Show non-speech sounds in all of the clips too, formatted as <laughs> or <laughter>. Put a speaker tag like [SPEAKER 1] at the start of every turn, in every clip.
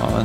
[SPEAKER 1] Ja,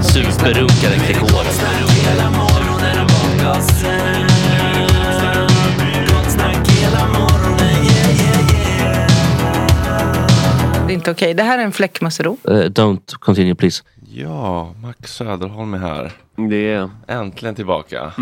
[SPEAKER 2] Superrunkaren Gregoren.
[SPEAKER 3] Det är inte okej. Det här är en fläckmussero.
[SPEAKER 4] don't continue please.
[SPEAKER 1] Ja, Max Söderholm är här.
[SPEAKER 4] Det är Mm.
[SPEAKER 1] Äntligen tillbaka.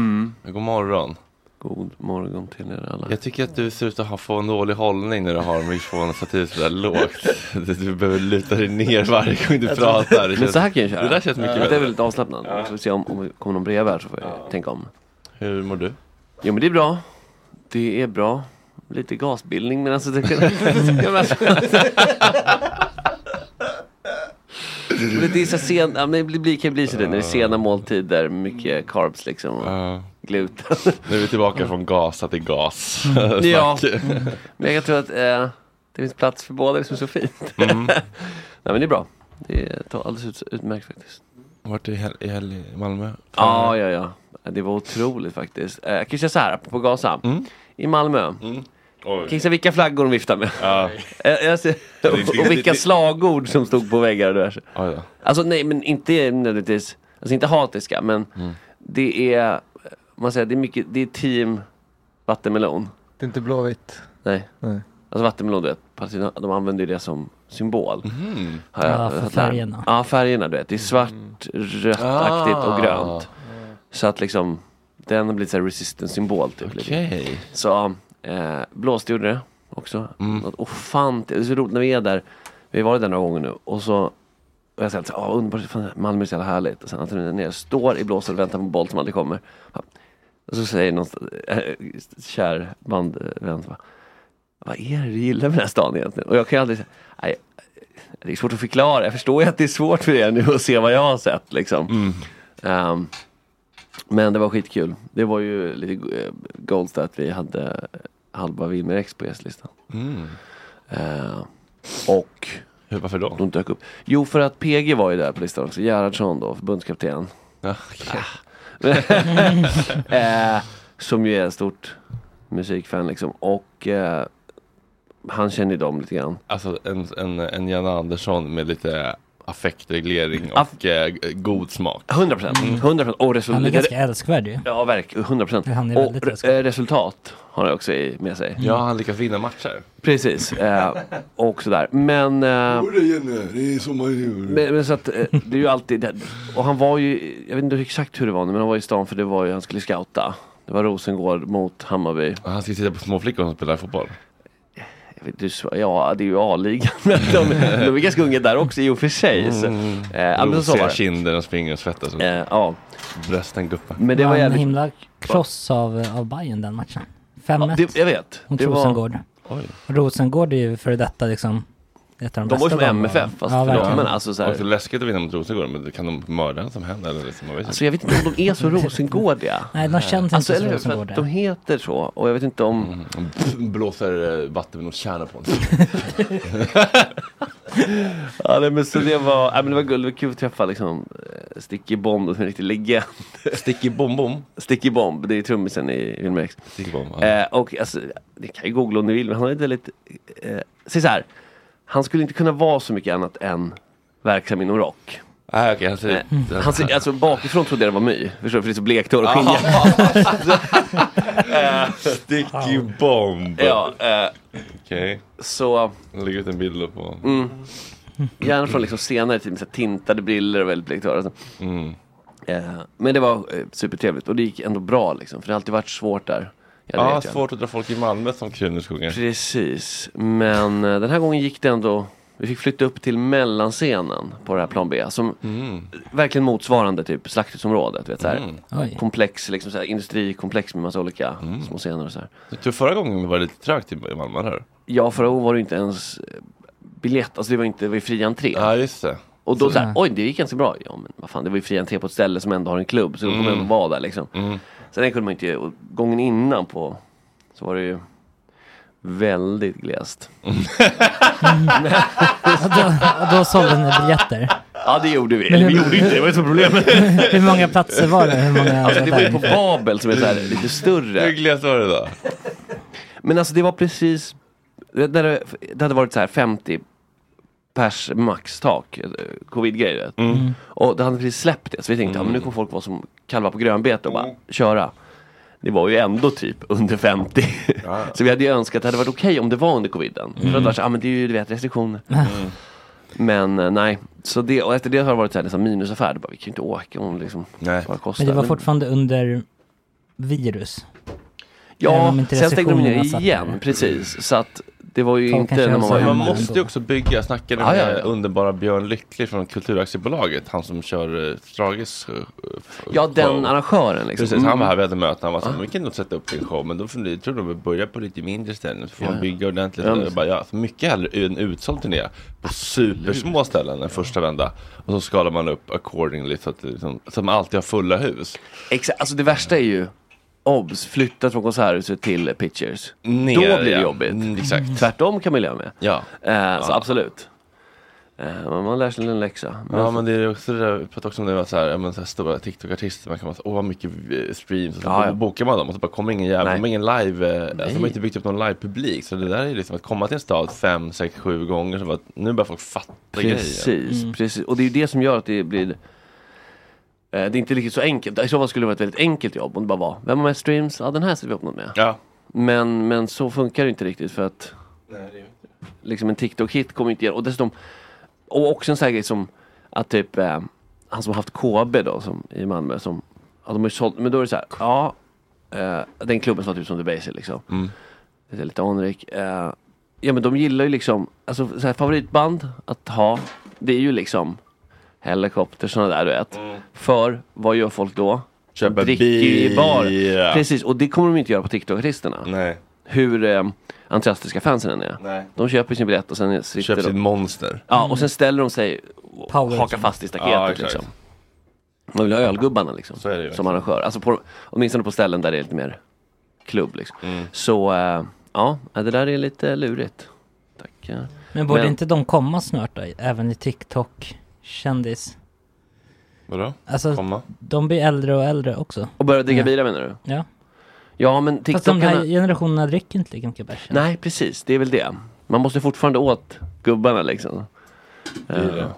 [SPEAKER 1] God morgon.
[SPEAKER 4] god morgon till er alla.
[SPEAKER 1] Jag tycker att du ser ut att ha få en dålig hållning när du har mikrofonstativet sådär lågt. <laughs> Du- Du behöver luta dig ner varje gång du pratar. Det
[SPEAKER 4] Men
[SPEAKER 1] känns-
[SPEAKER 4] så här kan jag köra.
[SPEAKER 1] Det där känns mycket
[SPEAKER 4] bättre. Det är
[SPEAKER 1] bättre.
[SPEAKER 4] väldigt avslappnande. Vi får se om, om det kommer någon brev här så får jag tänka om.
[SPEAKER 1] Hur mår du?
[SPEAKER 4] Jo men det är bra. Det är bra. lite gasbildning medan du <laughs> tänker... Det är så sen, ja, men det blir, kan bli så det när det är sena måltider, mycket carbs liksom. Och
[SPEAKER 1] Ja.
[SPEAKER 4] gluten.
[SPEAKER 1] Nu är vi tillbaka från gasa till gas.
[SPEAKER 4] Mm. Ja.
[SPEAKER 1] <laughs> Snack.
[SPEAKER 4] Men jag tror att eh, det finns plats för båda, det är som är så fint. <laughs> Nej men det är bra. Det tar alldeles ut, utmärkt faktiskt.
[SPEAKER 1] Vart i, hel- i helg i Malmö?
[SPEAKER 4] Ja, ja, ja. Det var otroligt faktiskt. Eh, jag kan säga så här, på Gaza.
[SPEAKER 5] Mm.
[SPEAKER 4] I Malmö. Kan
[SPEAKER 1] Oj.
[SPEAKER 4] jag säga vilka flaggor de viftade med?
[SPEAKER 1] Ja.
[SPEAKER 4] <laughs> Eh, jag ser, och, och vilka slagord som stod på väggar och diverse.
[SPEAKER 1] Oj då.
[SPEAKER 4] Alltså nej, men inte nödvändigtvis, alltså inte hatiska, men
[SPEAKER 1] Mm.
[SPEAKER 4] det är, eh, man säger, det är mycket, det är team vattenmelon.
[SPEAKER 6] Det är inte blåvitt.
[SPEAKER 4] Nej.
[SPEAKER 6] Nej.
[SPEAKER 4] Alltså vattenmelon, du vet, Palestina, de använder ju det som symbol.
[SPEAKER 1] Mhm.
[SPEAKER 4] Har
[SPEAKER 5] Ja, för
[SPEAKER 4] fått lära mig.
[SPEAKER 5] färgerna.
[SPEAKER 4] Ja, färgerna du vet. Det är svart,
[SPEAKER 6] Mm.
[SPEAKER 4] rött-aktigt och
[SPEAKER 1] Ah.
[SPEAKER 4] grönt. Så att liksom, den har blivit så här resistance-symbol typ. lite.
[SPEAKER 1] Okej. Mm.
[SPEAKER 4] Så eh, blåste gjorde det också. Något ofantligt. Det är så roligt när vi är där. Vi har varit där några gånger nu. Och så och jag säger alltid så här, "Åh, underbart, fan, Malmö är så jävla härligt. Och sen att jag ner, står i blåsten och väntar på en boll som aldrig kommer. Och så säger någon äh, kär bandvän, så bara, vad är det du gillar med den här stan egentligen? Och jag kan ju aldrig säga, nej, det är svårt att förklara. Jag förstår ju att det är svårt för er nu att se vad jag har sett liksom.
[SPEAKER 1] Mm.
[SPEAKER 4] Ehm, men det var skitkul. Det var ju lite eh, goals där att vi hade halva Wilmer X på gästlistan. Eh, och
[SPEAKER 1] Mm. Hur- Varför då?
[SPEAKER 4] de dök upp. Jo, för att PG var ju där på listan också. Gerhardsson då, förbundskapten.
[SPEAKER 1] Ja, okej.
[SPEAKER 4] <laughs> Eh, som ju är ett stort musikfan liksom. Och eh, han känner ju dem lite grann.
[SPEAKER 1] Alltså en, en, en Janne Andersson med lite affektreglering och
[SPEAKER 4] Aff-
[SPEAKER 1] eh, g- god smak. Mm.
[SPEAKER 4] 100 procent. 100 procent. Och
[SPEAKER 5] Han är
[SPEAKER 4] resultat.
[SPEAKER 5] ganska älskvärd ju.
[SPEAKER 4] Ja, verkligen. 100 procent.
[SPEAKER 5] Han är
[SPEAKER 4] Och
[SPEAKER 5] väldigt
[SPEAKER 4] re-
[SPEAKER 5] älskvärd.
[SPEAKER 4] eh, resultat har han också i, med sig.
[SPEAKER 1] Ja, han lyckas vinna matcher.
[SPEAKER 4] Precis. Eh, och sådär. Men... Eh,
[SPEAKER 1] Det är så man gör.
[SPEAKER 4] Men, men så att, <laughs> eh, det är ju alltid det. Och han var ju, jag vet inte exakt hur det var nu, men han var i stan för det var ju, han skulle scouta. Det var Rosengård mot Hammarby.
[SPEAKER 1] Han ska titta på små flickor som spelar fotboll.
[SPEAKER 4] Jag vet, du, ja, det är ju A-ligan. Men de, de är ganska unga där också i och för sig. Så,
[SPEAKER 1] Mm.
[SPEAKER 4] eh, ja, men så
[SPEAKER 1] Rosiga
[SPEAKER 4] var det.
[SPEAKER 1] kinder, de springer och svettas och
[SPEAKER 4] Eh, ja,
[SPEAKER 1] brösten guppar.
[SPEAKER 4] men det
[SPEAKER 5] Det
[SPEAKER 4] var
[SPEAKER 5] var en
[SPEAKER 4] jävligt.
[SPEAKER 5] himla kross av, av Bayern den matchen.
[SPEAKER 4] Ja,
[SPEAKER 5] 5-1
[SPEAKER 4] det, jag vet.
[SPEAKER 5] mot
[SPEAKER 4] Det var,
[SPEAKER 5] Rosengård.
[SPEAKER 1] Oj.
[SPEAKER 5] Rosengård är ju före detta liksom ett av de
[SPEAKER 4] de var ju
[SPEAKER 5] bästa lagen.
[SPEAKER 4] som MFF fast för
[SPEAKER 5] verkligen.
[SPEAKER 4] damerna. Alltså, så
[SPEAKER 1] Och så
[SPEAKER 4] här.
[SPEAKER 1] läskigt att vinna mot Rosengård, men kan de mörda en som händer? Eller liksom, man vet inte.
[SPEAKER 4] alltså jag vet inte om de
[SPEAKER 1] <laughs>
[SPEAKER 4] är så Rosengårdiga.
[SPEAKER 5] Nej, de känns
[SPEAKER 4] Alltså,
[SPEAKER 5] inte som
[SPEAKER 4] eller hur? För
[SPEAKER 5] Rosengård.
[SPEAKER 4] att de heter så. Och jag vet inte om...
[SPEAKER 1] De blåser eh, vattenmelonkärnor på en.
[SPEAKER 4] <laughs> Ja, nej, men så det var, nej, men det var guld, det var kul att träffa liksom eh, Sticky Bomb, som är en riktig legend.
[SPEAKER 1] Sticky bom-bom.
[SPEAKER 4] <laughs> Sticky Bomb, det är trummisen i Wilmer X.
[SPEAKER 1] Sticky bom. Ja.
[SPEAKER 4] Eh, och alltså, ni kan ju googla om ni vill, men han är ett väldigt, eh, säg så här, han skulle inte kunna vara så mycket annat än verksam inom rock.
[SPEAKER 1] Ah, okej, han säger...
[SPEAKER 4] Eh, han, ser- alltså bakifrån trodde jag det var My, förstår du? För det är så blekt
[SPEAKER 1] Ah.
[SPEAKER 4] hår och skinka.
[SPEAKER 1] <laughs>
[SPEAKER 4] <laughs>
[SPEAKER 1] Sticky bomb.
[SPEAKER 4] Eh, Ja, eh,
[SPEAKER 1] Okej,
[SPEAKER 4] så mm.
[SPEAKER 1] lägg ut en bild då på...
[SPEAKER 4] gärna från liksom senare tid med så här tintade briller och väldigt blekt hår. Alltså.
[SPEAKER 1] Mm.
[SPEAKER 4] Eh, men det var eh, supertrevligt och det gick ändå bra liksom, för det har alltid varit svårt där. Ja, det
[SPEAKER 1] Ja,
[SPEAKER 4] vet jag.
[SPEAKER 1] svårt att dra folk i Malmö som kronärtskockar.
[SPEAKER 4] Precis, men eh, den här gången gick det ändå vi fick flytta upp till mellanscenen på det här plan B som
[SPEAKER 1] Mm.
[SPEAKER 4] verkligen motsvarande typ slakthusområdet. Vet, så här.
[SPEAKER 5] Oj.
[SPEAKER 4] Komplex, liksom så här, industrikomplex med massa olika små scener och så här.
[SPEAKER 1] Mm. Jag tror förra gången var det lite trögt i Malmö, eller hur?
[SPEAKER 4] Ja, förra året var det ju inte ens eh, biljett, alltså det var ju inte, det var ju fri entré.
[SPEAKER 1] Ja, just det.
[SPEAKER 4] Och då så här, oj det gick ganska bra. Ja men vad fan, det var ju fri entré på ett ställe som ändå har en klubb så då kommer jag ändå vara där liksom. Sen den kunde man inte, och gången innan på, så var det ju väldigt glest.
[SPEAKER 5] Och då sålde ni biljetter.
[SPEAKER 4] <laughs> Ja det gjorde vi, eller vi gjorde inte det, det var ju så problemet.
[SPEAKER 5] <laughs> Hur många platser var det? Hur många
[SPEAKER 4] Alltså det var ju på
[SPEAKER 5] där?
[SPEAKER 4] Babel som är så här lite
[SPEAKER 1] Hur
[SPEAKER 4] större.
[SPEAKER 1] glest var det då?
[SPEAKER 4] Men alltså det var precis, det, där det, det hade varit så här 50 pers maxtak, eh, covid-grej vet.
[SPEAKER 1] Mm.
[SPEAKER 5] Mm.
[SPEAKER 4] Och det hade precis släppt det, så vi tänkte ja, men nu kommer folk vara som kalvar på grönbete och bara
[SPEAKER 1] Mm.
[SPEAKER 4] köra. Det var ju ändå typ under 50. <laughs> så vi hade ju önskat att det hade varit okej om det var under coviden.
[SPEAKER 5] Mm.
[SPEAKER 4] För att det var så, ah, men det är ju du vet restriktioner.
[SPEAKER 7] Mm.
[SPEAKER 4] Men eh, nej, så det, och efter det har det varit så här, liksom minusaffär. Det Bara, vi kan ju inte åka om liksom,
[SPEAKER 1] Nej.
[SPEAKER 4] vad det kostar.
[SPEAKER 5] Men det var fortfarande under virus.
[SPEAKER 4] Ja,
[SPEAKER 5] Även om inte
[SPEAKER 4] sen stängde de
[SPEAKER 5] restriktionerna
[SPEAKER 4] ner
[SPEAKER 5] satt
[SPEAKER 4] igen,
[SPEAKER 5] där.
[SPEAKER 4] precis. Så att Det var ju
[SPEAKER 5] Folk
[SPEAKER 4] inte
[SPEAKER 5] kanske
[SPEAKER 4] när man var
[SPEAKER 5] också-
[SPEAKER 1] Man
[SPEAKER 5] Mm.
[SPEAKER 1] måste ju också bygga. Jag snackade
[SPEAKER 4] Ja,
[SPEAKER 1] med
[SPEAKER 4] ja, ja.
[SPEAKER 1] underbara Björn Lycklig från Kulturaktiebolaget. Han som kör eh, Stragis. eh, f-
[SPEAKER 4] Ja, den
[SPEAKER 1] show.
[SPEAKER 4] arrangören liksom. Ah.
[SPEAKER 1] Precis, han var här, vi hade möte, han var så här, vi kan nog sätta upp en show, men då funderade jag, tror de vill börja på lite mindre ställen, så får
[SPEAKER 4] Ja,
[SPEAKER 1] man
[SPEAKER 4] ja.
[SPEAKER 1] bygga ordentligt.
[SPEAKER 4] Ja,
[SPEAKER 1] Ja,
[SPEAKER 4] men-
[SPEAKER 1] bara, ja, för mycket hellre en utsåld turné på supersmå ställen en första vända, och så skalar man upp accordingly, så att, det liksom, så att man alltid har fulla hus.
[SPEAKER 4] Exakt, alltså det värsta är ju obs, flytta från konserthuset till pitchers.
[SPEAKER 1] Ner,
[SPEAKER 4] Då blir det
[SPEAKER 1] ja.
[SPEAKER 4] jobbigt.
[SPEAKER 1] Mm, exakt.
[SPEAKER 4] Tvärtom kan man leva med.
[SPEAKER 1] Ja.
[SPEAKER 4] Eh, så absolut. Eh, men man lär sig en läxa. Men
[SPEAKER 1] Ja men det är också det där, vi pratade också om det, var så här, ja, men så här stora TikTok-artister, man kan vara så åh vad mycket eh, streams, och så
[SPEAKER 4] Ja, ja.
[SPEAKER 1] bo- bokar man dem och så bara kommer ingen jävla,
[SPEAKER 4] Nej.
[SPEAKER 1] kommer ingen live, eh, alltså, de har
[SPEAKER 4] Nej.
[SPEAKER 1] inte byggt upp någon live-publik. Så det där är liksom att komma till en stad fem, sex, sju gånger, så bara, nu börjar folk fatta grejen.
[SPEAKER 4] Precis, precis. Och det är ju det som gör att det blir eh, det är inte riktigt så enkelt. I så fall skulle det vara ett väldigt enkelt jobb om det bara var, vem har mest streams? Ja den här sätter vi upp något med.
[SPEAKER 1] Ja.
[SPEAKER 4] Men, men så funkar det inte riktigt för att liksom en TikTok-hit kommer inte igenom. Och dessutom, och också en sån här grej som att typ eh, han som har haft KB då som, i Malmö som, ja, de har ju sålt, men då är det så här, ja, eh, den klubben som var typ som The Basic liksom. Det är lite anrik. Eh, ja men de gillar ju liksom, alltså så här, favoritband att ha, det är ju liksom Helikopter, sådana där du vet. För vad gör folk då?
[SPEAKER 1] Köpa
[SPEAKER 4] Dricker ju i bar.
[SPEAKER 1] bira.
[SPEAKER 4] Precis, och det kommer de inte göra på TikTok-artisterna
[SPEAKER 1] Nej.
[SPEAKER 4] hur eh, entusiastiska fansen än är.
[SPEAKER 1] Nej.
[SPEAKER 4] De köper sin biljett och sen sitter
[SPEAKER 1] Köp
[SPEAKER 4] de...
[SPEAKER 1] sitt monster.
[SPEAKER 4] Ja, och sen ställer de sig och
[SPEAKER 5] Power.
[SPEAKER 4] hakar fast i staketet
[SPEAKER 1] Ja, exakt.
[SPEAKER 4] liksom. Man vill ha ölgubbarna liksom,
[SPEAKER 1] Så är det ju.
[SPEAKER 4] som arrangör. Alltså på, åtminstone på ställen där det är lite mer klubb liksom.
[SPEAKER 1] Mm.
[SPEAKER 4] Så eh, ja, det där är lite lurigt. Tackar.
[SPEAKER 5] Men borde
[SPEAKER 4] Men-
[SPEAKER 5] inte de komma snart då? Även i TikTok? Kändis?
[SPEAKER 1] Vadå?
[SPEAKER 5] Alltså,
[SPEAKER 1] Komma?
[SPEAKER 5] de blir äldre och äldre också.
[SPEAKER 4] Och börja dricka bira menar du?
[SPEAKER 5] Ja.
[SPEAKER 4] Ja, men
[SPEAKER 5] Fast de
[SPEAKER 4] TikTokarna...
[SPEAKER 5] här generationerna dricker inte lika mycket bärs.
[SPEAKER 4] Nej, precis. Det är väl det. Man måste fortfarande åt gubbarna liksom. Eh,
[SPEAKER 1] Bira.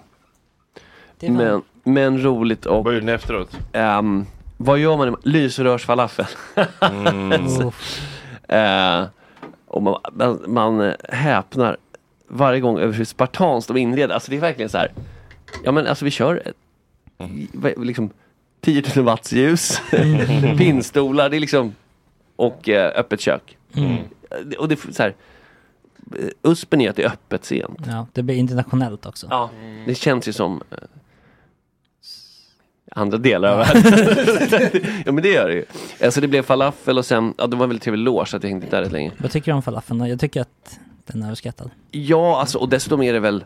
[SPEAKER 5] Det är fan-
[SPEAKER 4] men, men roligt och...
[SPEAKER 1] Vad gjorde ni efteråt?
[SPEAKER 4] Ehm, vad gör man? Lysrörsfalafel.
[SPEAKER 1] Mm.
[SPEAKER 4] <laughs>
[SPEAKER 5] Oh,
[SPEAKER 4] Eh, och man, man, man eh, häpnar varje gång över hur spartanskt de inreder. Alltså det är verkligen så här. Ja men alltså vi kör ett,
[SPEAKER 1] Mm.
[SPEAKER 4] vad- liksom 10 000 watts ljus, <laughs> pinnstolar, det är liksom och eh, öppet kök. Eh, Och det är så här. eh, Uspen är att det är öppet sent.
[SPEAKER 5] ja, det blir internationellt också.
[SPEAKER 4] Ja,
[SPEAKER 5] Mm.
[SPEAKER 4] det känns ju som eh, andra delar av världen. ja men det gör det ju. Alltså det blev falafel och sen, ja det var en väldigt trevlig loge så att jag hängde inte där rätt länge.
[SPEAKER 5] Vad tycker du om falafeln då? Jag tycker att den är överskattad.
[SPEAKER 4] Ja, alltså och dessutom är det väl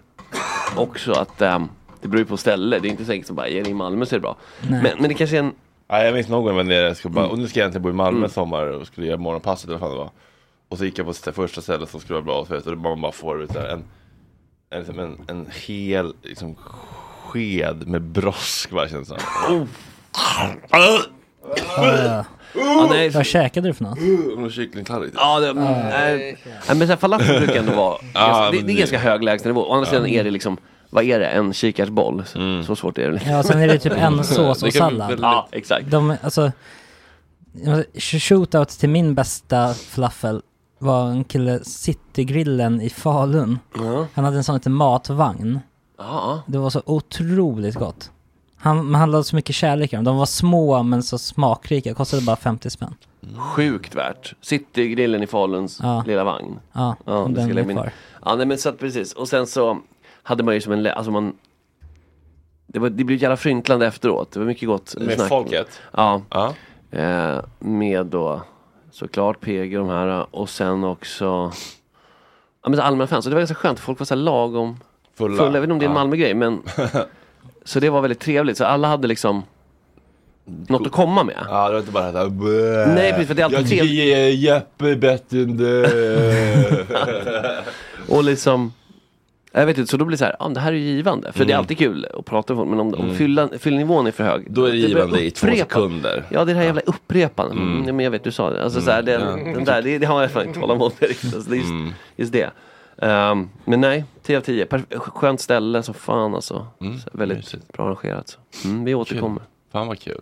[SPEAKER 4] också att ehm, det beror ju på ställe. Det är inte så enkelt som bara, är ni i Malmö så är det bra. Men, men det kanske är en, Mm.
[SPEAKER 1] Ja, jag minns någon gång jag var nere, jag skulle bara, och nu ska jag egentligen bo i Malmö i sommar och skulle göra morgonpasset eller vad fan det var. Och så gick jag på st- första stället som skulle vara bra och så vet du, och man bara får ut där en, en, liksom en, en hel liksom, sked med brosk bara känns det som.
[SPEAKER 4] Äh! ja nej, Äh,
[SPEAKER 5] Vad käkade du för något?
[SPEAKER 1] Och någon kycklingtallrik.
[SPEAKER 4] ja det, mm, nej. Nej, men så här, falafel brukar ändå
[SPEAKER 1] <laughs>
[SPEAKER 4] vara, ganska, det,
[SPEAKER 1] men
[SPEAKER 4] det är
[SPEAKER 1] det-
[SPEAKER 4] ganska hög lägstanivå. Å andra sidan är det liksom, vad är det, en kikartsboll? Så, så svårt är det väl inte.
[SPEAKER 5] Ja, sen är det typ en sås
[SPEAKER 1] Det
[SPEAKER 5] och
[SPEAKER 1] kan bli
[SPEAKER 5] sallad.
[SPEAKER 1] väldigt-
[SPEAKER 4] Ja, exakt.
[SPEAKER 5] De, alltså, jag måste- shootout till min bästa falafel var en kille, Citygrillen i Falun. Han hade en sån liten matvagn.
[SPEAKER 4] Ja,
[SPEAKER 5] Det var så otroligt gott. Han, men han lade så mycket kärlek i dem. De var små men så smakrika. Kostade bara 50 spänn.
[SPEAKER 4] sjukt värt. Citygrillen i Faluns
[SPEAKER 5] Ja.
[SPEAKER 4] lilla vagn.
[SPEAKER 5] Ja,
[SPEAKER 4] Ja, det
[SPEAKER 5] den
[SPEAKER 4] skulle
[SPEAKER 5] är
[SPEAKER 4] jag minnas.
[SPEAKER 5] kvar.
[SPEAKER 4] Ja, nej, men så att precis. Och sen så hade man ju som en, lä- alltså man det, var, det blev ett jävla fryntlande efteråt. Det var mycket gott eh,
[SPEAKER 1] Med
[SPEAKER 4] snack.
[SPEAKER 1] folket?
[SPEAKER 4] Ja.
[SPEAKER 1] Ja.
[SPEAKER 4] Eh, med då såklart PG och de här eh, och sen också ja, men så allmänna fans. Och det var ganska skönt. Folk var så här lagom
[SPEAKER 1] Fulla.
[SPEAKER 4] fulla. Jag vet inte om det är en
[SPEAKER 1] Ja.
[SPEAKER 4] Malmögrej men
[SPEAKER 1] <laughs>
[SPEAKER 4] så det var väldigt trevligt. Så alla hade liksom något att komma med.
[SPEAKER 1] Ja, det var inte bara såhär "Bäh,
[SPEAKER 4] Nej, precis, för det är alltid
[SPEAKER 1] Jag tycker
[SPEAKER 4] trevligt."
[SPEAKER 1] Je- Jeppe är bättre än du.
[SPEAKER 4] <laughs> Och liksom jag vet inte, så då blir det så här, ja, men det här är ju givande. För
[SPEAKER 1] Mm.
[SPEAKER 4] det är alltid kul att prata med folk, men om, om fyllan, fyllnivån är för hög.
[SPEAKER 1] Då är det
[SPEAKER 4] blir
[SPEAKER 1] givande i två
[SPEAKER 4] upprepat.
[SPEAKER 1] sekunder.
[SPEAKER 4] Ja, det är det här jävla upprepandet. Mm. ja, men jag vet, du sa det. Alltså,
[SPEAKER 1] Mm.
[SPEAKER 4] så här, den, den där, det, det har jag fan inte tålamod med riktigt. Alltså, det är just,
[SPEAKER 1] Mm.
[SPEAKER 4] just det. Ehm, men nej, 10 av 10. Perf- Skönt ställe som fan alltså. Så här, väldigt
[SPEAKER 1] Mm. mysigt.
[SPEAKER 4] bra arrangerat. Så. Mm, vi återkommer.
[SPEAKER 1] Fan vad kul.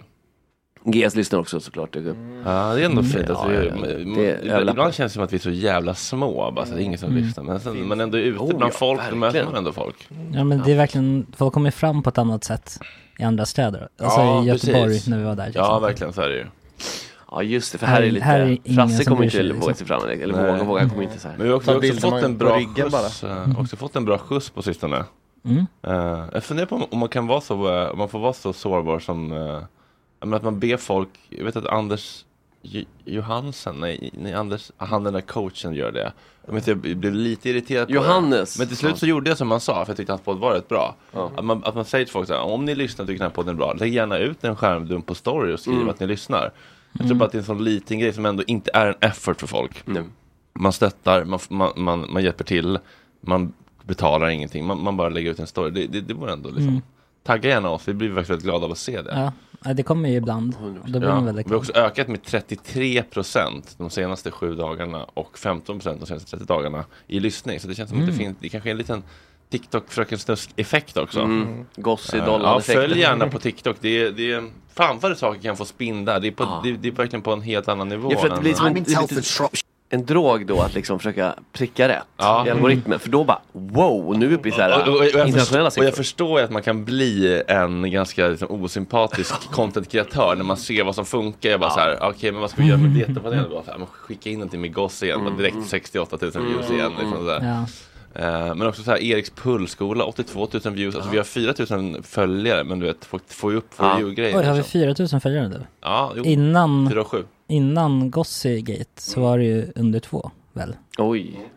[SPEAKER 4] GS lyssnar också såklart. tycker jag.
[SPEAKER 1] Ja, det är ändå fint. Att
[SPEAKER 4] Mm. Ja,
[SPEAKER 1] vi,
[SPEAKER 4] ja, ja.
[SPEAKER 1] men-
[SPEAKER 4] Det
[SPEAKER 1] men-
[SPEAKER 4] överlappar.
[SPEAKER 1] ibland känns det som att vi är så jävla små, bara, så att det är ingen som lyssnar. Men, sen, men ändå är ute
[SPEAKER 4] Oh,
[SPEAKER 1] bland
[SPEAKER 4] ja,
[SPEAKER 1] folk, då möter
[SPEAKER 4] verkligen.
[SPEAKER 1] man ändå folk.
[SPEAKER 5] Ja men det är verkligen, folk kommer fram på ett annat sätt i andra städer. Alltså
[SPEAKER 1] Ja,
[SPEAKER 5] i Göteborg
[SPEAKER 1] precis.
[SPEAKER 5] när vi var där. till
[SPEAKER 1] Ja,
[SPEAKER 5] exempel.
[SPEAKER 1] verkligen så är det ju.
[SPEAKER 4] Ja just det, för
[SPEAKER 5] Här-
[SPEAKER 4] här är lite,
[SPEAKER 5] här är ingen
[SPEAKER 4] Frasse
[SPEAKER 5] som
[SPEAKER 4] kommer
[SPEAKER 5] bryr
[SPEAKER 4] inte
[SPEAKER 5] sig,
[SPEAKER 4] våga
[SPEAKER 5] liksom.
[SPEAKER 4] sig fram eller eller
[SPEAKER 1] Nej.
[SPEAKER 4] våga, våga kommer inte så här.
[SPEAKER 1] Men vi har också,
[SPEAKER 6] Ta
[SPEAKER 1] vi har
[SPEAKER 6] bilder
[SPEAKER 1] också,
[SPEAKER 6] man
[SPEAKER 1] fått, en
[SPEAKER 6] på
[SPEAKER 1] bra
[SPEAKER 6] ryggen
[SPEAKER 1] skjuts, eh, också fått en bra skjuts på sistone.
[SPEAKER 5] Mm.
[SPEAKER 1] Eh, jag funderar på om, om man kan vara så, eh, om man får vara så sårbar som, eh, ja, men att man ber folk, jag vet att Anders J- Johansen, nej, nej Anders, han den där coachen gör det. Jag, vet, jag blev lite irriterad på det.
[SPEAKER 4] Johannes!
[SPEAKER 1] Men till slut så gjorde jag som han sa, för jag tyckte hans podd var rätt bra.
[SPEAKER 4] Ja.
[SPEAKER 1] Att, man, att man säger till folk så här, om ni lyssnar och tycker den här podden är bra, lägg gärna ut en skärmdump på story och skriv
[SPEAKER 4] Mm.
[SPEAKER 1] att ni lyssnar. Jag tror bara att det är en sån liten grej som ändå inte är en effort för folk.
[SPEAKER 4] Nej.
[SPEAKER 1] Man stöttar, man, man, man, man hjälper till, man betalar ingenting, man, man bara lägger ut en story. Det, det, det vore ändå liksom,
[SPEAKER 4] Mm.
[SPEAKER 1] tagga gärna oss, vi blir faktiskt väldigt glada av att se det.
[SPEAKER 5] Ja. ja, det kommer ju ibland. Och Då blir
[SPEAKER 1] Ja.
[SPEAKER 5] man liksom-
[SPEAKER 1] Vi
[SPEAKER 5] väldigt
[SPEAKER 1] har också ökat med 33 procent de senaste sju dagarna och 15 procent de senaste 30 dagarna i lyssning. Så det känns som att
[SPEAKER 5] Mm.
[SPEAKER 1] det finns, det kanske är en liten TikTok Fröken Snusk-effekt också.
[SPEAKER 4] Mm. Gossi
[SPEAKER 1] Eh, Ja,
[SPEAKER 4] dollareffekten.
[SPEAKER 1] följ gärna på TikTok. Det är, det är, fan vad det saker kan få spinda. Det är, på,
[SPEAKER 4] Ja.
[SPEAKER 1] det, det är verkligen på en helt annan nivå.
[SPEAKER 4] Ah. Ja, för att det blir
[SPEAKER 1] än-
[SPEAKER 4] som en, lite, en drog då att liksom försöka pricka rätt
[SPEAKER 1] Ja. Mm.
[SPEAKER 4] i algoritmen. För då bara wow, nu är vi uppe i så här
[SPEAKER 1] och, och, och, jag
[SPEAKER 4] internationella
[SPEAKER 1] förstår, och jag
[SPEAKER 4] siffror.
[SPEAKER 1] förstår ju att man kan bli en ganska liksom, osympatisk content-kreatör när man ser vad som funkar. Jag bara så här, okej men vad ska vi göra med datapanelen? Bara så här, men Skicka in någonting med goss igen, bara direkt 68 000 views igen. Liksom, så här.
[SPEAKER 5] Ja.
[SPEAKER 1] Eh, Men också så här, Eriks pullskola, 82 000 views. Alltså vi har 4 000 följare, men du vet, folk får ju upp
[SPEAKER 4] Ja.
[SPEAKER 1] får ju grejer.
[SPEAKER 5] Oj, har vi
[SPEAKER 1] liksom.
[SPEAKER 5] 4000 följare nu?
[SPEAKER 1] Ja, jo,
[SPEAKER 5] Innan,
[SPEAKER 1] 4 och 7.
[SPEAKER 5] innan Gossygate så var det ju under två, väl?
[SPEAKER 4] Oj.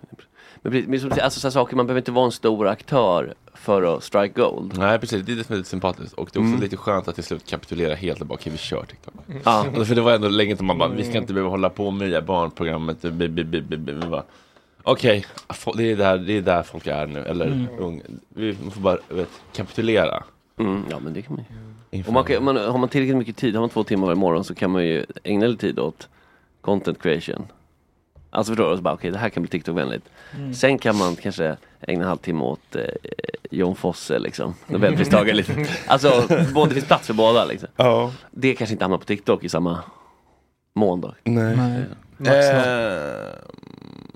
[SPEAKER 4] Men precis, men som du säger, alltså, så här saker, man behöver inte vara en stor aktör för att strike gold.
[SPEAKER 1] Nej precis, det är definitivt sympatiskt och det är också
[SPEAKER 4] Mm.
[SPEAKER 1] lite skönt att till slut kapitulera helt och bara okej vi kör TikTok.
[SPEAKER 4] Ja.
[SPEAKER 1] Alltså, För det var ändå länge som man
[SPEAKER 4] Mm.
[SPEAKER 1] bara, vi ska inte behöva hålla på med det här barnprogrammet. bi- bi- bi- bi- bi- vi bara, Okej, fo- det, är där- det är där folk är nu, eller ung. Vi får bara vet, kapitulera.
[SPEAKER 4] Mm, ja men det kan man ju.
[SPEAKER 1] inför-
[SPEAKER 4] Och man kan, man, har man tillräckligt mycket tid, har man två timmar varje morgon så kan man ju ägna lite tid åt content creation. Alltså förstår du? Så bara, Okej, det här kan bli TikTok-vänligt. Sen kan man kanske ägna en halvtimme åt eh, John Fosse liksom. <laughs>
[SPEAKER 1] <laughs>
[SPEAKER 4] Nobelpristagare lite. Alltså, både, det finns plats för båda liksom.
[SPEAKER 1] Ja,
[SPEAKER 4] Det kanske inte hamnar på TikTok i samma mån då.
[SPEAKER 1] nej.
[SPEAKER 5] Nej.
[SPEAKER 1] Eh,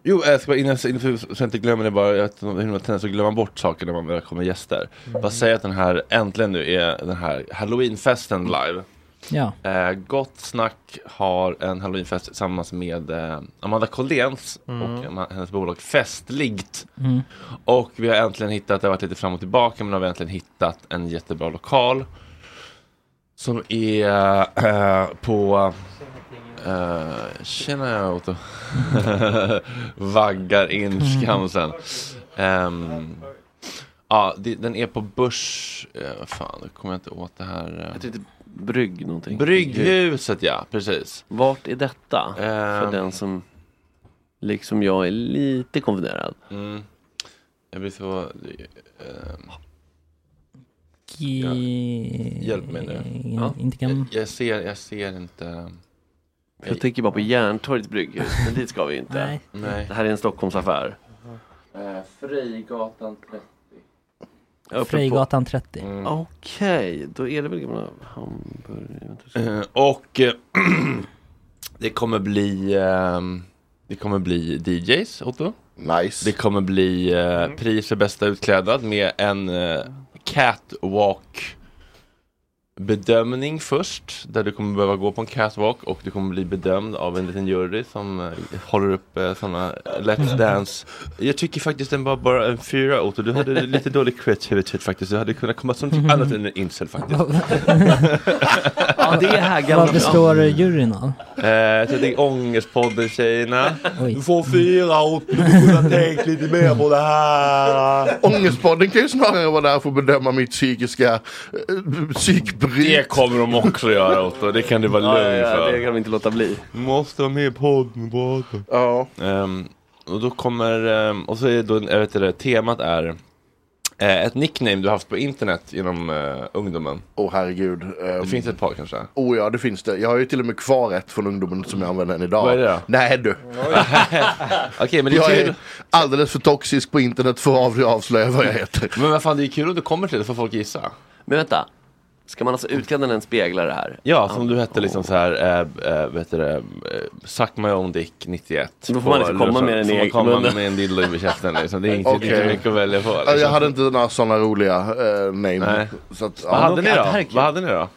[SPEAKER 1] jo, eh, jag ska bara, innan, innan, så jag inte glömmer det bara, jag vet inte hur man tenderar att glömma bort saker när man väl kommer gäster. Bara säga att den här, äntligen nu, är den här halloweenfesten live.
[SPEAKER 5] Ja,
[SPEAKER 1] Eh, Gott Snack har en halloweenfest tillsammans med eh, Amanda Colléns och eh, hennes bolag Festligt.
[SPEAKER 5] Mm.
[SPEAKER 1] Och vi har äntligen hittat, det har varit lite fram och tillbaka, men nu har vi äntligen hittat en jättebra lokal. Som är eh, på... Eh, tjena Otto. <laughs> Vaggar in Skamsen. Ehm, Ja, det- den är på Börs... Eh, fan, nu kommer jag inte åt det här. eh.
[SPEAKER 4] Jag tyckte brygg någonting.
[SPEAKER 1] Brygghuset ja, precis.
[SPEAKER 4] Vart är detta? För
[SPEAKER 1] Ehm.
[SPEAKER 4] den som liksom jag är lite konfunderad.
[SPEAKER 1] Mm. Jag blir så... ehm,
[SPEAKER 5] Ge-
[SPEAKER 1] Hjälp mig nu.
[SPEAKER 4] Ja.
[SPEAKER 5] Inte kan...
[SPEAKER 1] jag, jag, ser, jag ser inte...
[SPEAKER 4] Jag tänker bara på Järntorgets brygghus, men dit ska vi inte.
[SPEAKER 5] Nej.
[SPEAKER 1] Nej.
[SPEAKER 4] Det här är en Stockholmsaffär.
[SPEAKER 1] Eh, Frejgatan 30.
[SPEAKER 4] Öppen på-
[SPEAKER 5] Frejgatan 30.
[SPEAKER 1] Mm.
[SPEAKER 4] Okej, då är det väl gamla hamburgare.
[SPEAKER 1] Eh, och eh, <clears throat> det kommer bli... ehm, det kommer bli DJs, Otto. Det
[SPEAKER 6] Nice.
[SPEAKER 1] kommer bli eh, pris för bästa utklädnad med en eh, catwalk bedömning först. Där du kommer behöva gå på en catwalk och du kommer bli bedömd av en liten jury som eh, håller upp eh, sådana Let's Dance. Jag tycker faktiskt den var bara en fyra Otto. Du hade lite dålig creativitet faktiskt. Du hade kunnat komma som något annat än en incel faktiskt.
[SPEAKER 4] Ja, det är här gamla...
[SPEAKER 5] Vad består juryn av?
[SPEAKER 1] Eh, jag tror det är Ångestpodden-tjejerna.
[SPEAKER 5] Oj.
[SPEAKER 1] Du får fyra Otto.
[SPEAKER 5] <laughs>
[SPEAKER 1] Du kunde ha tänkt lite mer på det här.
[SPEAKER 6] Ångestpodden kan ju snarare vara där för att bedöma mitt psykiska eh, psykbryt.
[SPEAKER 1] Det kommer de också göra Otto, det kan du vara
[SPEAKER 4] Ja, ja,
[SPEAKER 1] lugn
[SPEAKER 4] ja, det
[SPEAKER 1] för.
[SPEAKER 4] kan vi inte låta bli.
[SPEAKER 1] Måste vara med i podden bara.
[SPEAKER 6] Ja.
[SPEAKER 1] Ehm, och då kommer, ehm, och så är det då, jag vet inte, det, temat är eh, ett nickname du haft på internet genom eh, ungdomen.
[SPEAKER 6] Åh herregud. Ehm,
[SPEAKER 1] Det finns ett par kanske.
[SPEAKER 6] Oh ja, det finns det. Jag har ju till och med kvar ett från ungdomen som jag använder än idag.
[SPEAKER 1] Vad är det då?
[SPEAKER 6] Nej du,
[SPEAKER 1] <laughs> Okej men det är
[SPEAKER 6] jag
[SPEAKER 1] kul.
[SPEAKER 6] är alldeles för toxisk på internet för att av- avslöja vad jag heter.
[SPEAKER 1] <laughs> Men vad fan det är kul om du kommer till det så får folk gissa.
[SPEAKER 4] Men vänta, ska man alltså utklädda den speglar det här?
[SPEAKER 1] Ja, som du hette liksom så här, äh, äh, vet du det, äh, Suck my own dick 91.
[SPEAKER 4] Då får man
[SPEAKER 1] På-
[SPEAKER 4] liksom komma med den
[SPEAKER 1] får
[SPEAKER 4] i
[SPEAKER 1] man
[SPEAKER 4] egen
[SPEAKER 1] komma
[SPEAKER 4] mun.
[SPEAKER 1] med en dildo i käften liksom. Det är inte, det är
[SPEAKER 6] Okej.
[SPEAKER 1] inte mycket att välja på.
[SPEAKER 6] Ja,
[SPEAKER 1] Liksom.
[SPEAKER 6] Jag hade inte några sådana roliga eh, name.
[SPEAKER 1] Nej.
[SPEAKER 6] Så att,
[SPEAKER 1] Vad
[SPEAKER 6] ja.
[SPEAKER 1] hade ni
[SPEAKER 4] Ja, det här är
[SPEAKER 1] då?
[SPEAKER 4] kul.
[SPEAKER 1] Vad hade ni då?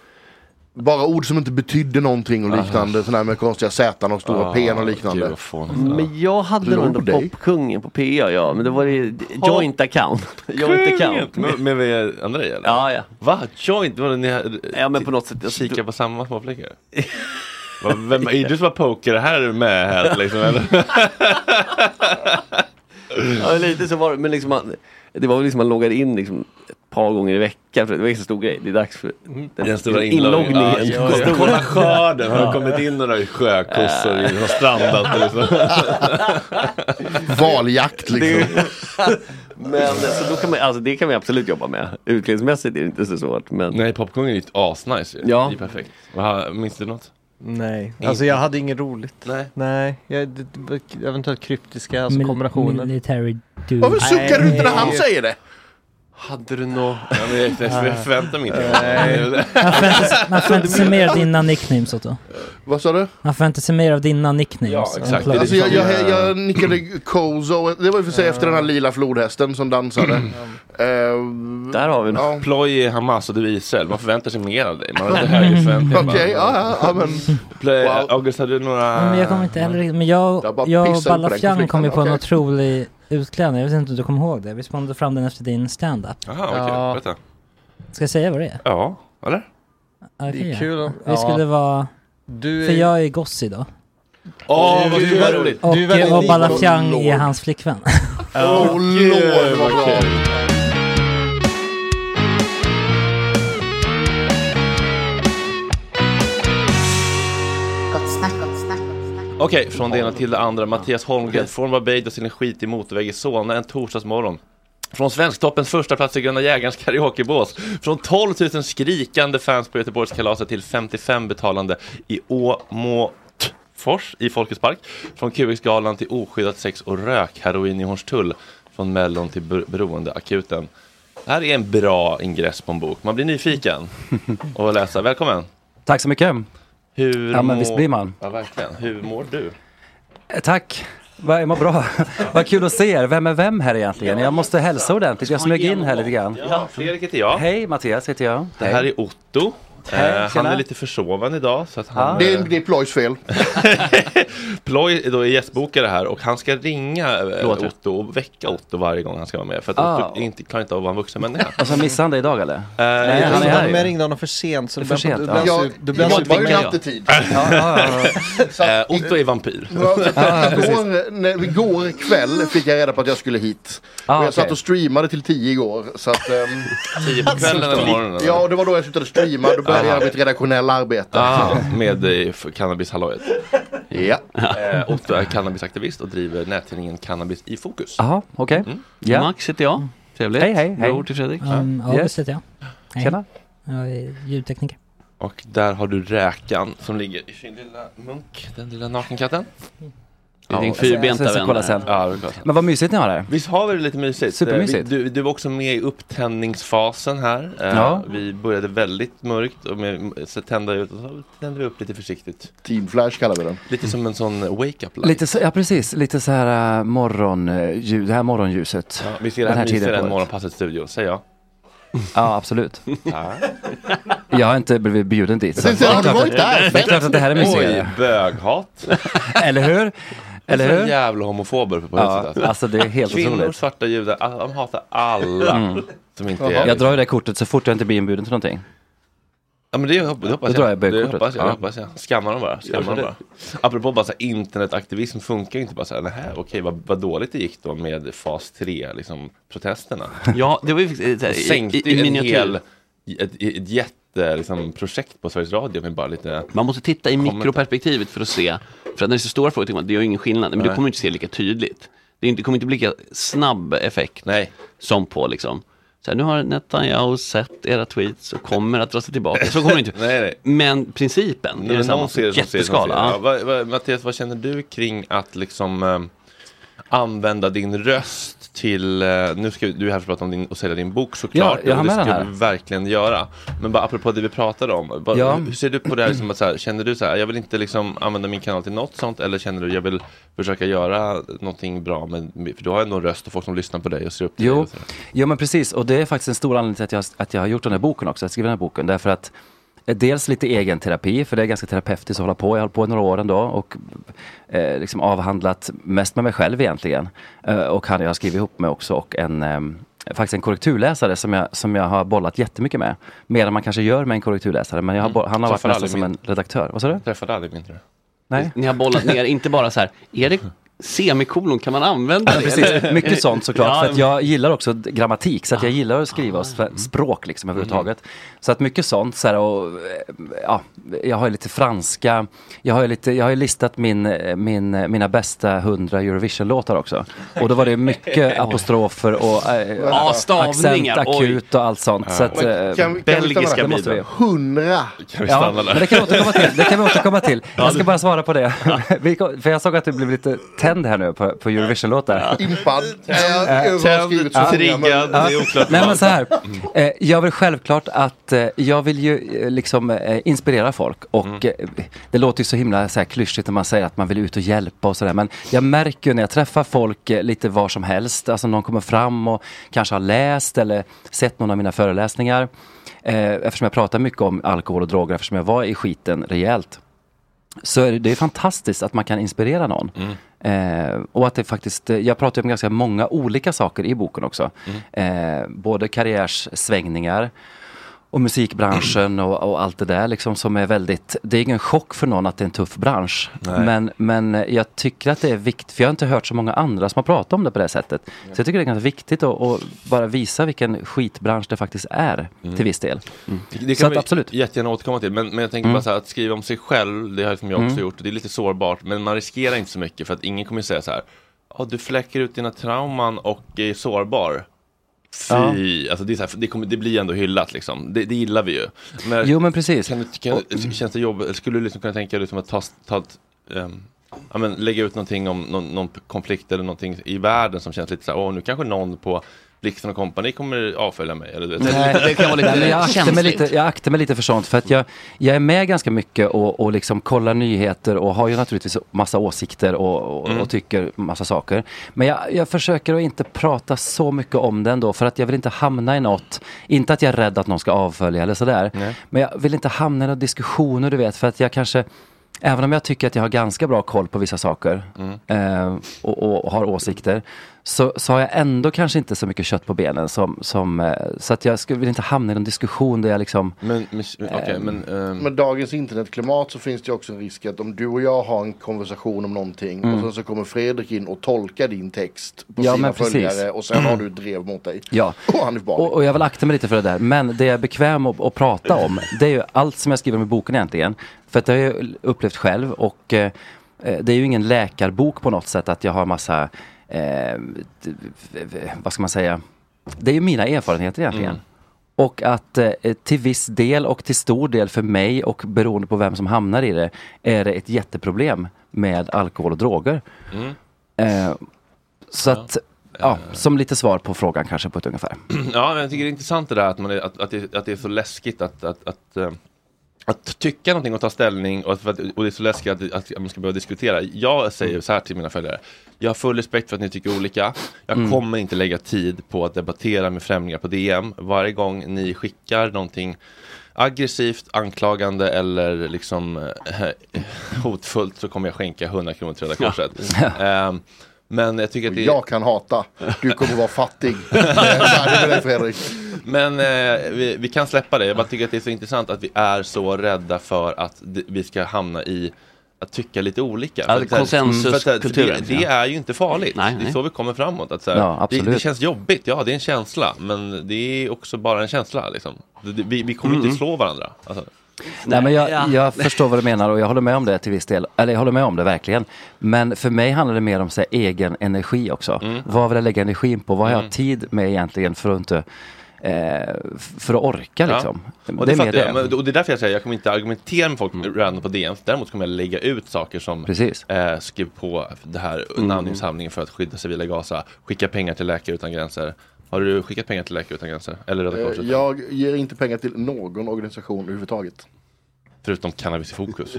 [SPEAKER 6] Bara ord som inte betydde någonting och liknande. Sådana här med konstiga Z och stora
[SPEAKER 1] Ah,
[SPEAKER 6] P och
[SPEAKER 1] gud,
[SPEAKER 6] liknande.
[SPEAKER 1] vad fånigt.
[SPEAKER 4] Men jag hade nog
[SPEAKER 6] Lord
[SPEAKER 4] ändå
[SPEAKER 6] Day.
[SPEAKER 4] popkungen på PA ja, men det var ju joint account. joint account.
[SPEAKER 1] Med, med, med Andrei eller?
[SPEAKER 4] Ja, ja.
[SPEAKER 1] Va? Joint? Vadå, ni hade-
[SPEAKER 4] Ja men på något sätt. Jag
[SPEAKER 1] Kika på samma
[SPEAKER 4] <laughs>
[SPEAKER 1] småflickor? Va, Vem, är du som har poker här med här liksom? Eller?
[SPEAKER 4] <laughs> Ja, lite så var det. Men liksom man, det var väl liksom man loggade in liksom ett par gånger i veckan. För det var inte så stor grej. Det är dags för
[SPEAKER 1] Mm. Den stora
[SPEAKER 4] inloggningen.
[SPEAKER 1] inloggningen. Ja,
[SPEAKER 4] Ja,
[SPEAKER 1] kolla- Kolla skörden, har det kommit in några sjökossor? i- Har strandat
[SPEAKER 4] <laughs>
[SPEAKER 1] liksom?
[SPEAKER 6] Valjakt liksom.
[SPEAKER 4] <laughs> Men så då kan man, alltså, det kan vi absolut jobba med. Utklädningsmässigt är det inte så svårt. Men
[SPEAKER 1] Nej, popcorn är ju asnice ju.
[SPEAKER 4] Ja.
[SPEAKER 1] Det är perfekt. Vad- Minns du något?
[SPEAKER 7] Nej, alltså jag hade inget roligt.
[SPEAKER 1] Nej.
[SPEAKER 7] Nej, jag, det- det- eventuellt kryptiska alltså,
[SPEAKER 5] Mil-
[SPEAKER 7] kombinationer.
[SPEAKER 5] Military
[SPEAKER 6] Varför
[SPEAKER 5] dude.
[SPEAKER 6] suckar du inte när han
[SPEAKER 7] Nej.
[SPEAKER 6] säger det?
[SPEAKER 4] hade du något?
[SPEAKER 1] Ja, men jag, jag förväntar mig inte
[SPEAKER 5] Man får inte- man får inte se mer av dina nicknames Otto.
[SPEAKER 6] Vad sa du?
[SPEAKER 5] Man får inte se mer av dina nicknames.
[SPEAKER 1] Ja,
[SPEAKER 5] än
[SPEAKER 1] exakt.
[SPEAKER 5] Claude.
[SPEAKER 6] Alltså jag, jag, jag nickade Kozo, det var ju för sig efter den här lila flodhästen
[SPEAKER 1] <clears throat>
[SPEAKER 6] som dansade. Eh,
[SPEAKER 4] Där har vi något.
[SPEAKER 6] ja.
[SPEAKER 1] Ploy är Hamas och du är Israel. Man förväntar sig mer av dig. Man
[SPEAKER 6] <laughs>
[SPEAKER 1] har lite högre förväntningar.
[SPEAKER 6] Okej, ja, ja, ja men.
[SPEAKER 1] Play,
[SPEAKER 6] Wow.
[SPEAKER 1] August, hade du några...
[SPEAKER 5] Ja, men jag kommer inte heller riktigt- men
[SPEAKER 6] Jag
[SPEAKER 5] jag,
[SPEAKER 6] bara
[SPEAKER 5] jag och
[SPEAKER 6] pissar på den
[SPEAKER 5] Ballafjang kom ju på en
[SPEAKER 6] konflikten,
[SPEAKER 5] otrolig utklädning, jag vet inte om du kommer ihåg det? Vi spanade fram den efter din stand-up.
[SPEAKER 1] Aha, okej.
[SPEAKER 7] Ja.
[SPEAKER 1] Vänta.
[SPEAKER 5] Ska jag säga vad det är?
[SPEAKER 1] Ja, eller?
[SPEAKER 5] Ja, det kan
[SPEAKER 7] Det är
[SPEAKER 5] jag.
[SPEAKER 7] kul om-
[SPEAKER 5] Vi skulle
[SPEAKER 7] ja.
[SPEAKER 5] vara,
[SPEAKER 7] Du
[SPEAKER 5] för
[SPEAKER 7] är,
[SPEAKER 5] jag är goss idag.
[SPEAKER 1] Åh, vad
[SPEAKER 7] Gud,
[SPEAKER 1] vad
[SPEAKER 7] vad
[SPEAKER 1] roligt!
[SPEAKER 5] Och,
[SPEAKER 7] Du är väldigt
[SPEAKER 5] och
[SPEAKER 7] lik
[SPEAKER 5] Ballafjang
[SPEAKER 6] Lord.
[SPEAKER 5] är hans flickvän.
[SPEAKER 6] Åh lord vad bra.
[SPEAKER 1] Okej, från det ena till det andra. Mattias Holmgren från Barbados till en skitig motorväg i Solna en torsdagsmorgon. Från Svensktoppens första plats i Gröna Jägarens karaokebås. Från 12 000 skrikande fans på Göteborgskalaset till 55 betalande i Åmåtfors i Folkets park. Från QX-galan till oskyddat sex och rökheroin i Hornstull. Från Mellon till ber- beroendeakuten. Det här är en bra ingress på en bok. Man
[SPEAKER 7] <laughs>
[SPEAKER 1] blir nyfiken och läsa. Välkommen!
[SPEAKER 7] Tack så mycket.
[SPEAKER 1] Hur
[SPEAKER 7] Ja, men visst
[SPEAKER 1] mår-
[SPEAKER 7] blir man. Eh,
[SPEAKER 1] Ja, verkligen. Hur mår du?
[SPEAKER 7] Tack. Va- Jag mår bra. <laughs> Vad kul att se er. Vem är vem här egentligen? Jag måste hälsa ordentligt. Jag smög in här lite grann.
[SPEAKER 1] Ja, Fredrik heter jag.
[SPEAKER 7] Hej, Mattias heter jag.
[SPEAKER 1] Det här är Otto.
[SPEAKER 7] Hej,
[SPEAKER 1] Eh, han
[SPEAKER 7] tjena.
[SPEAKER 1] är lite försovan idag så att han...
[SPEAKER 6] Det är,
[SPEAKER 1] eh,
[SPEAKER 6] det är Ploys fel.
[SPEAKER 1] Ploy då är gästbokare här och han ska ringa eh,
[SPEAKER 4] Förlåt, ja.
[SPEAKER 1] Otto och väcka Otto varje gång han ska vara med för att
[SPEAKER 7] Ah.
[SPEAKER 1] Otto är inte, klarar inte av att vara en
[SPEAKER 7] <laughs>
[SPEAKER 1] vuxen människa.
[SPEAKER 7] Alltså missade han dig idag eller?
[SPEAKER 1] Eh,
[SPEAKER 7] Nej, han är här ju. ju.
[SPEAKER 8] Jag ringde honom för sent så
[SPEAKER 7] För sent,
[SPEAKER 8] du
[SPEAKER 7] ja.
[SPEAKER 8] blev
[SPEAKER 6] Jag,
[SPEAKER 8] du blev
[SPEAKER 6] jag var ju
[SPEAKER 4] jag.
[SPEAKER 6] alltid tid.
[SPEAKER 9] <laughs>
[SPEAKER 1] eh, Otto är vampyr.
[SPEAKER 6] Igår, när, igår kväll fick jag reda på att jag skulle hit.
[SPEAKER 7] Ah,
[SPEAKER 6] och jag satt
[SPEAKER 7] okej.
[SPEAKER 6] och streamade till tio igår. Så att, ehm,
[SPEAKER 1] <laughs> Tio på kvällen eller morgonen. eller?
[SPEAKER 6] ja, och det var då jag slutade streama. Då började jag mitt redaktionella arbete.
[SPEAKER 1] Ah, med eh, f- cannabishallojet.
[SPEAKER 6] Ja.
[SPEAKER 1] Eh, Otto är cannabisaktivist och driver nättidningen Cannabis i fokus. Mm.
[SPEAKER 7] Jaha, okej. Ja.
[SPEAKER 4] Max heter jag. Trevligt.
[SPEAKER 7] Hej, hej, hej.
[SPEAKER 4] Bror till Fredrik.
[SPEAKER 5] Um, August heter jag. Hej.
[SPEAKER 7] Tjena.
[SPEAKER 5] Jag är ljudtekniker.
[SPEAKER 1] Och där har du räkan som ligger i sin lilla munk, den lilla nakenkatten.
[SPEAKER 4] Det är din
[SPEAKER 7] Jag
[SPEAKER 4] fyrbenta
[SPEAKER 7] ska kolla
[SPEAKER 4] vän.
[SPEAKER 7] sen.
[SPEAKER 1] Ja, det är klart.
[SPEAKER 7] Men vad mysigt ni har här.
[SPEAKER 1] Visst har vi det lite mysigt?
[SPEAKER 7] Supermysigt.
[SPEAKER 1] Eh, vi- Du, du var också med i upptändningsfasen här. Eh,
[SPEAKER 7] Ja.
[SPEAKER 1] Vi började väldigt mörkt och med, eh, så tände, jag ut, och så tände vi upp lite försiktigt.
[SPEAKER 6] Team Flash kallar vi den.
[SPEAKER 1] Lite som en sån wake-up light.
[SPEAKER 7] Lite så, ja precis, lite så här äh, morgon, äh, ljud, det här morgonljuset.
[SPEAKER 1] Ja, vi ser det
[SPEAKER 7] den
[SPEAKER 1] här
[SPEAKER 7] här tiden
[SPEAKER 1] mysigare
[SPEAKER 7] på
[SPEAKER 1] än
[SPEAKER 7] året.
[SPEAKER 1] Morgonpassets studio, säger jag.
[SPEAKER 7] Ja, absolut.
[SPEAKER 1] <laughs> Ja.
[SPEAKER 6] Ah.
[SPEAKER 7] Jag har inte blivit bjuden dit. Så.
[SPEAKER 6] Sen, sen, har du varit där?
[SPEAKER 7] Det är klart att det här är
[SPEAKER 1] Oj,
[SPEAKER 7] mysigare.
[SPEAKER 1] böghat!
[SPEAKER 7] <laughs> Eller hur? Eller
[SPEAKER 1] Eller hur?
[SPEAKER 7] hur?
[SPEAKER 1] jävla homofober uppe på huset
[SPEAKER 7] Ja,
[SPEAKER 1] alltså.
[SPEAKER 7] alltså det är helt
[SPEAKER 1] Kvinnor,
[SPEAKER 7] otroligt.
[SPEAKER 1] svarta, judar, all- de hatar alla som inte är...
[SPEAKER 7] Mm. Jag drar ju det kortet så fort jag inte blir inbjuden till någonting.
[SPEAKER 1] Ja men det hoppas, det hoppas
[SPEAKER 7] Då drar
[SPEAKER 1] jag.
[SPEAKER 7] jag bögkortet.
[SPEAKER 1] Det hoppas jag, det
[SPEAKER 7] Ja.
[SPEAKER 1] hoppas jag. Skammar dem bara. Skammar dem bara. Apropå bara så här, internetaktivism funkar ju inte bara så här, nähä okej vad, vad dåligt det gick då med fas 3, liksom protesterna.
[SPEAKER 4] Ja, det var ju faktiskt- så här,
[SPEAKER 1] Sänkte
[SPEAKER 4] i,
[SPEAKER 1] ju
[SPEAKER 4] i
[SPEAKER 1] en
[SPEAKER 4] miniatyr.
[SPEAKER 1] hel, ett, ett jätte liksom, projekt på Sveriges Radio med bara lite,
[SPEAKER 4] Man måste titta i
[SPEAKER 1] Kommer-
[SPEAKER 4] mikroperspektivet för att se. För att när det är så stora frågor, tycker man, det gör ingen skillnad. Men du
[SPEAKER 1] Nej.
[SPEAKER 4] kommer inte se lika tydligt. Det, är inte, det kommer inte bli lika snabb effekt
[SPEAKER 1] nej.
[SPEAKER 4] som på liksom. Så här, nu har Netanyahu sett era tweets och kommer att dra sig tillbaka. Så kommer det inte.
[SPEAKER 1] <laughs> Nej, nej.
[SPEAKER 4] Men principen
[SPEAKER 1] Nu
[SPEAKER 4] är
[SPEAKER 1] är det
[SPEAKER 4] densamma.
[SPEAKER 1] någon ser det som ser det som ser det.
[SPEAKER 4] Jätteskala.
[SPEAKER 1] Ja,
[SPEAKER 4] Ja.
[SPEAKER 1] vad, vad, Mattias, vad känner du kring att liksom eh, använda din röst till, eh, nu ska vi- du är här för att prata om din, och sälja din bok såklart.
[SPEAKER 7] jag har
[SPEAKER 1] och
[SPEAKER 7] med
[SPEAKER 1] det
[SPEAKER 7] den
[SPEAKER 1] ska
[SPEAKER 7] här.
[SPEAKER 1] du verkligen göra. Men bara apropå det vi pratade om, vad,
[SPEAKER 7] Ja.
[SPEAKER 1] hur ser du på det här, liksom, att, så här? Känner du så här, jag vill inte liksom använda min kanal till något sånt eller känner du, jag vill försöka göra någonting bra, men, för du har ändå en röst och folk som lyssnar på dig och ser upp till dig.
[SPEAKER 7] Jo,
[SPEAKER 1] och så där.
[SPEAKER 7] jo men precis. Och det är faktiskt en stor anledning till att jag, att jag har gjort den här boken också, att skriva den här boken. Därför att
[SPEAKER 9] eh, dels lite egen terapi, för det är ganska terapeutiskt att hålla på. Jag har hållit på i några år ändå och eh, liksom avhandlat mest med mig själv egentligen. Eh, och han jag har skrivit ihop med också och en ehm, faktiskt en korrekturläsare som jag, som jag har bollat jättemycket med. Mer än man kanske gör med en korrekturläsare, men jag har, boll- han har varit
[SPEAKER 1] Träffar
[SPEAKER 9] nästan
[SPEAKER 1] aldrig
[SPEAKER 9] som
[SPEAKER 1] min-
[SPEAKER 9] en redaktör. Vad sa du?
[SPEAKER 1] Träffade aldrig min tror jag.
[SPEAKER 9] Nej.
[SPEAKER 10] Ni har bollat ner, inte bara så här, är det semikolon, kan man använda det?
[SPEAKER 9] Precis,
[SPEAKER 10] eller?
[SPEAKER 9] mycket sånt såklart.
[SPEAKER 10] Ja, Ah. Mm.
[SPEAKER 9] för att jag gillar också d- grammatik, så att jag gillar att skriva och sp- språk liksom överhuvudtaget. Så att mycket sånt, så här, och, eh, ja, jag har ju lite franska, jag har ju, lite, jag har ju listat min, eh, min, eh, mina bästa 100 Eurovision-låtar också. Och då var
[SPEAKER 10] <laughs>
[SPEAKER 9] det mycket apostrofer och eh,
[SPEAKER 6] Ja,
[SPEAKER 9] accent,
[SPEAKER 6] stavningar, oj.
[SPEAKER 9] akut och allt sånt. Så att,
[SPEAKER 6] Men
[SPEAKER 9] eh,
[SPEAKER 6] kan, vi- kan vi stanna där?
[SPEAKER 9] det måste vi.
[SPEAKER 6] Hundra!
[SPEAKER 9] Ja, men det kan vi återkomma till. Det kan vi återkomma <laughs> till. Jag ska bara svara på det. <laughs> Vi kom- För jag såg att du blev lite tänd här nu på, på Eurovision-låtar.
[SPEAKER 6] Impad.
[SPEAKER 9] Eh,
[SPEAKER 6] Jag har skrivit så
[SPEAKER 9] ja.
[SPEAKER 6] många, men-
[SPEAKER 9] Ja. Nej men så här.
[SPEAKER 11] Mm.
[SPEAKER 9] Eh, Jag vill självklart att eh, jag vill ju eh, liksom eh, inspirera folk och eh, det låter ju så himla så här klyschigt när man säger att man vill ut och hjälpa och sådär men jag märker ju när jag träffar folk eh, lite var som helst, alltså någon kommer fram och kanske har läst eller sett någon av mina föreläsningar eh, eftersom jag pratar mycket om alkohol och droger eftersom jag var i skiten rejält så är det, det är fantastiskt att man kan inspirera någon. Eh, och att det faktiskt, eh, jag pratar ju om ganska många olika saker i boken också.
[SPEAKER 1] Mm.
[SPEAKER 9] Eh, både karriärssvängningar och musikbranschen och, och allt det där liksom som är väldigt, det är ingen chock för någon att det är en tuff bransch.
[SPEAKER 4] Nej.
[SPEAKER 9] Men, men eh, jag tycker att det är viktigt, för jag har inte hört så många andra som har pratat om det på det här sättet. Så jag tycker det är ganska viktigt att, att bara visa vilken skitbransch det faktiskt är till viss del.
[SPEAKER 1] Mm. Det, det
[SPEAKER 9] Så
[SPEAKER 1] kan
[SPEAKER 9] att
[SPEAKER 1] vi
[SPEAKER 9] absolut.
[SPEAKER 1] jättegärna återkomma till. Men, men jag tänker
[SPEAKER 9] Mm.
[SPEAKER 1] bara så här, att skriva om sig själv, det har som jag också
[SPEAKER 9] Mm.
[SPEAKER 1] gjort, det är lite sårbart. Men man riskerar inte så mycket för att ingen kommer säga så här, ja du fläcker ut dina trauman och är sårbar. Fy, alltså det, är så här, det, kommer, det blir ändå hyllat liksom. Det, det gillar vi ju. Men,
[SPEAKER 9] Jo, men precis. mm.
[SPEAKER 1] Kan, du- kan, känns det jobbigt, skulle du liksom kunna tänka dig liksom att ta, ta ett, ehm, ja, men, lägga ut någonting om någon, någon konflikt eller någonting i världen som känns lite så här, åh nu kanske någon på Blixten och kompani kommer avfölja mig. Eller, du vet,
[SPEAKER 9] Nej, nej, men jag aktar mig lite, jag aktar mig lite för sånt för att jag, jag är med ganska mycket och, och liksom kollar nyheter och har ju naturligtvis massa åsikter och, och, och tycker massa saker. Men jag, jag försöker att inte prata så mycket om det ändå för att jag vill inte hamna i något, inte att jag är rädd att någon ska avfölja eller sådär. Men jag vill inte hamna i några diskussioner du vet för att jag kanske Även om jag tycker att jag har ganska bra koll på vissa saker
[SPEAKER 1] Mm.
[SPEAKER 9] eh, och, och, och har åsikter så, så har jag ändå kanske inte så mycket kött på benen som, som eh, så att jag skulle vill inte hamna i någon diskussion där jag liksom eh,
[SPEAKER 1] Men, men, okej, men, ehm,
[SPEAKER 6] Med dagens internetklimat så finns det ju också en risk att om du och jag har en konversation om någonting
[SPEAKER 9] Mm.
[SPEAKER 6] och sen så kommer Fredrik in och tolkar din text på
[SPEAKER 9] Ja,
[SPEAKER 6] sina
[SPEAKER 9] men precis.
[SPEAKER 6] följare och sen har du ett drev mot dig.
[SPEAKER 9] Ja,
[SPEAKER 6] Och Hanif Bali.
[SPEAKER 9] och, och jag vill akta mig lite för det där. Men det jag är bekväm att, att prata om, det är ju allt som jag skriver om i boken egentligen. För att det har jag upplevt själv och eh, eh, det är ju ingen läkarbok på något sätt att jag har massa, eh, d- v- v- vad ska man säga, det är ju mina erfarenheter egentligen.
[SPEAKER 1] Mm.
[SPEAKER 9] Och att eh, till viss del och till stor del för mig och beroende på vem som hamnar i det, är det ett jätteproblem med alkohol och droger.
[SPEAKER 1] Mm. Eh.
[SPEAKER 9] Eh, så att, ja, som lite svar på frågan kanske på ett ungefär.
[SPEAKER 1] <clears throat> Ja, men jag tycker det är intressant det där att, man är, att, att, det, att det är så läskigt att, att, att, eh, att tycka någonting och ta ställning och, att, för att- och det är så läskigt att, att man ska behöva diskutera. Jag säger så här till mina följare. Jag har full respekt för att ni tycker olika. Jag
[SPEAKER 9] Mm.
[SPEAKER 1] kommer inte lägga tid på att debattera med främlingar på DM. Varje gång ni skickar någonting aggressivt, anklagande eller liksom eh, <laughs> hotfullt så kommer jag skänka 100 kronor till Röda
[SPEAKER 6] Ja.
[SPEAKER 1] Korset. Ehm, men jag tycker att
[SPEAKER 6] Och
[SPEAKER 1] det är...
[SPEAKER 6] jag kan hata. Du kommer vara fattig. Det är värre med dig Fredrik.
[SPEAKER 1] Men eh, vi, vi kan släppa det. Jag bara tycker att det är så intressant att vi är så rädda för att d- vi ska hamna i att tycka lite olika.
[SPEAKER 10] Ja,
[SPEAKER 1] För att så här-
[SPEAKER 10] Alltså, konsensuskulturen,
[SPEAKER 1] för att så här- för Det, det
[SPEAKER 10] ja.
[SPEAKER 1] är ju inte farligt.
[SPEAKER 10] Nej,
[SPEAKER 1] det är
[SPEAKER 10] nej.
[SPEAKER 1] så vi kommer framåt. Att så här,
[SPEAKER 9] Ja,
[SPEAKER 1] det,
[SPEAKER 9] absolut.
[SPEAKER 1] det känns jobbigt, ja det är en känsla. Men det är också bara en känsla. Liksom. Det- det- Vi, vi kommer
[SPEAKER 10] Mm.
[SPEAKER 1] inte slå varandra. Alltså.
[SPEAKER 9] Nej, men jag, jag förstår vad du menar och jag håller med om det till viss del. Eller jag håller med om det verkligen. Men för mig handlar det mer om så här, egen energi också.
[SPEAKER 1] Mm.
[SPEAKER 9] Vad vill jag lägga energin på? Vad har jag tid med egentligen för att inte eh, f- för att orka liksom?
[SPEAKER 1] Ja. Och det, Mm. fattar jag. Men, och det är därför jag säger jag kommer inte argumentera med folk random på DM. Däremot kommer jag lägga ut saker som
[SPEAKER 9] Precis.
[SPEAKER 1] eh, skriv på det här namninsamlingen för att skydda civila i Gaza. Skicka pengar till Läkare Utan Gränser. Har du skickat pengar till Läkare Utan Gränser? Eller Röda
[SPEAKER 6] Eh,
[SPEAKER 1] Korset?
[SPEAKER 6] Jag ger inte pengar till någon organisation överhuvudtaget.
[SPEAKER 1] Förutom Cannabis i Fokus.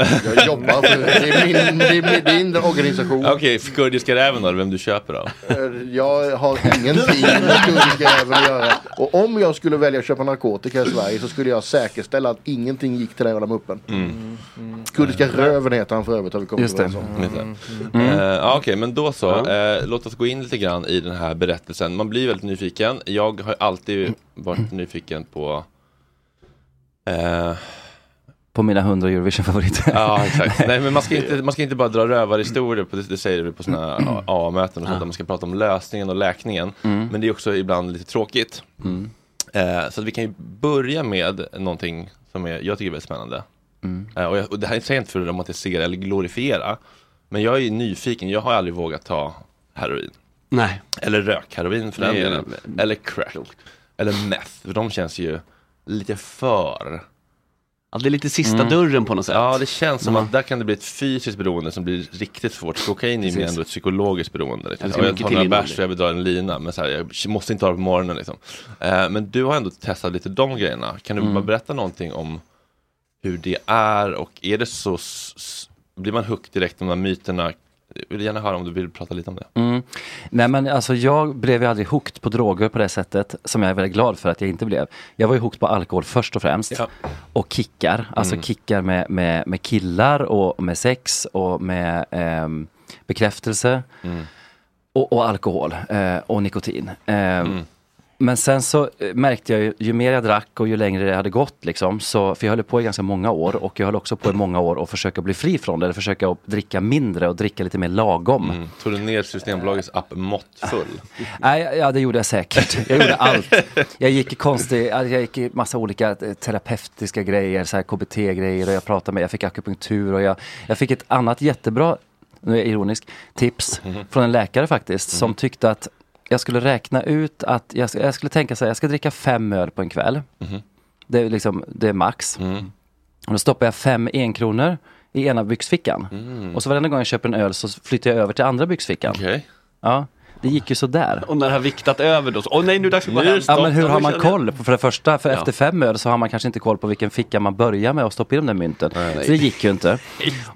[SPEAKER 6] Eh, Jag jobbar för det. är min, det, är min, det är min organisation.
[SPEAKER 1] Okej, för kurdiska räven då, vem du köper av?
[SPEAKER 6] Eh, Jag har ingenting med kurdiska räven att göra. Och om jag skulle välja att köpa narkotika i Sverige så skulle jag säkerställa att ingenting gick till den jävla muppen.
[SPEAKER 1] Mm.
[SPEAKER 6] Kurdiska
[SPEAKER 9] Mm.
[SPEAKER 6] röven heter han för övrigt har vi kommit
[SPEAKER 1] Just det.
[SPEAKER 6] överens om.
[SPEAKER 1] Just det. Eh, ja, Okej, men då så. Eh, låt oss gå in lite grann i den här berättelsen. Man blir väldigt nyfiken. Jag har alltid varit nyfiken på... eh,
[SPEAKER 9] På mina hundra Eurovision-favoriter.
[SPEAKER 1] Ja, exakt. Nej, men man ska inte, man ska inte bara dra rövarhistorier, på, det, det säger vi på sådana AA-möten och sånt, där man ska prata om lösningen och läkningen.
[SPEAKER 9] Mm.
[SPEAKER 1] Men det är också ibland lite tråkigt.
[SPEAKER 9] Mm.
[SPEAKER 1] Eh, så att vi kan ju börja med någonting som är, jag tycker är väldigt spännande.
[SPEAKER 9] Mm.
[SPEAKER 1] Eh, och, jag, och det här är inte för att romantisera eller glorifiera, men jag är ju nyfiken, jag har aldrig vågat ta heroin.
[SPEAKER 10] Nej.
[SPEAKER 1] Eller rökheroin för den
[SPEAKER 10] Nej,
[SPEAKER 1] delen. Eller crack. Eller meth, för de känns ju lite för Mm.
[SPEAKER 10] Ja, det är lite sista dörren på något sätt. Mm.
[SPEAKER 1] Ja, det känns som
[SPEAKER 10] Ja.
[SPEAKER 1] att där kan det bli ett fysiskt beroende som blir riktigt svårt. Kokain är ju mer
[SPEAKER 10] Precis.
[SPEAKER 1] ändå ett psykologiskt beroende.
[SPEAKER 10] Det
[SPEAKER 1] Liksom. Jag,
[SPEAKER 10] ska
[SPEAKER 1] jag
[SPEAKER 10] mycket
[SPEAKER 1] tar
[SPEAKER 10] till
[SPEAKER 1] några
[SPEAKER 10] innan
[SPEAKER 1] bärs
[SPEAKER 10] det.
[SPEAKER 1] och jag vill dra en lina, men så här, jag måste inte ha det på morgonen. Liksom. Eh, men du har ändå testat lite de grejerna. Kan du
[SPEAKER 10] Mm.
[SPEAKER 1] bara berätta någonting om hur det är och är det så, s- s- blir man hooked direkt med de här myterna? Jag vill gärna höra om du vill prata lite om det.
[SPEAKER 9] Mm. Nej men alltså jag blev ju aldrig hooked på droger på det sättet som jag är väldigt glad för att jag inte blev. Jag var ju hooked på alkohol först och främst. Och kickar, alltså
[SPEAKER 10] Mm.
[SPEAKER 9] kickar med, med, med killar och med sex och med ehm, bekräftelse.
[SPEAKER 1] Mm.
[SPEAKER 9] Och, och alkohol eh, och nikotin. Eh, Men sen så eh, märkte jag ju, ju mer jag drack och ju längre det hade gått liksom, så, för jag höll på i ganska många år och jag höll också på i många år och försöka bli fri från det, eller försöka att dricka mindre och dricka lite mer
[SPEAKER 10] Mm.
[SPEAKER 9] lagom.
[SPEAKER 1] Mm. Tog du ner Systembolagets app
[SPEAKER 10] <laughs>
[SPEAKER 1] Måttfull?
[SPEAKER 9] Nej, ja, det gjorde jag säkert. Jag gjorde allt. Jag gick i konstig, jag gick i massa olika eh, terapeutiska grejer, så här KBT-grejer och jag pratade med, jag fick akupunktur och jag, jag fick ett annat jättebra, nu är jag ironisk, tips från en läkare faktiskt som tyckte att jag skulle räkna ut att, jag, jag skulle tänka så här, jag ska dricka fem öl på en kväll. Det är liksom, det är max. Och då stoppar jag fem enkronor i ena byxfickan. Och så varenda gång jag köper en öl så flyttar jag över till andra byxfickan. Ja, det gick ju sådär.
[SPEAKER 10] Och när det har viktat över då, så- åh nej nu är det dags att gå hem.
[SPEAKER 9] Ja, men hur har man
[SPEAKER 10] Då känner jag-
[SPEAKER 9] koll? På, för det första, för
[SPEAKER 10] Ja.
[SPEAKER 9] efter fem öl så har man kanske inte koll på vilken ficka man börjar med och stoppa i de där mynten. Så det gick ju inte.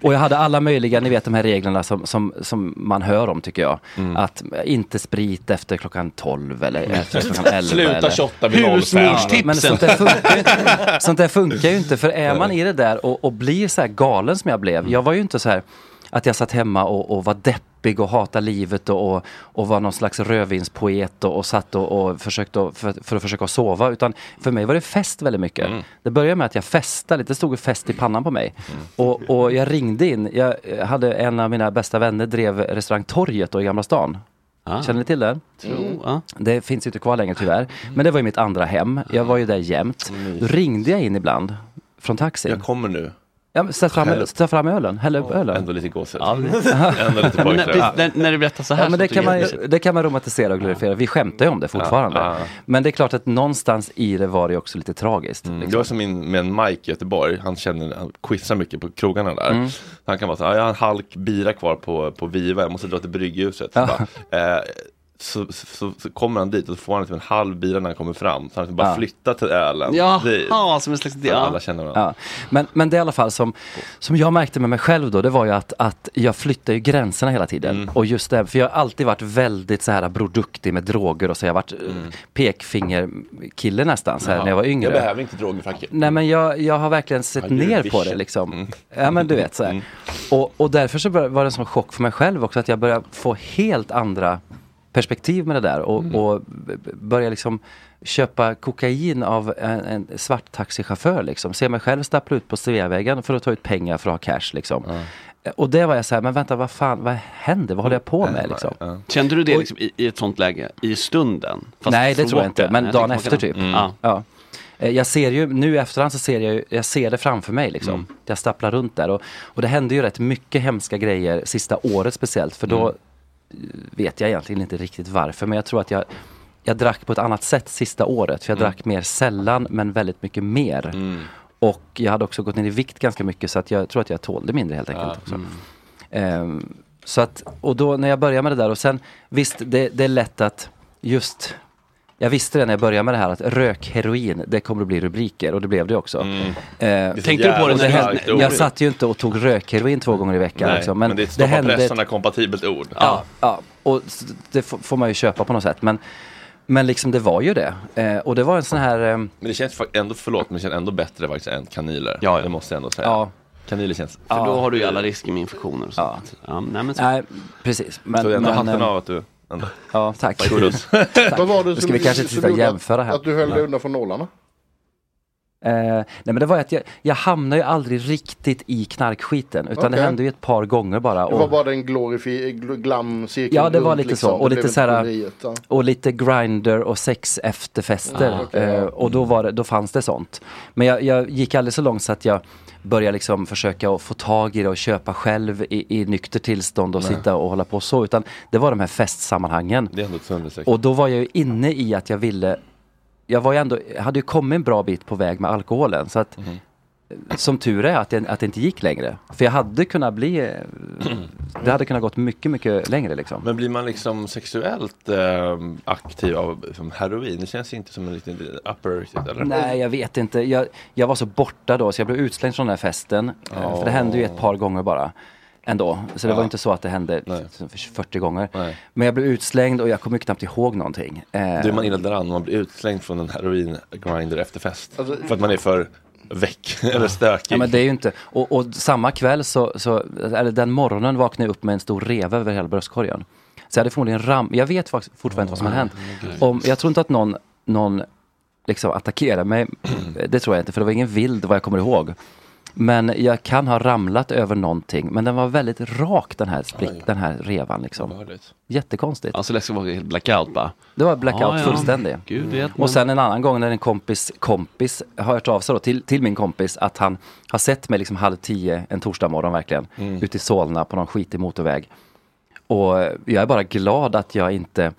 [SPEAKER 9] Och jag hade alla möjliga, ni vet de här reglerna som, som, som man hör om tycker jag. Att inte sprit efter klockan 12 eller efter klockan 11.
[SPEAKER 1] Sluta
[SPEAKER 9] eller-
[SPEAKER 1] shotta vid 05. Husmorstipsen.
[SPEAKER 9] Men sånt där funkar ju inte. <laughs> Sånt där funkar ju inte. För är man i det där och, och blir så här galen som jag blev. Jag var ju inte så här att jag satt hemma och, och var deppig och hatade livet och, och, och var någon slags rödvinspoet och, och satt och, och försökte att- för, för att försöka sova. Utan för mig var det fest väldigt mycket. Det började med att jag festade lite. Det stod ju fest i pannan på mig. Och, och jag ringde in. Jag eh, hade en av mina bästa vänner drev restaurang Torget då i Gamla stan. Känner ni till den?
[SPEAKER 10] Tror, ja.
[SPEAKER 9] Det finns ju inte kvar längre tyvärr. Men det var ju mitt andra hem. Jag var ju där jämt. Då ringde jag in ibland från taxin. Jag
[SPEAKER 1] kommer nu.
[SPEAKER 9] Ja, men sätt,
[SPEAKER 1] Häll
[SPEAKER 9] fram,
[SPEAKER 1] upp.
[SPEAKER 9] sätt fram ölen. Häll upp ölen.
[SPEAKER 1] Ändå lite gåshud. <laughs> Ändå
[SPEAKER 9] Ändå
[SPEAKER 1] lite pojkdröm.
[SPEAKER 10] när du berättar så här
[SPEAKER 9] Ja, men
[SPEAKER 10] så
[SPEAKER 9] det,
[SPEAKER 10] tycker
[SPEAKER 9] kan
[SPEAKER 10] jag
[SPEAKER 9] man,
[SPEAKER 10] det är
[SPEAKER 9] det kan man romantisera och glorifiera. Vi skämtar ju om det fortfarande.
[SPEAKER 1] Ja, ja.
[SPEAKER 9] Men det är klart att någonstans i det var det ju också lite tragiskt. liksom.
[SPEAKER 1] Mm. Det var som min, med en Mike i Göteborg, han känner, han quizar mycket på krogarna där.
[SPEAKER 9] Mm.
[SPEAKER 1] Han kan vara så här, "Ah, jag har en halk bira kvar på, på Viva, jag måste dra till brygghuset. Så, bara, eh, så, så, så, så kommer han dit och så får han typ en halv bira när han kommer fram. Så han liksom bara
[SPEAKER 9] Ja.
[SPEAKER 1] flyttar till ölen.
[SPEAKER 9] Jaha,
[SPEAKER 10] som en slags...
[SPEAKER 1] Så alla känner varandra.
[SPEAKER 9] Ja. Men, men det i alla fall som, som jag märkte med mig själv då, det var ju att, att jag flyttar ju gränserna hela tiden. Och just det, för jag har alltid varit väldigt så här produktig med droger och så. Jag har varit eh, pekfingerkille nästan så här, när jag var yngre.
[SPEAKER 1] Jag behöver inte droger Frankie.
[SPEAKER 9] Nej men jag, jag har verkligen sett
[SPEAKER 1] Ja,
[SPEAKER 9] ner på det
[SPEAKER 1] Eurovision.
[SPEAKER 9] liksom. Ja men du vet så här. Och, och därför så bör- var det en sån chock för mig själv också att jag började få helt andra perspektiv med det där och, och b- b- börja liksom köpa kokain av en, en svart taxichaufför liksom. Se mig själv stappla ut på Sveavägen för att ta ut pengar för att ha cash liksom. Och det var jag så här, men vänta vad fan, vad händer, vad håller jag på med liksom?
[SPEAKER 10] Kände du det
[SPEAKER 9] Och-
[SPEAKER 10] liksom, i, i ett sånt läge, i stunden? Fast
[SPEAKER 9] Nej, det
[SPEAKER 10] från
[SPEAKER 9] tror jag
[SPEAKER 10] botten?
[SPEAKER 9] inte. Men
[SPEAKER 10] Jag
[SPEAKER 9] dagen
[SPEAKER 10] tänker
[SPEAKER 9] efter
[SPEAKER 10] på Mm.
[SPEAKER 9] typ.
[SPEAKER 10] den. Ja.
[SPEAKER 9] Ja. Eh, Jag ser ju, nu i efterhand så ser jag ju, jag ser det framför mig liksom.
[SPEAKER 10] Mm.
[SPEAKER 9] Jag stapplar runt där och, och det hände ju rätt mycket hemska grejer sista året speciellt. För
[SPEAKER 10] Mm.
[SPEAKER 9] då eh, vet jag egentligen inte riktigt varför. Men jag tror att jag, jag drack på ett annat sätt sista året.
[SPEAKER 1] Mm.
[SPEAKER 9] För jag drack mer sällan men väldigt mycket mer. Och jag hade också gått ner i vikt ganska mycket så att jag tror att jag tålde mindre helt enkelt. Också.
[SPEAKER 1] mm.
[SPEAKER 9] Ehm, så att, och då när jag började med det där och sen visst det, det är lätt att just jag visste det när jag började med det här att rökheroin, det kommer att bli rubriker och det blev det också. Eh,
[SPEAKER 1] så Tänkte du på jävla Mm. det när det starkt hände? ord.
[SPEAKER 9] Jag satt ju inte och tog rökheroin två gånger i veckan.
[SPEAKER 1] Nej,
[SPEAKER 9] liksom,
[SPEAKER 1] men, det är ett stoppa pressarna kompatibelt ord.
[SPEAKER 9] Ja, ja. och s- det f- får man ju köpa på något sätt. Men, men liksom det var ju det. Eh, och det var en sån här... ehm,
[SPEAKER 1] Men det känns fak- ändå, förlåt, men det känns ändå bättre faktiskt än kaniler. Ja, Det måste jag ändå säga.
[SPEAKER 9] Ja.
[SPEAKER 1] Kaniler känns...
[SPEAKER 9] För då har
[SPEAKER 10] du ju alla risker med infektioner och sånt. Ja. nej, men så.
[SPEAKER 9] Nej, precis. Men,
[SPEAKER 1] så det är ändå
[SPEAKER 9] men,
[SPEAKER 1] hatten
[SPEAKER 9] eh,
[SPEAKER 1] av att du... Ändå.
[SPEAKER 9] Ja, tack.
[SPEAKER 1] Puss.
[SPEAKER 9] <laughs> Tack.
[SPEAKER 6] Vad var det
[SPEAKER 9] Nu
[SPEAKER 6] som-
[SPEAKER 9] ska vi kanske inte
[SPEAKER 6] som
[SPEAKER 9] sitta och
[SPEAKER 6] gjorde att-
[SPEAKER 9] jämföra här.
[SPEAKER 6] Att du höll dig
[SPEAKER 9] Nej.
[SPEAKER 6] undan från nålarna?
[SPEAKER 9] Eh, nej men det var ju att jag, jag hamnade ju aldrig riktigt i knarkskiten utan det
[SPEAKER 6] Okej.
[SPEAKER 9] hände ju ett par gånger bara.
[SPEAKER 6] Det
[SPEAKER 9] Och,
[SPEAKER 6] var bara en glorifi, gl- glam cirkel
[SPEAKER 9] ja det var
[SPEAKER 6] runt,
[SPEAKER 9] lite
[SPEAKER 6] liksom.
[SPEAKER 9] så.
[SPEAKER 6] Det
[SPEAKER 9] Och lite,
[SPEAKER 6] blev
[SPEAKER 9] så
[SPEAKER 6] inte
[SPEAKER 9] här,
[SPEAKER 6] gloriet, ja.
[SPEAKER 9] och lite grinder och sex efterfester.
[SPEAKER 6] Ah, okej, ja.
[SPEAKER 9] eh, och
[SPEAKER 1] Mm.
[SPEAKER 9] då, var det, då fanns det sånt. Men jag, jag gick aldrig så långt så att jag började liksom försöka att få tag i det och köpa själv i, i nykter tillstånd och
[SPEAKER 1] Nej.
[SPEAKER 9] sitta och hålla på så. Utan det var de här festsammanhangen.
[SPEAKER 1] Det är ändå ett sönderstreck.
[SPEAKER 9] Och då var jag ju inne i att jag ville, jag var ju ändå, jag hade ju kommit en bra bit på väg med alkoholen. Så att,
[SPEAKER 1] Mm.
[SPEAKER 9] som tur är att det, att det inte gick längre. För jag hade kunnat
[SPEAKER 1] <clears throat>
[SPEAKER 9] bli, eh, det hade kunnat gått mycket, mycket längre liksom.
[SPEAKER 1] Men blir man liksom sexuellt eh, aktiv av som heroin? Det känns ju inte som en riktig upper riktigt, eller?
[SPEAKER 9] Nej, jag vet inte. Jag, jag var så borta då, så jag blev utslängd från den här festen. Eh, För det hände ju ett par gånger bara. Ändå. Så det
[SPEAKER 1] Ja.
[SPEAKER 9] var inte så att det hände liksom för 40 gånger. Men jag blev utslängd och jag kommer ju knappt ihåg någonting. Eh,
[SPEAKER 1] Då är man illa däran om man blir utslängd från en heroin-grinder efter fest.
[SPEAKER 9] Alltså-
[SPEAKER 1] för att man är för väck <laughs> eller stökig.
[SPEAKER 9] Ja, men det är ju inte. Och, och samma kväll så, så, eller den morgonen vaknade jag upp med en stor reva över hela bröstkorgen. Så jag hade förmodligen ram, jag vet faktiskt fortfarande inte vad som har hänt. Om, jag tror inte att någon, någon liksom
[SPEAKER 10] <clears throat>
[SPEAKER 9] attackerade mig, det tror jag inte, för det var ingen vild vad jag kommer ihåg. Men jag kan ha ramlat över någonting, men den var väldigt rak den här, sprick, den här revan liksom. Jättekonstigt.
[SPEAKER 10] Alltså läskigt att vara helt blackout bara.
[SPEAKER 9] Det var blackout
[SPEAKER 10] Ja, ja.
[SPEAKER 9] fullständig.
[SPEAKER 10] Gud vet men-
[SPEAKER 9] och sen en annan gång när en kompis kompis har hört av sig då till, till min kompis att han har sett mig liksom halv tio en torsdag morgon verkligen
[SPEAKER 10] Mm.
[SPEAKER 9] ute i Solna på någon skitig motorväg. Och jag är bara glad att jag inte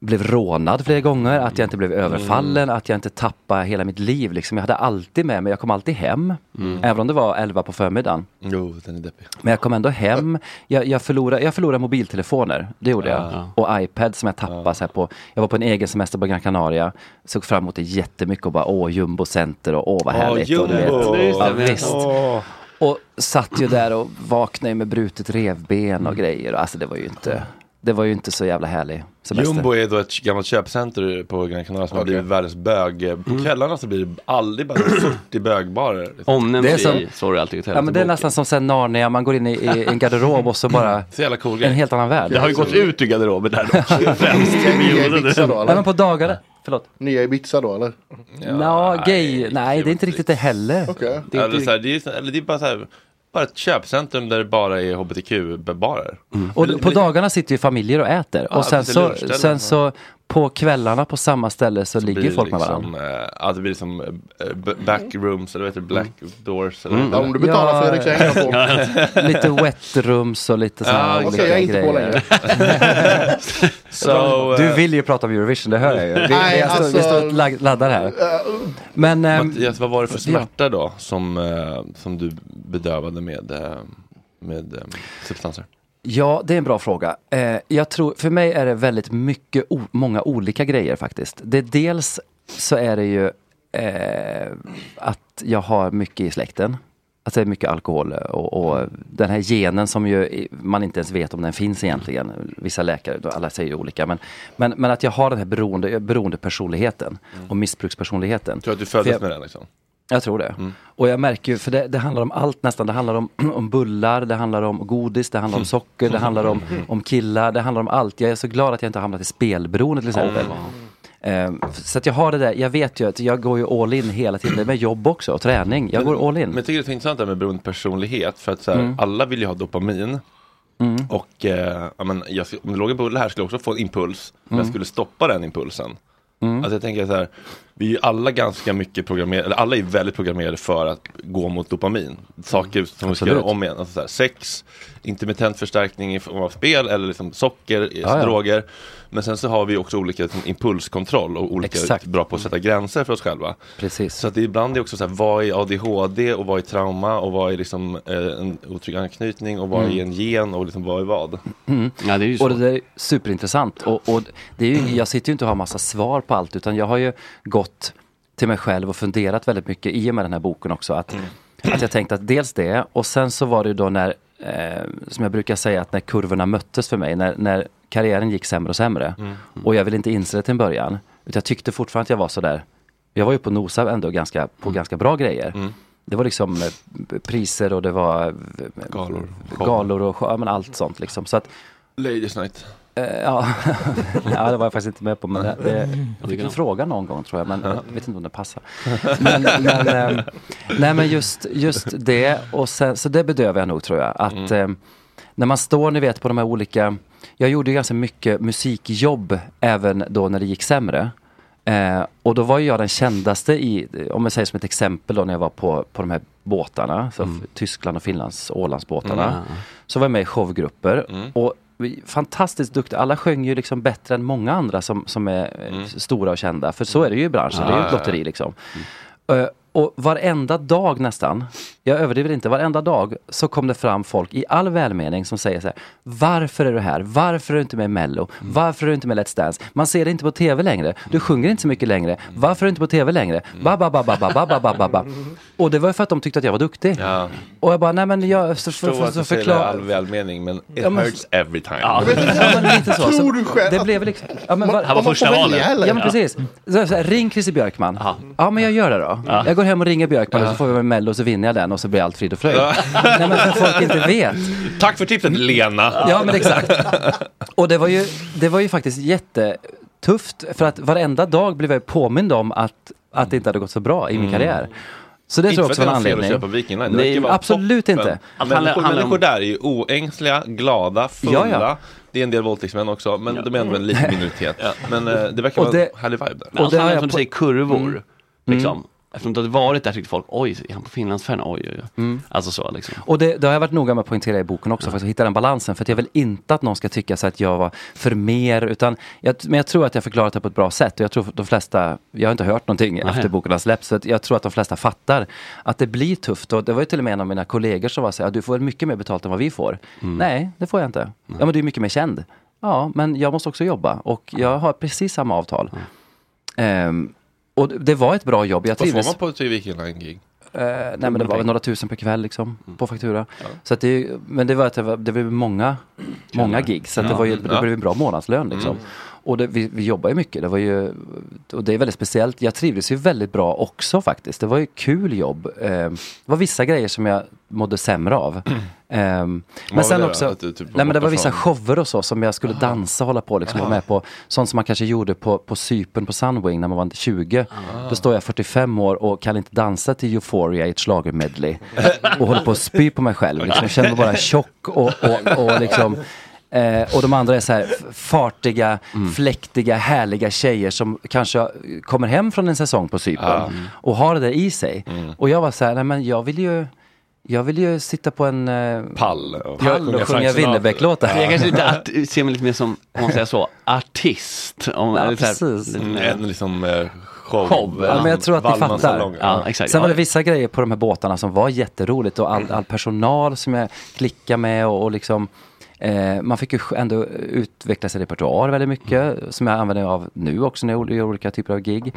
[SPEAKER 9] blev rånad flera gånger, att jag inte blev
[SPEAKER 10] Mm.
[SPEAKER 9] överfallen, att jag inte tappade hela mitt liv. Liksom. Jag hade alltid med mig, jag kom alltid hem,
[SPEAKER 10] Mm.
[SPEAKER 9] även om det var elva på förmiddagen.
[SPEAKER 1] Jo, den är deppig.
[SPEAKER 9] Men jag kom ändå hem. Jag, jag, förlorade, jag förlorade mobiltelefoner, det gjorde
[SPEAKER 1] Ja.
[SPEAKER 9] jag. Och iPad som jag tappade. Så här på. Jag var på en egen semester på Gran Canaria. Såg fram emot det jättemycket och bara åh, Jumbo Center och åh vad
[SPEAKER 1] Åh,
[SPEAKER 9] härligt. och du
[SPEAKER 1] Jumbo!
[SPEAKER 9] vet. Ja,
[SPEAKER 1] Jag vet.
[SPEAKER 9] visst.
[SPEAKER 1] Åh.
[SPEAKER 9] Och satt ju där och vaknade med brutet revben
[SPEAKER 1] Mm.
[SPEAKER 9] och grejer. Alltså det var ju inte, det var ju inte så jävla härlig semester.
[SPEAKER 1] Jumbo är då ett gammalt köpcenter på Gran Canaria som har blivit världens bög.
[SPEAKER 9] Mm.
[SPEAKER 1] På kvällarna så blir det aldrig bara
[SPEAKER 9] <clears throat>
[SPEAKER 1] 40 bögbarer.
[SPEAKER 10] Omnämns
[SPEAKER 9] Det är som-
[SPEAKER 10] i Sorry Allt
[SPEAKER 9] Ja, men det är nästan som sen Narnia, man går in i, i en garderob och
[SPEAKER 1] <laughs>
[SPEAKER 9] så bara
[SPEAKER 1] Så jävla cool grej.
[SPEAKER 9] en helt annan värld.
[SPEAKER 10] Det har ju gått ut ur garderoben
[SPEAKER 9] <laughs>
[SPEAKER 10] där dock.
[SPEAKER 6] Nya Ibiza då
[SPEAKER 9] Nej,
[SPEAKER 6] eller?
[SPEAKER 9] men på dagarna, förlåt.
[SPEAKER 6] Nya Ibiza då eller?
[SPEAKER 9] Nå, gay, nej det är inte riktigt det heller. Det är
[SPEAKER 1] Eller,
[SPEAKER 9] inte
[SPEAKER 1] så här, det är, så- eller det är bara så här, bara ett köpcentrum där det bara är hbtq-barer.
[SPEAKER 9] Mm. Och på dagarna sitter ju familjer och äter.
[SPEAKER 1] Ja,
[SPEAKER 9] och sen
[SPEAKER 1] precis,
[SPEAKER 9] så,
[SPEAKER 1] lunchställen.
[SPEAKER 9] sen så på kvällarna på samma ställe så, ligger folk med varandra.
[SPEAKER 1] liksom, eh, Ja, det blir som eh, b- backrooms eller vad heter det, black doors. Eller
[SPEAKER 9] Mm.
[SPEAKER 1] vad heter
[SPEAKER 9] Ja, om
[SPEAKER 1] det?
[SPEAKER 9] du betalar Ja, för det så hänger jag
[SPEAKER 1] <laughs>
[SPEAKER 9] på. <laughs> lite wetrooms och lite så här
[SPEAKER 1] Ja,
[SPEAKER 9] olika
[SPEAKER 1] okej, jag är inte på
[SPEAKER 9] grejer. <laughs>
[SPEAKER 1] So, eh,
[SPEAKER 9] du vill ju prata om Eurovision, det hör jag ju. Vi,
[SPEAKER 1] Nej,
[SPEAKER 9] vi, har stå- vi
[SPEAKER 1] alltså-
[SPEAKER 9] står och lag- laddar här. Men, ehm,
[SPEAKER 1] Mattias, vad var det för
[SPEAKER 9] ja.
[SPEAKER 1] smärta då som, eh, som du bedövade med, eh, med eh, substanser?
[SPEAKER 9] Ja, det är en bra fråga. Eh, jag tror, för mig är det väldigt mycket, o- många olika grejer faktiskt. Det är dels så är det ju eh, att jag har mycket i släkten. Att det är mycket alkohol och, och den här genen som ju i- man inte ens vet om den finns egentligen. Vissa läkare, då alla säger ju olika. Men, men, men att jag har den här beroende, beroendepersonligheten och missbrukspersonligheten.
[SPEAKER 1] Mm. Tror du att du
[SPEAKER 9] För
[SPEAKER 1] föddes
[SPEAKER 9] jag-
[SPEAKER 1] med den liksom?
[SPEAKER 9] jag tror det. Och jag märker ju, för det, det handlar om allt nästan. Det handlar om, <clears throat> om bullar, det handlar om godis, det handlar om socker, det handlar om, om killar, det handlar om allt. Jag är så glad att jag inte har hamnat i spelberoende till exempel. Ehm, f- Så att jag har det där, jag vet ju att jag går ju all in hela tiden. Det är med jobb också och träning. Jag går all in.
[SPEAKER 1] Men jag tycker det är så intressant det här med beroende personlighet för att så här,
[SPEAKER 9] Mm.
[SPEAKER 1] alla vill ju ha dopamin.
[SPEAKER 9] Mm.
[SPEAKER 1] Och eh, ja, men jag, sk- om det låg en bulle här skulle jag också få en impuls. Men jag
[SPEAKER 9] Mm.
[SPEAKER 1] skulle stoppa den impulsen.
[SPEAKER 9] Mm.
[SPEAKER 1] Alltså jag tänker så här, vi är alla ganska mycket programmerade, eller alla är väldigt programmerade för att gå mot dopamin. Saker som vi ska
[SPEAKER 4] Absolut.
[SPEAKER 1] göra om igen. Alltså så här, sex, intermittent förstärkning i form av spel eller liksom socker,
[SPEAKER 4] Ja, ja.
[SPEAKER 1] droger. Men sen så har vi också olika liksom, impulskontroll och olika
[SPEAKER 4] Exakt.
[SPEAKER 1] bra på att sätta gränser för oss själva.
[SPEAKER 9] Precis.
[SPEAKER 1] Så att det ibland är det också så här, vad är ADHD och vad är trauma och vad är liksom, eh, en otrygg anknytning och vad
[SPEAKER 9] Mm.
[SPEAKER 1] är en gen och liksom, vad är vad?
[SPEAKER 9] Mm.
[SPEAKER 10] Ja, det är ju
[SPEAKER 9] och det där är superintressant. Och, och det är ju, jag sitter ju inte och har massa svar på allt, utan jag har ju gått till mig själv och funderat väldigt mycket i och med den här boken också. Att, att jag tänkte att dels det, och sen så var det ju då när, eh, som jag brukar säga, att när kurvorna möttes för mig, när, när karriären gick sämre och sämre.
[SPEAKER 4] Mm.
[SPEAKER 9] Och jag ville inte inse det till en början. Utan jag tyckte fortfarande att jag var sådär, jag var ju på nosa ändå ganska, på
[SPEAKER 1] Mm.
[SPEAKER 9] ganska bra grejer. Det var liksom eh, priser och det var eh,
[SPEAKER 1] galor,
[SPEAKER 9] galor och show, ja, men allt sånt liksom. Så att
[SPEAKER 1] Ladies night.
[SPEAKER 9] Eh, Ja. <laughs> ja, det var jag faktiskt inte med på. Men det, det, jag fick
[SPEAKER 1] Mm.
[SPEAKER 9] en fråga någon gång tror jag, men jag vet inte om
[SPEAKER 1] <laughs>
[SPEAKER 9] det passar. Men, men, ehm, <laughs> nej, men just, just det, och sen, så det bedövar jag nog tror jag. Att
[SPEAKER 4] Mm.
[SPEAKER 9] ehm, när man står, ni vet, på de här olika... Jag gjorde ju ganska mycket musikjobb även då när det gick sämre. Eh, och då var ju jag den kändaste i, om jag säger som ett exempel då när jag var på, på de här båtarna, så
[SPEAKER 4] Mm.
[SPEAKER 9] Tyskland och Finlands Ålandsbåtarna.
[SPEAKER 4] Mm.
[SPEAKER 9] Så var jag med i showgrupper
[SPEAKER 4] Mm.
[SPEAKER 9] och vi- fantastiskt duktiga. Alla sjöng ju liksom bättre än många andra som, som är eh, stora och kända. För så är det ju i branschen,
[SPEAKER 4] Ja,
[SPEAKER 9] det är ju
[SPEAKER 4] Mm. ja,
[SPEAKER 9] ett
[SPEAKER 4] ja. Mm.
[SPEAKER 9] lotteri liksom. Eh, och varenda dag nästan, jag överdriver inte, varenda dag så kom det fram folk i all välmening som säger så här, varför är du här? Varför är du inte med i Mello?
[SPEAKER 1] Mm.
[SPEAKER 9] Varför är du inte med i Let's Dance? Man ser dig inte på TV längre, du sjunger inte så mycket längre,
[SPEAKER 1] Mm.
[SPEAKER 9] varför är du inte på TV längre? Ba, ba, ba, ba, ba, ba, ba, ba,
[SPEAKER 1] <laughs>
[SPEAKER 9] ba, ba. Och det var ju för att de tyckte att jag var duktig. Och jag bara, nej men jag... Så,
[SPEAKER 1] förstår att du säger det i all välmening men it hurts every time. <laughs>
[SPEAKER 9] Ja, men lite så.
[SPEAKER 1] Tror
[SPEAKER 9] så
[SPEAKER 1] du själv?
[SPEAKER 9] Det blev liksom... Ja, men,
[SPEAKER 1] Man-
[SPEAKER 9] var,
[SPEAKER 1] han var
[SPEAKER 9] om man
[SPEAKER 1] första
[SPEAKER 9] får
[SPEAKER 1] valet.
[SPEAKER 9] välja, eller? Ja, men
[SPEAKER 1] Ja.
[SPEAKER 9] precis. Så, så, här, ring Christer Björkman. Ja, men jag gör det då.
[SPEAKER 4] Ja.
[SPEAKER 9] Jag går hem och ringer Björkman och så
[SPEAKER 4] Ja.
[SPEAKER 9] får vi vara med Mello och så vinner jag den och så blir allt frid och fröjd. Nej, <laughs> men för folk inte vet.
[SPEAKER 1] Tack för tipset Lena!
[SPEAKER 9] Ja, men exakt. Och det var ju, det var ju faktiskt jättetufft för att varenda dag blev jag påmind om att, att det inte hade gått så bra i min
[SPEAKER 1] Mm.
[SPEAKER 9] karriär. Så det
[SPEAKER 1] Inte
[SPEAKER 9] tror jag
[SPEAKER 1] för att
[SPEAKER 9] också var en
[SPEAKER 1] det var fel
[SPEAKER 9] anledning.
[SPEAKER 1] att köpa Viking Line. Det verkar
[SPEAKER 9] Nej,
[SPEAKER 1] vara
[SPEAKER 9] absolut
[SPEAKER 1] toppen.
[SPEAKER 9] inte.
[SPEAKER 1] Människor, människor där är ju oängsliga, glada, fulla.
[SPEAKER 9] Ja, ja.
[SPEAKER 1] Det är en del våldtäktsmän också, men de är ändå en liten minoritet. Men eh, det verkar
[SPEAKER 10] Och
[SPEAKER 1] vara
[SPEAKER 10] det-
[SPEAKER 1] en härlig vibe där.
[SPEAKER 10] Men allt handlar om, som du säger, kurvor.
[SPEAKER 1] Mm.
[SPEAKER 10] Liksom.
[SPEAKER 1] Mm.
[SPEAKER 10] Eftersom du hade varit där tyckte folk, oj, är han på Finlandsfärjan? Oj, oj, oj.
[SPEAKER 9] Mm.
[SPEAKER 10] Alltså så liksom.
[SPEAKER 9] Och det, det har jag varit noga med att poängtera i boken också, faktiskt, att hitta den balansen. För att jag vill inte att någon ska tycka så att jag var för mer, utan jag, men jag tror att jag förklarat det på ett bra sätt. Och jag tror de flesta, jag har inte hört någonting
[SPEAKER 4] Nej.
[SPEAKER 9] efter boken har släppts, så att jag tror att de flesta fattar att det blir tufft. Och det var ju till och med en av mina kollegor som var så här, du får väl mycket mer betalt än vad vi får.
[SPEAKER 1] Mm.
[SPEAKER 9] Nej, det får jag inte. Ja, men du är mycket mer känd. Ja, men jag måste också jobba och jag har precis samma avtal. Ehm, och det- det var ett bra jobb. Jag
[SPEAKER 1] Vad får
[SPEAKER 9] trivdes.
[SPEAKER 1] man på ett Viking Line-gig?
[SPEAKER 9] Eh, nej men det var väl några tusen per kväll liksom
[SPEAKER 4] Mm.
[SPEAKER 9] på faktura. Så att det, är ju- men det var att det var, det var många, många gig. Så att det,
[SPEAKER 4] Ja.
[SPEAKER 9] var ju, det
[SPEAKER 4] Ja.
[SPEAKER 9] blev en bra månadslön liksom.
[SPEAKER 4] Mm.
[SPEAKER 9] Och det, vi, vi jobbar ju mycket. Det var ju, och det är väldigt speciellt. Jag trivdes ju väldigt bra också faktiskt. Det var ju kul jobb. Eh, det var vissa grejer som jag mådde sämre av. Eh,
[SPEAKER 4] Mm. var
[SPEAKER 9] men sen
[SPEAKER 4] det då?
[SPEAKER 9] också,
[SPEAKER 4] Att du typ var
[SPEAKER 9] nej men
[SPEAKER 4] borta
[SPEAKER 9] det var vissa
[SPEAKER 4] från-
[SPEAKER 9] shower och så som jag skulle dansa och hålla på liksom, vara med på. Sånt som man kanske gjorde på, på Cypern på Sunwing när man var 20.
[SPEAKER 4] Ah.
[SPEAKER 9] Då står jag 45 år och kan inte dansa till Euphoria i ett schlagermedley. Och håller på att spy på mig själv. Liksom. Jag känner mig bara tjock och, och, och liksom Eh, och de andra är så här f- fartiga,
[SPEAKER 1] Mm.
[SPEAKER 9] fläktiga, härliga tjejer som kanske eh, kommer hem från en säsong på Cypern och har det där i sig.
[SPEAKER 1] Mm.
[SPEAKER 9] Och jag var så här, nej men jag vill ju, jag vill ju sitta på en eh,
[SPEAKER 1] pall och,
[SPEAKER 9] pall och sjunga Winnerbäck-låtar.
[SPEAKER 10] Jag kanske lite att, ser mig lite mer som, om man säger så, artist. Om,
[SPEAKER 9] Ja,
[SPEAKER 10] eller så här,
[SPEAKER 9] precis.
[SPEAKER 10] lite
[SPEAKER 1] Mm,
[SPEAKER 10] mer-
[SPEAKER 1] En liksom eh, show.
[SPEAKER 9] <laughs> Ja, men jag tror att ni fattar.
[SPEAKER 1] Wallmansalong.
[SPEAKER 9] Sen var det vissa grejer på de här båtarna som var jätteroligt och all, all personal som jag klickade med och, och liksom eh, man fick ju ändå utveckla sin repertoar väldigt mycket som jag använder mig av nu också när jag gör olika typer av gig.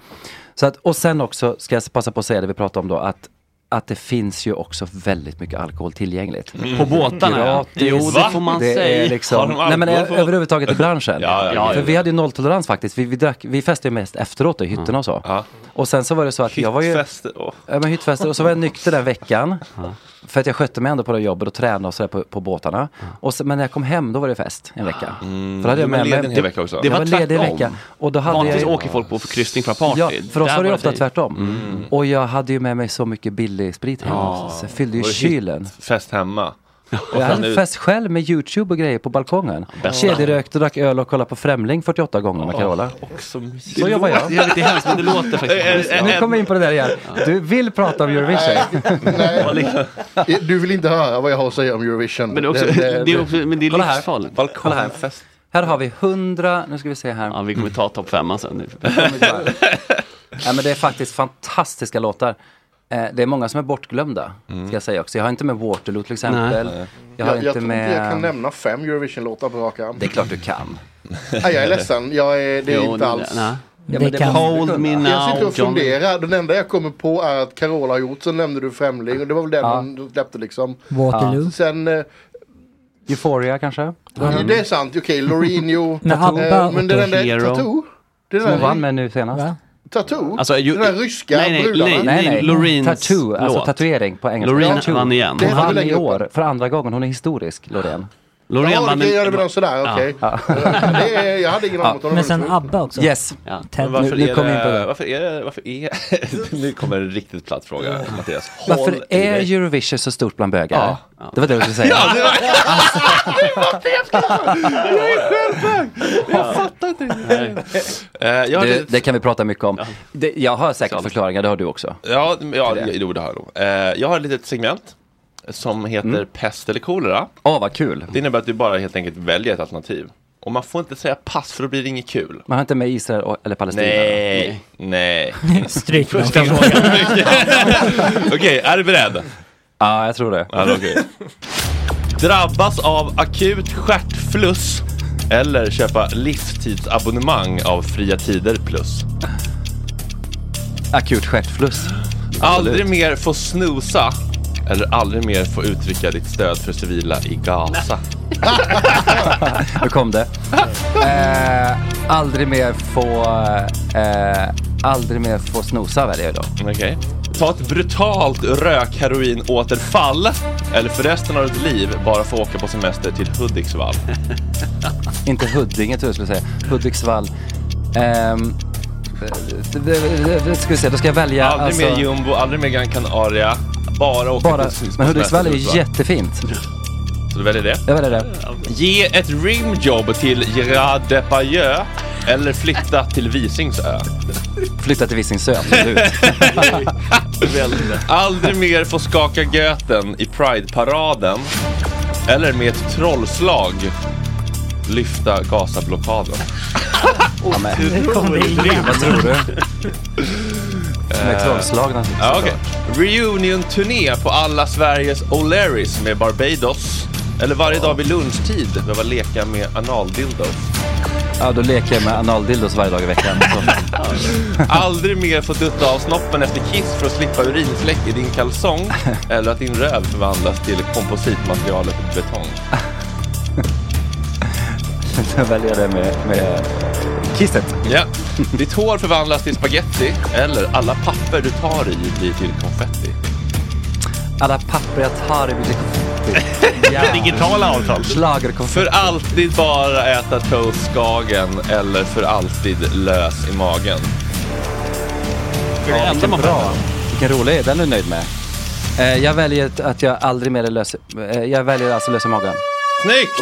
[SPEAKER 9] Så att, och sen också ska jag passa på att säga det vi pratade om då att att det finns ju också väldigt mycket alkohol tillgängligt.
[SPEAKER 10] Mm. På båtarna, ja.
[SPEAKER 9] Gratis.
[SPEAKER 10] Jo, det får man
[SPEAKER 9] det
[SPEAKER 10] säga.
[SPEAKER 9] Är
[SPEAKER 10] Har
[SPEAKER 9] liksom,
[SPEAKER 10] de
[SPEAKER 9] nej, men
[SPEAKER 10] alkohol på-
[SPEAKER 9] överhuvudtaget i branschen.
[SPEAKER 10] Ja, ja,
[SPEAKER 9] För
[SPEAKER 10] ja.
[SPEAKER 9] vi hade ju nolltolerans faktiskt. Vi, vi, drack, vi festade ju mest efteråt då, i hytterna och så. Och sen så var det så att jag var ju...
[SPEAKER 1] Hyttfester, åh.
[SPEAKER 9] Ja, men hyttfester. Och så var jag nykter den veckan. För att jag skötte mig ändå på det jobbet och tränade och sådär på, på båtarna. Och sen, men när jag kom hem då var det fest en vecka. För då
[SPEAKER 10] Mm. Du
[SPEAKER 9] hade
[SPEAKER 10] var
[SPEAKER 9] jag med
[SPEAKER 10] ledig
[SPEAKER 9] mig...
[SPEAKER 10] en hel vecka också. Det
[SPEAKER 9] Det var,
[SPEAKER 10] var
[SPEAKER 9] ledig en
[SPEAKER 10] tvärtom.
[SPEAKER 9] vecka. Och då hade
[SPEAKER 10] Vanligtvis
[SPEAKER 9] jag ju-
[SPEAKER 10] åker folk på förkryssning för party.
[SPEAKER 9] Ja, för oss
[SPEAKER 10] Där
[SPEAKER 9] var det ju
[SPEAKER 10] var
[SPEAKER 9] ofta
[SPEAKER 10] det.
[SPEAKER 9] tvärtom.
[SPEAKER 10] Mm.
[SPEAKER 9] Och jag hade ju med mig så mycket billig sprit hem.
[SPEAKER 1] Ja.
[SPEAKER 9] Så jag fyllde ju
[SPEAKER 1] Var det
[SPEAKER 9] kylen.
[SPEAKER 1] Fest hemma.
[SPEAKER 9] Jag hade en fest själv med YouTube och grejer på balkongen.
[SPEAKER 4] Bästa.
[SPEAKER 9] Kedjerökte, drack öl och kollade på Främling 48 gånger med Carola.
[SPEAKER 1] Också mysigt.
[SPEAKER 9] Så jobbar jag.
[SPEAKER 4] Det är lite hemskt, men det låter faktiskt.
[SPEAKER 9] Nu kommer vi in på det där igen. Du vill prata om Eurovision.
[SPEAKER 6] Eh, Du vill inte höra vad jag har att säga om Eurovision.
[SPEAKER 9] Men det är också- det är också- men det är
[SPEAKER 6] Kolla här.
[SPEAKER 9] livsfarligt.
[SPEAKER 1] Balkon.
[SPEAKER 9] Kolla här. Här har vi 100, nu ska vi se här.
[SPEAKER 4] Ja, vi kommer ta topp femman sen.
[SPEAKER 9] Nej, men det är faktiskt fantastiska låtar. Eh, det är många som är bortglömda,
[SPEAKER 4] Mm.
[SPEAKER 9] ska jag säga också. Jag har inte med Waterloo till exempel. Jag har
[SPEAKER 6] jag,
[SPEAKER 9] inte
[SPEAKER 6] tror
[SPEAKER 9] med...
[SPEAKER 6] inte jag kan nämna fem Eurovision-låtar på rak arm.
[SPEAKER 9] Det är klart du kan.
[SPEAKER 6] Nej, jag är ledsen. Jag är, det är
[SPEAKER 9] Jo,
[SPEAKER 6] inte
[SPEAKER 9] nej,
[SPEAKER 6] alls.
[SPEAKER 9] nej.
[SPEAKER 6] Ja,
[SPEAKER 9] Det
[SPEAKER 6] men det
[SPEAKER 9] kan-
[SPEAKER 6] måste du
[SPEAKER 9] Hold me
[SPEAKER 6] kunna. Jag sitter
[SPEAKER 9] now,
[SPEAKER 6] och
[SPEAKER 9] John.
[SPEAKER 6] funderar. Den enda jag kommer på är att Carola har gjort. Sen nämnde du Främling. Och det var väl den
[SPEAKER 9] Ja.
[SPEAKER 6] hon släppte liksom.
[SPEAKER 9] Waterloo.
[SPEAKER 6] Ja. Sen, eh,
[SPEAKER 9] Euphoria kanske?
[SPEAKER 6] det är sant. Okej, Lorino.
[SPEAKER 9] Med Abba
[SPEAKER 6] eh,
[SPEAKER 9] och
[SPEAKER 6] men det är den där
[SPEAKER 9] Hero.
[SPEAKER 6] Tattoo. Det är
[SPEAKER 9] Som
[SPEAKER 6] den
[SPEAKER 9] hon vann
[SPEAKER 6] där
[SPEAKER 9] med nu senast.
[SPEAKER 6] Tattoo?
[SPEAKER 4] Alltså, ju-
[SPEAKER 6] den där ryska
[SPEAKER 4] nej, nej,
[SPEAKER 6] brudarna?
[SPEAKER 4] nej, nej, nej. Loreens
[SPEAKER 9] Tattoo, alltså
[SPEAKER 4] låt.
[SPEAKER 9] tatuering på engelska.
[SPEAKER 4] Loreen
[SPEAKER 9] Tattoo.
[SPEAKER 4] vann igen. Det
[SPEAKER 9] Hon
[SPEAKER 4] hade vi
[SPEAKER 9] vann
[SPEAKER 4] länge
[SPEAKER 9] i
[SPEAKER 4] uppe.
[SPEAKER 9] år, för andra gången. Hon är historisk, Loreen.
[SPEAKER 4] Loreen
[SPEAKER 6] Ja, okej, jag hade väl sådär, okej. Det är- Jag hade ingen aning om
[SPEAKER 5] Men sen ABBA också.
[SPEAKER 9] <laughs> Yes.
[SPEAKER 5] Ted,
[SPEAKER 1] Men varför,
[SPEAKER 5] nu, nu
[SPEAKER 1] är
[SPEAKER 5] kom vi in på
[SPEAKER 1] det,
[SPEAKER 5] det.
[SPEAKER 1] varför är det, varför är <laughs> nu kommer en riktigt platt fråga Mattias. Håll
[SPEAKER 9] Varför
[SPEAKER 1] i
[SPEAKER 9] är
[SPEAKER 1] dig.
[SPEAKER 9] Eurovision så stort bland bögar? Det var det du skulle säga. Alltså.
[SPEAKER 1] Ja, det var...
[SPEAKER 9] <laughs>
[SPEAKER 2] Jag är själv bög! <laughs> Jag fattar inte
[SPEAKER 1] Eh, jag har
[SPEAKER 9] det,
[SPEAKER 1] lite-
[SPEAKER 9] det kan vi prata mycket om. Det, jag har säkert förklaringar, det har du också.
[SPEAKER 1] Ja, ja jo, det har jag nog. Eh, Jag har ett litet segment som heter pest eller kolera.
[SPEAKER 9] Mm. Åh, vad kul.
[SPEAKER 1] Det innebär att du bara helt enkelt väljer ett alternativ. Och man får inte säga pass för då blir det inget kul.
[SPEAKER 9] Man har inte med Israel och, eller Palestina?
[SPEAKER 1] Nej, nej.
[SPEAKER 5] <laughs> Stryk dem.
[SPEAKER 1] Första frågan. <laughs> Okej, är du beredd?
[SPEAKER 9] Ja, jag tror det.
[SPEAKER 1] okej. Drabbas av akut stjärtfluss eller köpa livstidsabonnemang av Fria Tider Plus?
[SPEAKER 9] Akut stjärtfluss.
[SPEAKER 1] Aldrig mer få snusa eller aldrig mer få uttrycka ditt stöd för civila i Gaza.
[SPEAKER 9] Nu kom det. <laughs> Eh, aldrig mer få... Eh, aldrig mer få snosa väljer jag då.
[SPEAKER 1] Okej. Ta ett brutalt rökheroinåterfall eller för resten av ditt liv bara få åka på semester till
[SPEAKER 9] <laughs>
[SPEAKER 1] Hudiksvall.
[SPEAKER 9] Inte Huddinge tror jag skulle säga. Hudiksvall. Ehm, det- det- det- ska vi se, då ska jag välja...
[SPEAKER 1] Aldrig mer jumbo, aldrig mer Gran Canaria. Bara åka
[SPEAKER 9] Alltså- bara,
[SPEAKER 1] på semester
[SPEAKER 9] men Hudiksvall är
[SPEAKER 1] till
[SPEAKER 9] ju jättefint.
[SPEAKER 1] Så du väljer det?
[SPEAKER 9] Jag väljer det.
[SPEAKER 1] Ge ett rimjobb till Gerard Depardieu eller flytta till Visingsö.
[SPEAKER 9] Flytta till
[SPEAKER 1] <laughs>
[SPEAKER 9] Visingsö, absolut.
[SPEAKER 1] Aldrig mer få skaka göten i Pride-paraden eller med ett trollslag lyfta Gazablockaden.
[SPEAKER 9] Ja, men- Nu kom det igen. Vad tror du? Med trollslag
[SPEAKER 1] Eh,
[SPEAKER 9] naturligtvis.
[SPEAKER 1] Ja, okej. Reunion-turné på alla Sveriges O'Learys med Barbados. Eller varje dag vid lunchtid behöva leka med analdildo.
[SPEAKER 9] Ja, då leker jag med analdildos varje dag i veckan. <laughs> Så.
[SPEAKER 1] <laughs> Aldrig mer få dutta av snoppen efter kiss för att slippa urinfläck i din
[SPEAKER 9] <laughs>
[SPEAKER 1] kalsong. Eller att din röv förvandlas till kompositmaterialet betong.
[SPEAKER 9] Då väljer jag det med, med kisset.
[SPEAKER 1] Ja. Ditt hår förvandlas till spaghetti eller alla papper du tar i blir till konfetti.
[SPEAKER 9] Alla papper jag tar i mitt ja.
[SPEAKER 1] Digitala avtal. För alltid bara äta toast Skagen eller för alltid lös i magen.
[SPEAKER 9] Ja, vilken bra. Vilken rolig, den är du nöjd med. Eh, jag väljer att- att jag aldrig mer löser... Eh, jag väljer alltså lösa magen. <laughs>
[SPEAKER 1] Snyggt!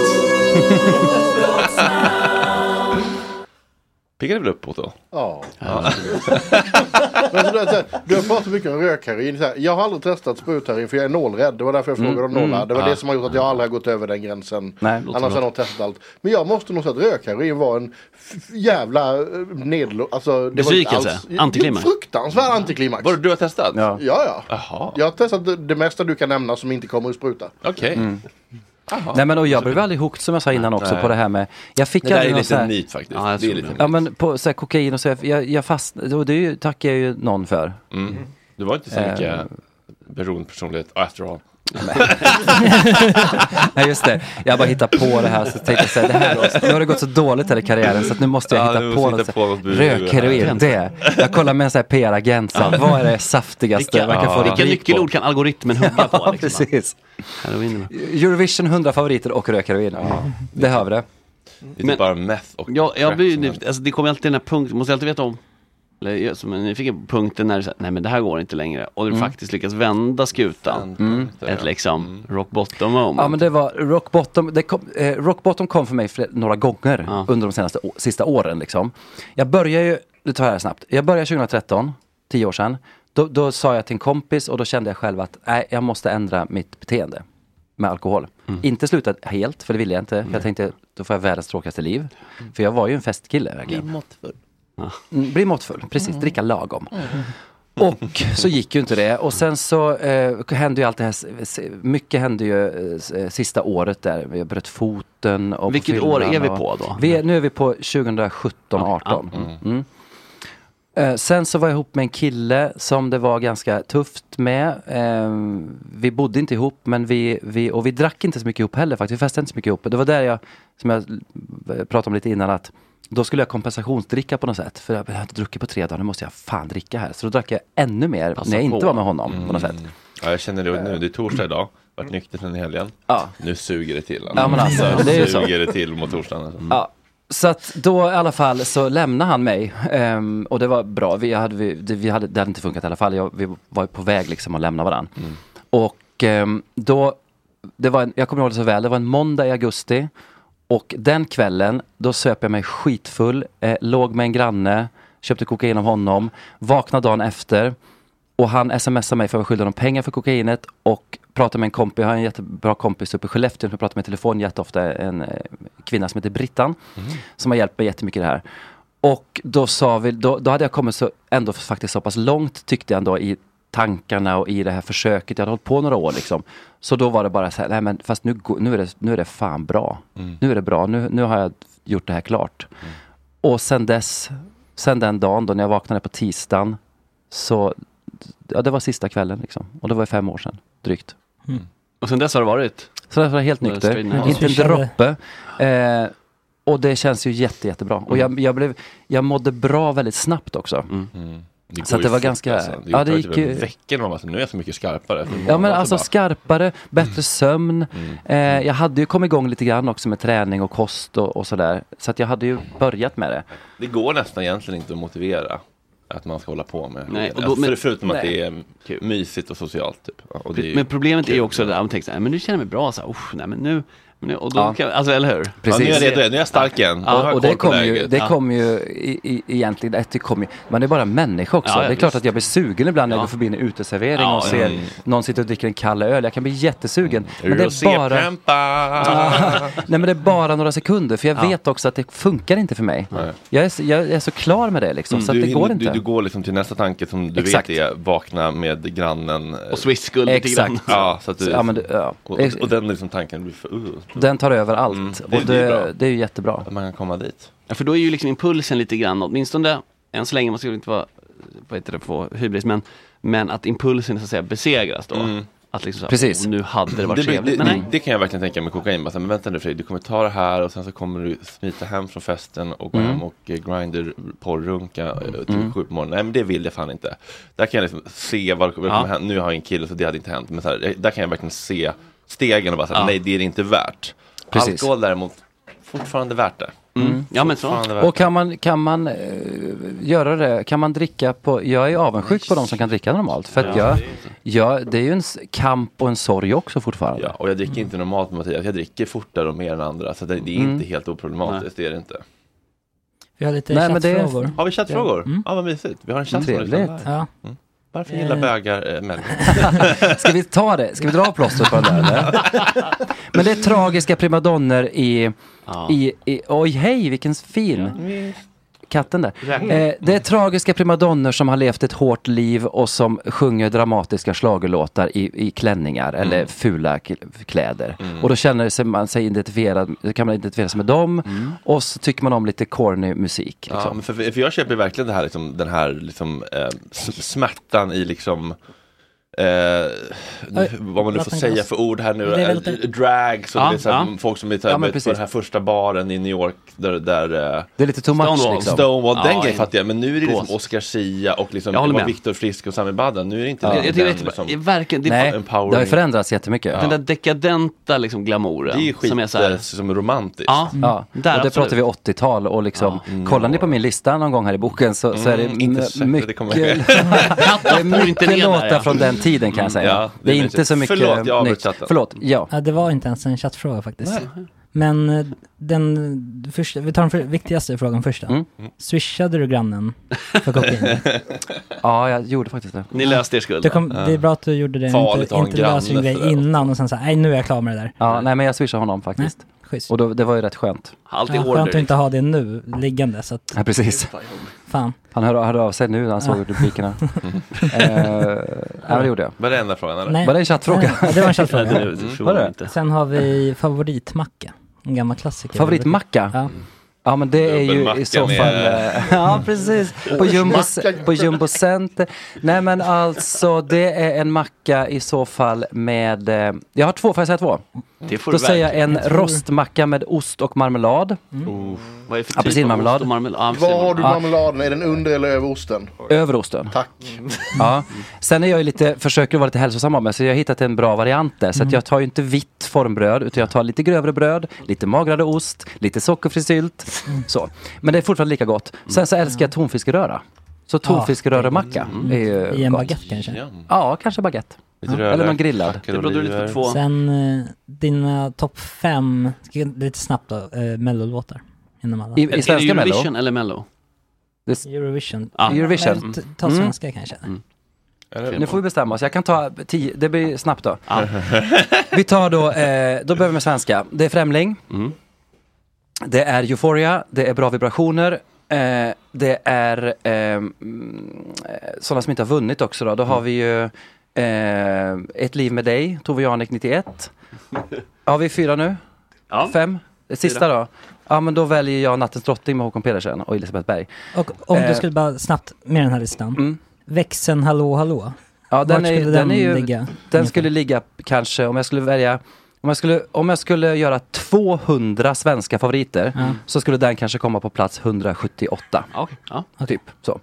[SPEAKER 1] Piggade väl uppåt då?
[SPEAKER 6] Ja. Men så där, så här, du har pratat mycket om rökheroin. Så här, Jag har aldrig testat sprutheroin för jag är nålrädd. Det var därför jag frågade om
[SPEAKER 9] Mm, mm.
[SPEAKER 6] nålar. Det var
[SPEAKER 9] Ja.
[SPEAKER 6] det som har gjort att jag aldrig har gått över den gränsen.
[SPEAKER 9] Nej, låter
[SPEAKER 6] Annars
[SPEAKER 9] bra.
[SPEAKER 6] har jag nog testat allt. Men jag måste nog säga att rökheroin var en f- f- jävla eh, nedlo... Alltså, det var inte
[SPEAKER 4] Besvikelse.
[SPEAKER 6] alls-
[SPEAKER 4] Antiklimax.
[SPEAKER 6] Jo, Fruktansvärd antiklimax. Var
[SPEAKER 1] du har testat?
[SPEAKER 6] Ja, ja. Jag har testat det- det mesta du kan nämna som inte kommer ur spruta.
[SPEAKER 1] Okej.
[SPEAKER 9] Mm. Nej men och jag blev aldrig hooked som jag sa innan också
[SPEAKER 6] Nej.
[SPEAKER 9] på det här med... Jag fick
[SPEAKER 1] Det där
[SPEAKER 9] aldrig
[SPEAKER 1] är
[SPEAKER 9] någon så
[SPEAKER 1] lite
[SPEAKER 9] här-
[SPEAKER 1] nytt faktiskt. Ja, det är lite
[SPEAKER 9] Ja
[SPEAKER 1] nytt.
[SPEAKER 9] men på så här, kokain och så, här, jag, jag fastnade, och det är ju- tackar jag ju
[SPEAKER 1] <laughs>
[SPEAKER 9] någon för.
[SPEAKER 1] Mm. Du var inte så
[SPEAKER 9] Eh.
[SPEAKER 1] mycket beroende personlighet after all.
[SPEAKER 9] <laughs> Nej just det, jag bara hittar på det här så tänkte jag säga, det här, nu har det gått så dåligt här i karriären så att nu måste jag
[SPEAKER 1] Ja,
[SPEAKER 9] hitta
[SPEAKER 1] du
[SPEAKER 9] på
[SPEAKER 1] måste
[SPEAKER 9] något.
[SPEAKER 1] hitta
[SPEAKER 9] så här.
[SPEAKER 1] på något bu-
[SPEAKER 9] Rökheroin, det. Jag kollar med en sån här PR-agent, så här, vad är det
[SPEAKER 1] <laughs>
[SPEAKER 9] saftigaste
[SPEAKER 4] Vilka,
[SPEAKER 9] man kan få
[SPEAKER 4] vilka
[SPEAKER 9] rubrik
[SPEAKER 4] nyckelord kan algoritmen hugga på? Liksom, va?
[SPEAKER 9] precis. Eurovision 100 favoriter och rökheroin. Det har vi det.
[SPEAKER 1] Det är typ bara meth och
[SPEAKER 4] Jag, jag
[SPEAKER 1] crack
[SPEAKER 4] blir,
[SPEAKER 1] som
[SPEAKER 4] ju- alltså, det kommer alltid den här punkten, måste jag alltid veta om. eller ja, som är nyfiken på punkten när du säger nej men det här går inte längre och du
[SPEAKER 9] Mm.
[SPEAKER 4] faktiskt lyckas vända skutan.
[SPEAKER 9] Mm.
[SPEAKER 4] Ett liksom rock bottom moment.
[SPEAKER 9] Ja men det var rock bottom, det kom, eh, rock bottom kom för mig fler, några gånger under de senaste å, sista åren liksom. Jag började ju, nu tar jag det här snabbt, jag började 2013, tio år sedan. Då, då sa jag till en kompis och då kände jag själv att nej, jag måste ändra mitt beteende med alkohol. Inte sluta helt, för det ville jag inte. För jag tänkte, då får jag världens tråkigaste liv. För jag var ju en festkille verkligen.
[SPEAKER 12] Bli måttfull.
[SPEAKER 9] Mm, Bli måttfull, precis.
[SPEAKER 12] Mm.
[SPEAKER 9] Dricka lagom. Och så gick ju inte det. Och sen så eh, hände ju allt det här, s- s- mycket hände ju eh, s- eh, sista året där. Jag bröt foten och på
[SPEAKER 4] Vilket år
[SPEAKER 9] fyllan
[SPEAKER 4] är vi
[SPEAKER 9] och-
[SPEAKER 4] på då?
[SPEAKER 9] Vi är, nu är vi på 2017, 18.
[SPEAKER 4] Mm.
[SPEAKER 9] Mm. Eh, sen så var jag ihop med en kille som det var ganska tufft med. Eh, vi bodde inte ihop men vi, vi, och vi drack inte så mycket ihop heller faktiskt. Vi festade inte så mycket ihop. Det var där jag, som jag eh, pratade om lite innan, att då skulle jag kompensationsdricka på något sätt. För jag jag har inte druckit på tre dagar, nu måste jag fan dricka här. Så då drack jag ännu mer när jag
[SPEAKER 1] på. Mm.
[SPEAKER 9] inte var med honom på något sätt.
[SPEAKER 1] Ja, jag känner det nu. Det är torsdag idag. Varit nykter sedan i helgen. Nu suger det till.
[SPEAKER 9] Ja, men alltså, det är ju så.
[SPEAKER 1] Suger det till mot torsdagen. Alltså.
[SPEAKER 9] Ja. Så att då i alla fall så lämnade han mig ehm, och det var bra. Vi hade, vi, det, vi hade, det hade inte funkat i alla fall. Jag, vi var på väg liksom att lämna varandra. Och ehm, då, det var en, jag kommer ihåg det så väl, det var en måndag i augusti och den kvällen då söp jag mig skitfull, eh, låg med en granne, köpte kokain av honom, vaknade dagen efter och han smsade mig för att jag var skyldig honom pengar för kokainet och pratade med en kompis, jag har en jättebra kompis uppe i Skellefteå som jag pratar med i telefon jätteofta, en eh, kvinna som heter Brittan som har hjälpt mig jättemycket i det här. Och då sa vi, då, då hade jag kommit så, ändå faktiskt så pass långt tyckte jag ändå i tankarna och i det här försöket, jag hade hållit på några år liksom. Så då var det bara så här, nej men fast nu, går- nu, är, det, nu är det fan bra. Nu är det bra, nu, nu har jag gjort det här klart. Och sen dess, sen den dagen då när jag vaknade på tisdagen, så ja, det var sista kvällen liksom. Och det var fem år sedan, drygt.
[SPEAKER 1] Mm.
[SPEAKER 4] Och sen dess har det varit?
[SPEAKER 9] Så därför är jag helt
[SPEAKER 4] Det är
[SPEAKER 9] nykter,
[SPEAKER 4] straight now.
[SPEAKER 9] inte en
[SPEAKER 4] Swishade.
[SPEAKER 9] droppe. Eh, och det känns ju jätte, jättebra. Och jag,
[SPEAKER 1] Mm.
[SPEAKER 9] jag, blev, jag mådde bra väldigt snabbt också.
[SPEAKER 1] går
[SPEAKER 9] Så att
[SPEAKER 1] ju
[SPEAKER 9] det var
[SPEAKER 1] fort,
[SPEAKER 9] ganska...
[SPEAKER 1] alltså. Det,
[SPEAKER 9] ja, det gick ju...
[SPEAKER 1] Veckan var man så, nu är jag så mycket skarpare. För
[SPEAKER 9] Ja men
[SPEAKER 1] bara-
[SPEAKER 9] alltså skarpare, bättre
[SPEAKER 1] Mm.
[SPEAKER 9] sömn. Eh, jag hade ju kommit igång lite grann också med träning och kost och, och sådär. Så att jag hade ju börjat med det.
[SPEAKER 1] Det går nästan egentligen inte att motivera att man ska hålla på med.
[SPEAKER 4] Nej, och
[SPEAKER 1] och
[SPEAKER 4] då- men-
[SPEAKER 1] förutom att
[SPEAKER 4] Nej.
[SPEAKER 1] det är mysigt och socialt. Typ. Ja, Och det är ju
[SPEAKER 4] Men problemet är ju också det där, man tänker så här, men nu känner jag mig bra, så här, "Usch, nej men nu, men nu och då
[SPEAKER 9] Ja.
[SPEAKER 4] kan, alltså eller hur?
[SPEAKER 1] Ja,
[SPEAKER 9] Precis.
[SPEAKER 1] nu är jag redo igen, nu är jag stark igen. Då har
[SPEAKER 9] Ja,
[SPEAKER 1] jag koll
[SPEAKER 9] och det
[SPEAKER 1] på
[SPEAKER 9] kom ju,
[SPEAKER 1] läget.
[SPEAKER 9] det
[SPEAKER 1] Ja.
[SPEAKER 9] kom ju i, i, egentligen, det kom ju, man är bara människa också.
[SPEAKER 1] Ja, ja,
[SPEAKER 9] det är klart
[SPEAKER 1] visst.
[SPEAKER 9] att jag blir sugen ibland när jag går förbi en uteservering
[SPEAKER 1] Ja,
[SPEAKER 9] och ser
[SPEAKER 1] mm.
[SPEAKER 9] någon sitta och dricka en kall öl. Jag kan bli jättesugen. Men det är bara...
[SPEAKER 1] Roséprämpa!
[SPEAKER 9] <laughs> Nej men det är bara några sekunder för jag vet också att det funkar inte för mig. Jag är, så- jag är så klar med det <laughs> liksom så att
[SPEAKER 1] Mm, du,
[SPEAKER 9] det går
[SPEAKER 1] hinner-
[SPEAKER 9] inte.
[SPEAKER 1] Du, du går liksom till nästa tanke som du
[SPEAKER 9] Exakt.
[SPEAKER 1] vet är vakna med grannen. eh,
[SPEAKER 4] Och Swiss-guld lite
[SPEAKER 9] Exakt. grann.
[SPEAKER 1] Ja, så att du,
[SPEAKER 9] Ja, men det- ja.
[SPEAKER 1] Och, och, och den liksom tanken blir för... Uh.
[SPEAKER 9] Den tar över allt
[SPEAKER 1] det-
[SPEAKER 9] och
[SPEAKER 1] det är
[SPEAKER 9] det,
[SPEAKER 1] bra.
[SPEAKER 9] det är ju jättebra.
[SPEAKER 1] Att Mm. man kan komma dit.
[SPEAKER 4] Ja, för då är ju liksom impulsen lite grann, åtminstone än så länge, man ska väl inte vara, vad heter det, på hybris, men, men att impulsen så att säga besegras då.
[SPEAKER 1] Mm.
[SPEAKER 4] Att liksom så här, "Åh, nu hade det varit
[SPEAKER 1] det, det,
[SPEAKER 4] trevligt, men nej.
[SPEAKER 1] det, det kan jag verkligen tänka med kokain. Bara så här, Men vänta nu Fredrik, du kommer ta det här och sen så kommer du smita hem från festen och gå
[SPEAKER 4] Mm.
[SPEAKER 1] hem och eh, grinder porrunka eh, till
[SPEAKER 4] Mm.
[SPEAKER 1] sju på morgonen. Nej men det vill jag fan inte. Där kan jag liksom se vad vad kommer hända. Nu har jag en kille så det hade inte hänt. Men så här, jag- där kan jag verkligen se stegen och bara så här,
[SPEAKER 4] Ja.
[SPEAKER 1] nej det är det inte värt.
[SPEAKER 9] Precis.
[SPEAKER 1] Alkohol däremot, fortfarande värt det.
[SPEAKER 9] Mm.
[SPEAKER 4] Ja, men så.
[SPEAKER 1] Fortfarande värt
[SPEAKER 9] Och kan man, kan man eh, göra det, kan man dricka på, jag är avundsjuk på de som kan dricka normalt. För att
[SPEAKER 1] Ja,
[SPEAKER 9] jag,
[SPEAKER 1] det är
[SPEAKER 9] jag, det är ju en s- kamp och en sorg också
[SPEAKER 1] <laughs>
[SPEAKER 9] fortfarande.
[SPEAKER 1] Ja, och jag dricker inte normalt med Mattias. Jag dricker fortare och mer än andra. Så det, det är
[SPEAKER 9] Mm.
[SPEAKER 1] inte helt oproblematiskt, det är det inte.
[SPEAKER 5] Vi har lite
[SPEAKER 9] Nej, men det är-
[SPEAKER 5] chattfrågor.
[SPEAKER 1] Har vi chattfrågor?
[SPEAKER 9] Mm.
[SPEAKER 1] Ja, vad mysigt. Vi har en chatt som lyssnar
[SPEAKER 9] Trevligt.
[SPEAKER 1] live.
[SPEAKER 5] Ja.
[SPEAKER 1] Mm. Varför gillar
[SPEAKER 5] Eh.
[SPEAKER 1] bögar äh, män?
[SPEAKER 9] Ska vi ta det? Ska vi dra av plåstret på den där eller? Men det är tragiska primadonner i, i, i oj hej vilken fin katten där.
[SPEAKER 12] Räkna.
[SPEAKER 9] Eh, det är tragiska primadonner som har levt ett hårt liv och som sjunger dramatiska schlagerlåtar i, i klänningar
[SPEAKER 4] Mm.
[SPEAKER 9] eller fula k- kläder. Och då känner sig man sig identifierad, kan man identifiera sig med dem
[SPEAKER 4] Mm.
[SPEAKER 9] och så tycker man om lite corny musik. liksom.
[SPEAKER 1] Ja, men för, för jag köper verkligen det här, liksom, den här liksom, eh, s- smärtan i liksom Eh, nu, vad man nu
[SPEAKER 5] låt
[SPEAKER 1] får
[SPEAKER 5] den
[SPEAKER 1] säga
[SPEAKER 5] gas.
[SPEAKER 1] för ord här nu.
[SPEAKER 5] Det är väl
[SPEAKER 1] Eh, Drag, som
[SPEAKER 9] Ja,
[SPEAKER 1] det är så här,
[SPEAKER 9] ja.
[SPEAKER 1] folk som är
[SPEAKER 9] Ja, men
[SPEAKER 1] ja, på
[SPEAKER 9] precis.
[SPEAKER 1] den här första baren i New York. Där, där, eh,
[SPEAKER 9] Det är lite too much,
[SPEAKER 1] Stonewall.
[SPEAKER 9] liksom.
[SPEAKER 1] Stonewall, den
[SPEAKER 9] Ja,
[SPEAKER 1] grejen
[SPEAKER 9] en
[SPEAKER 1] fattar jag. Men nu är det liksom
[SPEAKER 9] gås.
[SPEAKER 1] Oscar Sia och liksom,
[SPEAKER 9] Jag
[SPEAKER 1] det
[SPEAKER 9] håller
[SPEAKER 1] var
[SPEAKER 9] med.
[SPEAKER 1] Viktor Frisk och Sami Badran. Nu är det inte
[SPEAKER 9] Ja.
[SPEAKER 1] den,
[SPEAKER 9] Jag tycker det är
[SPEAKER 1] den,
[SPEAKER 9] typ-
[SPEAKER 1] liksom,
[SPEAKER 4] det är verkligen- det är
[SPEAKER 9] Nej,
[SPEAKER 1] empowering.
[SPEAKER 9] det har ju förändrats jättemycket.
[SPEAKER 4] Den där dekadenta liksom glamouren.
[SPEAKER 9] Det är ju
[SPEAKER 4] som är så här,
[SPEAKER 1] eh, som romantiskt.
[SPEAKER 4] Ja,
[SPEAKER 9] Mm. Ja,
[SPEAKER 4] Mm. där
[SPEAKER 9] och det
[SPEAKER 4] absolut.
[SPEAKER 9] pratar vi 80-tal och liksom, kollar ni på min lista någon gång här i boken så, så är det
[SPEAKER 4] Mm, inte säkert, det
[SPEAKER 9] mycket,
[SPEAKER 4] kommer jag
[SPEAKER 9] <laughs>
[SPEAKER 4] ihåg.
[SPEAKER 9] det är
[SPEAKER 4] inte
[SPEAKER 9] mycket
[SPEAKER 4] ner där,
[SPEAKER 9] låtar
[SPEAKER 4] ja. Mm.
[SPEAKER 9] från den tiden kan jag säga.
[SPEAKER 1] Ja,
[SPEAKER 9] det, är
[SPEAKER 1] det är
[SPEAKER 9] inte
[SPEAKER 1] mysigt.
[SPEAKER 9] så mycket
[SPEAKER 1] Förlåt, jag avbröt
[SPEAKER 9] nytt.
[SPEAKER 1] chatten.
[SPEAKER 9] Förlåt, ja.
[SPEAKER 5] Ja, det var inte ens en chattfråga faktiskt.
[SPEAKER 9] Nej.
[SPEAKER 5] Men eh, den första, vi tar den för, viktigaste frågan först då. Swishade du grannen för <laughs> kokain?
[SPEAKER 9] ja, jag gjorde faktiskt det.
[SPEAKER 4] Ni löste er skuld.
[SPEAKER 5] Det, kom, det är bra att du gjorde det,
[SPEAKER 9] Farligt
[SPEAKER 5] inte,
[SPEAKER 9] att ha en
[SPEAKER 5] inte löser en
[SPEAKER 9] granne
[SPEAKER 5] grej
[SPEAKER 9] sådär
[SPEAKER 5] innan och sen så här, nej nu är jag klar med det där.
[SPEAKER 9] Ja, nej men jag swishade honom faktiskt. och då, det var ju rätt skönt.
[SPEAKER 5] ja, skönt att inte ha det nu, liggande så att...
[SPEAKER 9] Ja, precis.
[SPEAKER 5] Fan.
[SPEAKER 9] Han hörde, hörde av sig nu när han såg
[SPEAKER 5] Ja.
[SPEAKER 9] rubrikerna.
[SPEAKER 5] <laughs>
[SPEAKER 9] eh, ja, det gjorde jag.
[SPEAKER 1] Var det enda frågan eller?
[SPEAKER 9] Var det en chattfråga?
[SPEAKER 5] <laughs> Nej, det var en chattfråga.
[SPEAKER 9] Var det?
[SPEAKER 5] Sen har vi favoritmacka, en gammal klassiker.
[SPEAKER 9] Favoritmacka?
[SPEAKER 5] Ja.
[SPEAKER 9] Ja men det är ju i
[SPEAKER 5] Dubbelmacka
[SPEAKER 9] så
[SPEAKER 5] med-
[SPEAKER 9] fall... eh, <laughs> Ja precis. På Jumbo, på Jumbo Center. Nej men alltså det är en macka i så fall med... eh, Jag har två, får jag säga två?
[SPEAKER 4] Det får
[SPEAKER 9] Då
[SPEAKER 4] du
[SPEAKER 9] säger jag
[SPEAKER 4] verkligen. Mm.
[SPEAKER 9] en
[SPEAKER 4] Jag tror-
[SPEAKER 9] rostmacka med ost och marmelad.
[SPEAKER 4] Vad är det för typ
[SPEAKER 9] Apelsinmarmelad.
[SPEAKER 4] av ost och marmelad? Ja,
[SPEAKER 6] Var har du
[SPEAKER 9] Ja.
[SPEAKER 6] marmeladen? Är den under eller över osten?
[SPEAKER 9] Över osten.
[SPEAKER 6] Tack.
[SPEAKER 9] Ja. Sen är jag ju lite, försöker vara lite hälsosam av mig, så jag har hittat en bra variant där.
[SPEAKER 5] Mm.
[SPEAKER 9] Så att jag tar ju inte vitt formbröd, utan jag tar lite grövre bröd, lite magrare ost, lite sockerfri sylt.
[SPEAKER 5] Mm.
[SPEAKER 9] Så. Men det är fortfarande lika gott. Sen så älskar jag tonfiskröra. Så tonfiskröremacka är ju
[SPEAKER 5] I en
[SPEAKER 9] Eh, gott.
[SPEAKER 5] baguette kanske?
[SPEAKER 9] Ja, kanske baguette.
[SPEAKER 5] Lite
[SPEAKER 9] Eller någon grillad.
[SPEAKER 1] Det beror lite på två.
[SPEAKER 5] Sen eh, dina topp fem, ska jag- lite snabbt då, eh, mellolåtar. Inom alla.
[SPEAKER 9] I- i Är det svenska Mello?
[SPEAKER 4] Eurovision eller mello?
[SPEAKER 5] Eurovision.
[SPEAKER 4] Ja.
[SPEAKER 9] Eurovision.
[SPEAKER 5] Men t- Ta
[SPEAKER 9] Mm.
[SPEAKER 5] svenska kanske.
[SPEAKER 9] Nu får vi bestämma oss. Jag kan ta tio, det blir snabbt då. Vi tar då, eh, då börjar vi med svenska. Det är Främling.
[SPEAKER 11] Mm.
[SPEAKER 9] Det är Euphoria, det är Bra vibrationer. Eh, det är eh, mm, eh, sådana som inte har vunnit också då. Då har vi ju eh, Ett liv med dig, Tove Janek 91. Har vi fyra nu? Fem? Det Sista
[SPEAKER 5] Fyra.
[SPEAKER 9] då? Ja men då väljer jag Nattens drottning med Håkan Pedersen och Elisabeth Berg.
[SPEAKER 5] Och om
[SPEAKER 9] Eh, Mm.
[SPEAKER 5] du skulle bara snabbt med den här listan. Växeln Hallå Hallå.
[SPEAKER 9] Ja, den,
[SPEAKER 5] Vart
[SPEAKER 9] är,
[SPEAKER 5] skulle
[SPEAKER 9] den, är ju,
[SPEAKER 5] ligga?
[SPEAKER 9] Den skulle ligga kanske, om jag skulle välja, om jag skulle, om jag skulle göra 200 svenska favoriter
[SPEAKER 5] Ja.
[SPEAKER 9] så skulle den kanske komma på plats 178. Typ så.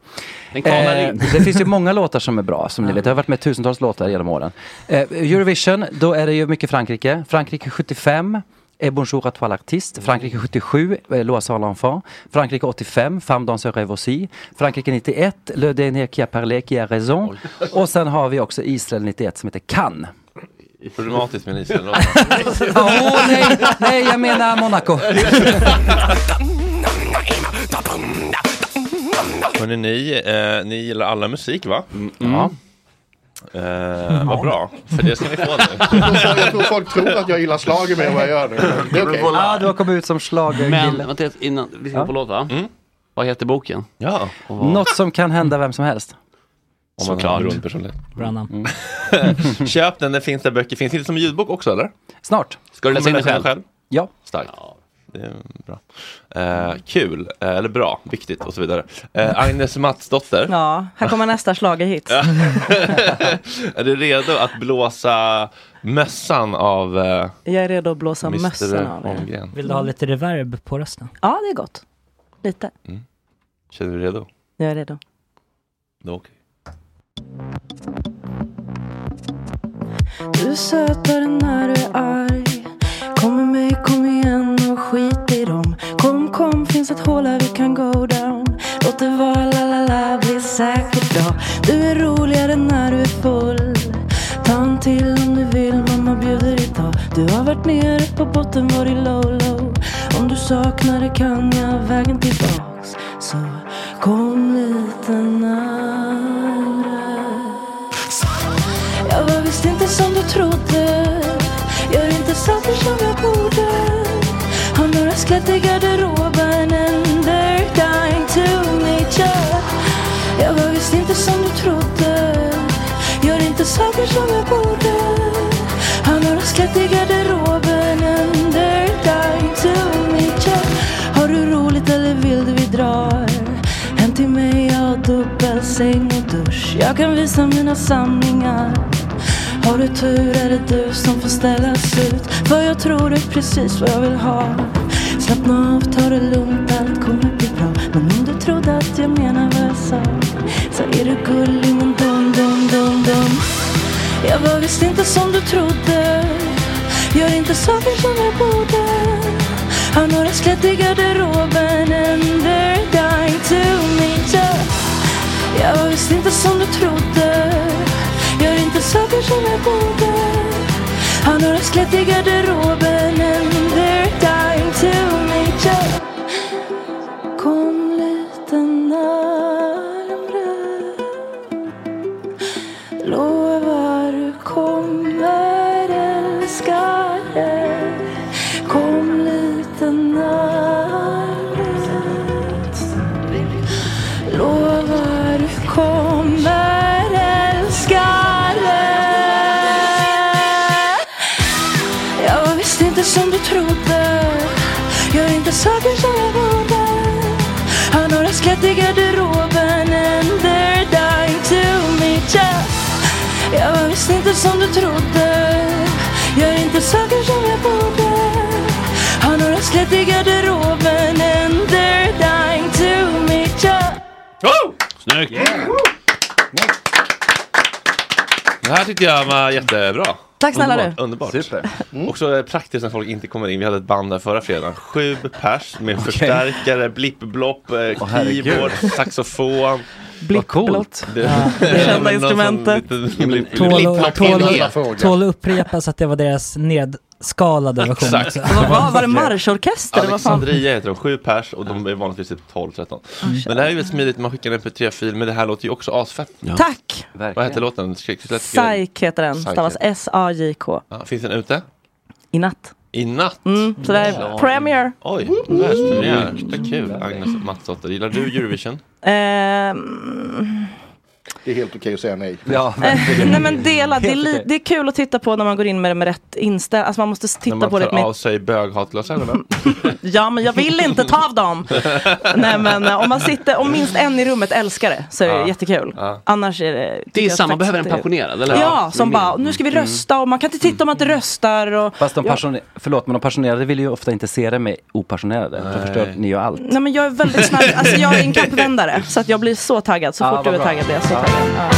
[SPEAKER 4] Den kvalar in.
[SPEAKER 9] <laughs> Eh, det finns ju många låtar som är bra, som ni vet. Jag har varit med i tusentals låtar genom åren. Eh, Eurovision, då är det ju mycket Frankrike. Frankrike 75. Et bonjour à toi l'artiste. Frankrike 77, eh, Loa Sala Enfant. Frankrike 85, Femme dans un rêve aussi. Frankrike 91, Le dernier qui a parlé qui a raison. Och sen har vi också Israel 91 som heter Cannes.
[SPEAKER 1] Problematiskt med Israel.
[SPEAKER 9] <laughs> Åh nej, nej, jag menar Monaco.
[SPEAKER 1] Hörrni, ni, eh, ni gillar alla musik va?
[SPEAKER 9] Ja.
[SPEAKER 1] Eh, vad bra, för det ska ni
[SPEAKER 4] <laughs>
[SPEAKER 11] <laughs>
[SPEAKER 1] få nu.
[SPEAKER 6] jag tror folk tror att jag gillar <laughs> slager mer än vad jag gör nu. Det är okej.
[SPEAKER 9] Ah, du har kommit ut som
[SPEAKER 4] Men
[SPEAKER 9] schlagerkille.
[SPEAKER 4] vänta, innan vi ska
[SPEAKER 9] Ja.
[SPEAKER 4] gå på låt va?
[SPEAKER 1] Mm.
[SPEAKER 4] Vad heter boken?
[SPEAKER 1] Ja.
[SPEAKER 9] Något som kan hända vem som helst.
[SPEAKER 1] Om man har en beroende personlighet.
[SPEAKER 5] Bra namn.
[SPEAKER 7] Mm.
[SPEAKER 1] Köp den, den finns där böcker finns. Finns det som ljudbok också eller?
[SPEAKER 9] Snart.
[SPEAKER 1] Ska du läsa in
[SPEAKER 4] Kommer
[SPEAKER 1] den
[SPEAKER 4] den
[SPEAKER 1] själv?
[SPEAKER 4] själv?
[SPEAKER 9] Ja.
[SPEAKER 1] Starkt. Det är bra. Eh, kul, eh, eller bra, viktigt och så vidare. Eh, Agnes Mattsdotter.
[SPEAKER 11] Ja,
[SPEAKER 3] <laughs>
[SPEAKER 11] här kommer nästa
[SPEAKER 1] <laughs>
[SPEAKER 11] schlagerhit.
[SPEAKER 1] är du redo att blåsa mössan av eh,
[SPEAKER 11] Jag är redo att blåsa mössan
[SPEAKER 1] Mr
[SPEAKER 11] av er.
[SPEAKER 1] Holmgren?
[SPEAKER 5] Vill du ha lite reverb på rösten?
[SPEAKER 11] Ja, det är gott. Lite.
[SPEAKER 1] Känner du dig redo?
[SPEAKER 11] Jag är redo.
[SPEAKER 1] Då åker
[SPEAKER 11] Du är sötare när du är arg Kom med mig, kom igen och skit i dem Kom, kom, finns ett hål här vi kan go down Låt det vara, la, la, la, bli säkert då Du är roligare när du är full Ta en till om du vill, mamma bjuder idag Du har varit nere på botten, varit low, low Om du saknar det kan jag vägen tillbaks Så kom lite närmare jag var visst inte som du trodde Gör inte saker som jag borde Har några skelett i garderoben And they're dying to meet ya Jag var visst inte som du trodde Gör inte saker som jag borde Har några skelett i garderoben And they're dying to meet ya Har du roligt eller vill du vi drar? Hem till mig, jag har dubbelsäng och dusch Jag kan visa mina samlingar Har du tur är det du som får ställas ut För jag tror det är precis vad jag vill ha Slappna av, ta det lugnt, allt kommer bli bra Men om du trodde att jag menar vad jag sa Så är du gullig men dum, dum, dum, dum Jag var visst inte som du trodde Gör inte saker som jag borde Har några skelett i garderoben Under dying to meet you jag var visst inte som du trodde Gör inte saker som jag borde Har några skelett i garderoben Under dying to meet you Kom lite närmre Lovar du kommer älska dig Kom lite närmre Lovar du kommer älska dig Jag var visst inte som du trodde Gör inte saker som jag borde Har några skelett i garderoben Under dying to meet you Jag var visst inte som du trodde Gör inte saker som jag borde Har några skelett i garderoben Under dying to meet you
[SPEAKER 1] Oh!
[SPEAKER 10] Snyggt!
[SPEAKER 1] Det här tyckte jag var jättebra.
[SPEAKER 13] Tack snälla
[SPEAKER 1] Underbart,
[SPEAKER 13] du.
[SPEAKER 1] Underbart. Super.
[SPEAKER 5] Mm.
[SPEAKER 1] Också eh, praktiskt när folk inte kommer in. Vi hade ett band där förra fredagen. Sju pers med förstärkare, blippblopp, eh,
[SPEAKER 10] herregud.
[SPEAKER 1] keyboard, saxofon.
[SPEAKER 13] Blippblott.
[SPEAKER 1] Det-
[SPEAKER 13] Ja, det
[SPEAKER 1] någon
[SPEAKER 13] kända
[SPEAKER 1] som-
[SPEAKER 13] instrumentet.
[SPEAKER 1] liten- blipp-
[SPEAKER 5] Tål
[SPEAKER 1] blipp-
[SPEAKER 5] att- tål
[SPEAKER 1] blipp-
[SPEAKER 5] att- tål att upprepas att det var deras nedskalade version
[SPEAKER 1] Exakt.
[SPEAKER 5] också.
[SPEAKER 13] Vad var, var det marschorkester? eller vad fan?
[SPEAKER 1] Alexandria heter de, sju pers och de är vanligtvis typ 12-13.
[SPEAKER 13] Ah,
[SPEAKER 1] Men det här är ju smidigt, man skickar en mp3-fil, men det här låter ju också asfett.
[SPEAKER 13] Tack!
[SPEAKER 1] Vad hette låten? Skrik- Skrik-
[SPEAKER 13] Psyk heter den.
[SPEAKER 1] Psych
[SPEAKER 13] Stavas
[SPEAKER 1] heter
[SPEAKER 13] S-A-J-K.
[SPEAKER 1] Ja, finns den ute?
[SPEAKER 13] I natt. Mm,
[SPEAKER 1] I natt?
[SPEAKER 13] Så det här är
[SPEAKER 1] Ja.
[SPEAKER 13] premiere.
[SPEAKER 1] Oj,
[SPEAKER 6] Mm.
[SPEAKER 1] världspremiär. Vad kul. Agnes Mattsdotter, gillar du Eurovision?
[SPEAKER 13] Ehm,
[SPEAKER 6] Det är helt okej att säga nej.
[SPEAKER 7] Ja,
[SPEAKER 13] eh, <laughs> nej men dela, det är,
[SPEAKER 6] Helt
[SPEAKER 13] li-
[SPEAKER 6] okej.
[SPEAKER 13] det är kul att titta på när man går in med det med rätt inställning. Alltså man måste s-
[SPEAKER 1] När
[SPEAKER 13] titta
[SPEAKER 1] man
[SPEAKER 13] på det
[SPEAKER 1] tar av
[SPEAKER 13] med...
[SPEAKER 1] sig böghatglasögonen.
[SPEAKER 13] Ja men jag vill inte ta
[SPEAKER 1] <laughs>
[SPEAKER 13] av dem! <laughs> Nej men eh, om man sitter, om minst en i rummet älskar det så är det
[SPEAKER 10] Ja.
[SPEAKER 13] jättekul. Annars är det... tycker
[SPEAKER 10] Det är
[SPEAKER 13] jag
[SPEAKER 10] samma,
[SPEAKER 13] faktiskt
[SPEAKER 10] behöver
[SPEAKER 13] att
[SPEAKER 10] en
[SPEAKER 13] det är-
[SPEAKER 10] passionerad, eller?
[SPEAKER 13] Ja, som bara, nu ska vi
[SPEAKER 7] Mm.
[SPEAKER 13] rösta och man kan inte titta om man inte röstar och...
[SPEAKER 7] Fast de
[SPEAKER 13] Ja.
[SPEAKER 7] passionerade, förlåt men de passionerade vill ju ofta inte se det med opassionerade. Då förstör ni ju allt.
[SPEAKER 13] Nej men jag är väldigt snabb, alltså jag är en kappvändare så att jag blir så taggad så
[SPEAKER 7] Ja,
[SPEAKER 13] fort
[SPEAKER 7] vad
[SPEAKER 13] du är
[SPEAKER 7] bra.
[SPEAKER 13] taggad blir jag så
[SPEAKER 7] Ja.
[SPEAKER 13] taggad. Ja.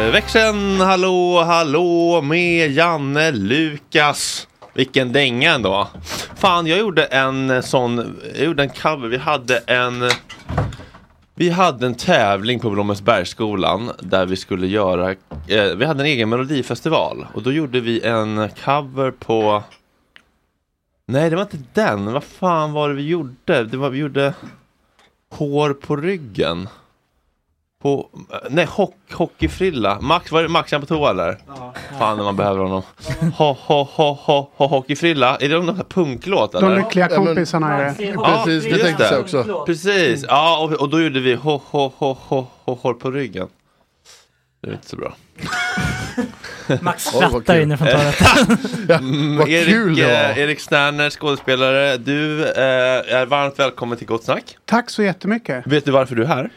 [SPEAKER 1] Eh, Växeln, hallå, hallå med Janne Lukas. Vilken dänga ändå. Fan, jag gjorde en sån, jag gjorde en cover, vi hade en vi hade en tävling på Blommensbergsskolan där vi skulle göra, eh, vi hade en egen melodifestival och då gjorde vi en cover på Nej det var inte den, vad fan var det vi gjorde? Det var, vi gjorde Hår på ryggen på, eh, nej, hock, hockeyfrilla. Max, var det Max är han på toa eller? Ja. Fan när man behöver honom. Ho, ho, ho, ho, ho, hockeyfrilla. Är det någon sån här punklåt eller?
[SPEAKER 14] De lyckliga kompisarna är det.
[SPEAKER 1] just
[SPEAKER 6] Mm.
[SPEAKER 1] Precis, ja och, och då gjorde vi ho, ho, ho, ho, ho, hår på ryggen. Det är inte så bra.
[SPEAKER 5] Max
[SPEAKER 1] Oj, vad
[SPEAKER 5] skrattar
[SPEAKER 1] kul.
[SPEAKER 5] inifrån <laughs> toaletten.
[SPEAKER 1] Mm,
[SPEAKER 5] vad
[SPEAKER 1] Erik,
[SPEAKER 5] kul det var.
[SPEAKER 1] eh, Erik Sterner, skådespelare. Du eh, är varmt välkommen till Gott Snack.
[SPEAKER 14] Tack så jättemycket.
[SPEAKER 1] Vet du varför du är här?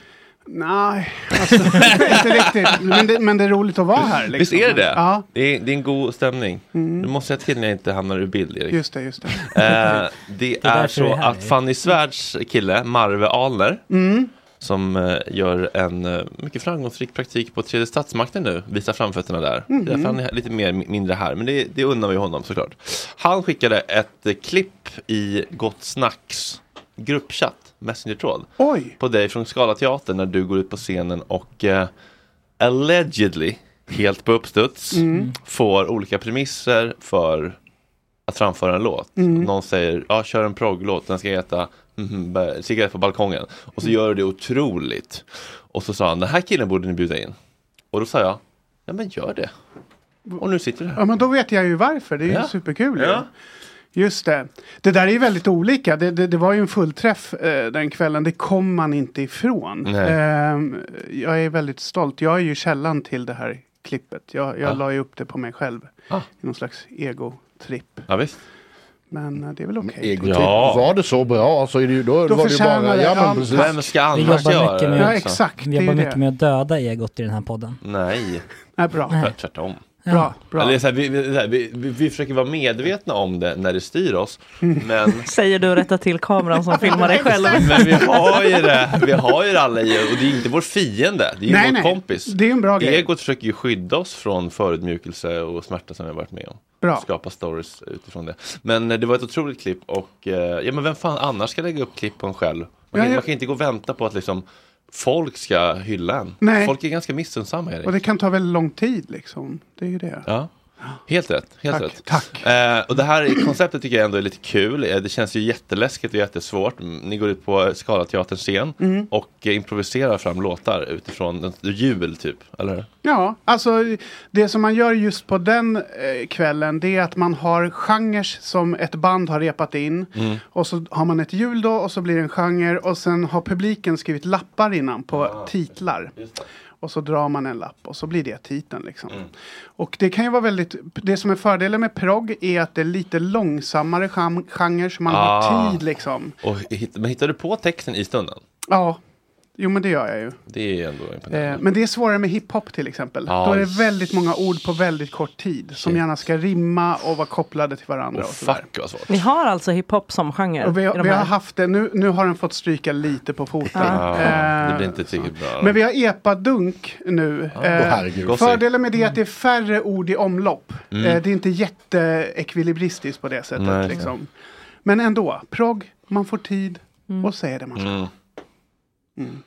[SPEAKER 14] Nej, <laughs> alltså, inte riktigt. Men det, men det är roligt att vara här. Liksom.
[SPEAKER 1] Visst är det det?
[SPEAKER 14] Ja,
[SPEAKER 1] Det, är, det är en god stämning.
[SPEAKER 14] Mm.
[SPEAKER 1] Du måste säga till när jag inte hamnar ur bild, Erik.
[SPEAKER 14] just det, just <laughs> det.
[SPEAKER 1] Eh, det
[SPEAKER 14] är
[SPEAKER 1] är
[SPEAKER 14] därför vi
[SPEAKER 1] så
[SPEAKER 14] är här,
[SPEAKER 1] att Fanny Svärds kille, Marve Alner,
[SPEAKER 14] Mm.
[SPEAKER 1] som eh, gör en eh, mycket framgångsrik praktik på tredje statsmakten nu, visar framfötterna där.
[SPEAKER 14] Mhm.
[SPEAKER 1] Därför han är lite mer, mindre här, men det, det undrar vi honom såklart. Han skickade ett eh, klipp i Gott Snacks gruppchatt, Messenger-tråd,
[SPEAKER 14] Oj.
[SPEAKER 1] på dig från Skala Teatern när du går ut på scenen och eh, allegedly, helt på uppstuds,
[SPEAKER 14] Mm.
[SPEAKER 1] får olika premisser för att framföra en låt.
[SPEAKER 14] Mm.
[SPEAKER 1] Någon säger, ja kör en progglåt, den ska heta mhm, bä- cigarett på balkongen. Och så
[SPEAKER 14] Mm.
[SPEAKER 1] gör du det otroligt. Och så sa han, den här killen borde ni bjuda in. Och då sa jag, ja men gör det. Och nu sitter du här.
[SPEAKER 14] Ja, men då vet jag ju varför. Det är ju
[SPEAKER 1] Ja.
[SPEAKER 14] superkul. ju.
[SPEAKER 1] Ja.
[SPEAKER 14] Just det. Det där är ju väldigt olika. Det, det, det var ju en fullträff eh, den kvällen. Det kom man inte ifrån.
[SPEAKER 15] Nej.
[SPEAKER 14] Ehm, jag är väldigt stolt. Jag är ju källan till det här klippet. Jag, jag
[SPEAKER 1] Ah.
[SPEAKER 14] la ju upp det på mig själv. I någon slags egotripp.
[SPEAKER 1] Ja, visst.
[SPEAKER 14] Men eh, det är väl okej.
[SPEAKER 6] Egotripp. Var det så bra så är det ju, då,
[SPEAKER 14] Då
[SPEAKER 6] var det ju
[SPEAKER 14] förtjänar
[SPEAKER 6] bara...
[SPEAKER 14] det.
[SPEAKER 6] Ja,
[SPEAKER 14] Ja,
[SPEAKER 6] men precis.
[SPEAKER 14] Vem ska
[SPEAKER 5] Vi jobbar mycket med,
[SPEAKER 6] Ja, exakt.
[SPEAKER 5] vi
[SPEAKER 6] Det är
[SPEAKER 5] jobbar
[SPEAKER 6] ju
[SPEAKER 5] mycket
[SPEAKER 6] det.
[SPEAKER 5] med att döda egot i den här podden.
[SPEAKER 1] Nej.
[SPEAKER 14] <laughs> Nej, bra.
[SPEAKER 5] Nej.
[SPEAKER 1] Tvärtom.
[SPEAKER 5] Ja. Bra,
[SPEAKER 14] bra.
[SPEAKER 1] Eller så här, vi, vi, så här, vi, vi, vi försöker vara medvetna om det när det styr oss.
[SPEAKER 14] Mm.
[SPEAKER 1] Men,
[SPEAKER 14] <laughs>
[SPEAKER 13] Säger du och rättar till kameran som filmar dig
[SPEAKER 7] <laughs>
[SPEAKER 13] själv.
[SPEAKER 1] men vi har ju det. Vi har ju det alla i och det är inte vår fiende. Det är ju
[SPEAKER 14] Nej,
[SPEAKER 1] vår
[SPEAKER 14] nej.
[SPEAKER 1] kompis.
[SPEAKER 14] Det är en bra grej.
[SPEAKER 1] Egot försöker ju skydda oss från förödmjukelse och smärta som vi har varit med om.
[SPEAKER 14] Bra.
[SPEAKER 1] Skapa stories utifrån det. Men eh, det var ett otroligt klipp och eh, ja men vem fan annars ska lägga upp klipp på en själv? Man kan,
[SPEAKER 14] Ja, ja.
[SPEAKER 1] man kan inte gå och vänta på att liksom folk ska hylla en.
[SPEAKER 14] Nej.
[SPEAKER 1] Folk är ganska missunnsamma Erik.
[SPEAKER 14] Och det kan ta väldigt lång tid liksom. Det är ju det.
[SPEAKER 1] Ja. Helt rätt. Helt
[SPEAKER 14] Tack,
[SPEAKER 1] rätt. Eh, och det här konceptet tycker jag ändå är lite kul. Eh, Det känns ju jätteläskigt och jättesvårt. Mm, Ni går ut på Skalateaterns scen
[SPEAKER 14] Mm.
[SPEAKER 1] och eh, improviserar fram låtar utifrån en- jul typ, eller hur?
[SPEAKER 14] Ja, alltså det som man gör just på den eh, kvällen det är att man har genres som ett band har repat in.
[SPEAKER 15] Mm.
[SPEAKER 14] Och så har man ett hjul då och så blir det en genre och sen har publiken skrivit lappar innan på titlar. Och så drar man en lapp och så blir det titeln liksom. Och det kan ju vara väldigt, det som är fördelen med prog är att det är lite långsammare gen- genre så man
[SPEAKER 1] Ah.
[SPEAKER 14] har tid liksom.
[SPEAKER 1] Och hitt, men hittar du på texten i stunden?
[SPEAKER 14] Ja, jo men det gör jag ju.
[SPEAKER 1] Det är ändå imponerande.
[SPEAKER 14] Eh, men det är svårare med hiphop till exempel.
[SPEAKER 1] Ja,
[SPEAKER 14] Då är det
[SPEAKER 1] just-
[SPEAKER 14] väldigt många ord på väldigt kort tid. Som gärna ska rimma och vara kopplade till varandra.
[SPEAKER 1] Åh,
[SPEAKER 14] och sådär.
[SPEAKER 1] fuck vad svårt.
[SPEAKER 13] Ni har alltså hiphop som genre?
[SPEAKER 14] Och vi,
[SPEAKER 13] i de
[SPEAKER 14] vi har
[SPEAKER 13] här?
[SPEAKER 14] haft det, nu, nu har den fått stryka lite på foten.
[SPEAKER 1] Ja,
[SPEAKER 14] Eh,
[SPEAKER 1] det blir inte tillräckligt bra.
[SPEAKER 14] men vi har epadunk nu.
[SPEAKER 1] Ja.
[SPEAKER 14] Eh,
[SPEAKER 1] Åh, herregud.
[SPEAKER 14] fördelen med det är att det är färre ord i omlopp.
[SPEAKER 1] Mm.
[SPEAKER 14] Eh, det är inte jätteekvilibristiskt på det sättet.
[SPEAKER 1] Nej.
[SPEAKER 14] liksom. Men ändå, prog, man får tid och säger det man
[SPEAKER 1] Mm.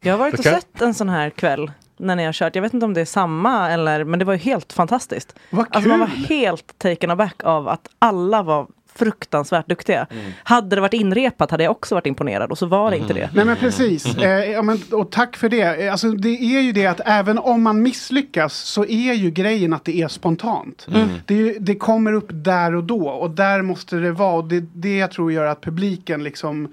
[SPEAKER 13] Jag har varit och
[SPEAKER 14] Okej.
[SPEAKER 13] sett en sån här kväll när ni har kört. Jag vet inte om det är samma eller, men det var ju helt fantastiskt. Alltså man var
[SPEAKER 14] kul!
[SPEAKER 13] helt taken aback av att alla var fruktansvärt duktiga. Hade det varit inrepat hade jag också varit imponerad och så var det inte det.
[SPEAKER 14] Nej men precis,
[SPEAKER 1] Mm.
[SPEAKER 14] eh, ja, men, och tack för det. Eh, Alltså, det är ju det att även om man misslyckas så är ju grejen att det är spontant.
[SPEAKER 15] Mm.
[SPEAKER 14] Det, är ju- det kommer upp där och då och där måste det vara. Och det, det jag tror gör att publiken liksom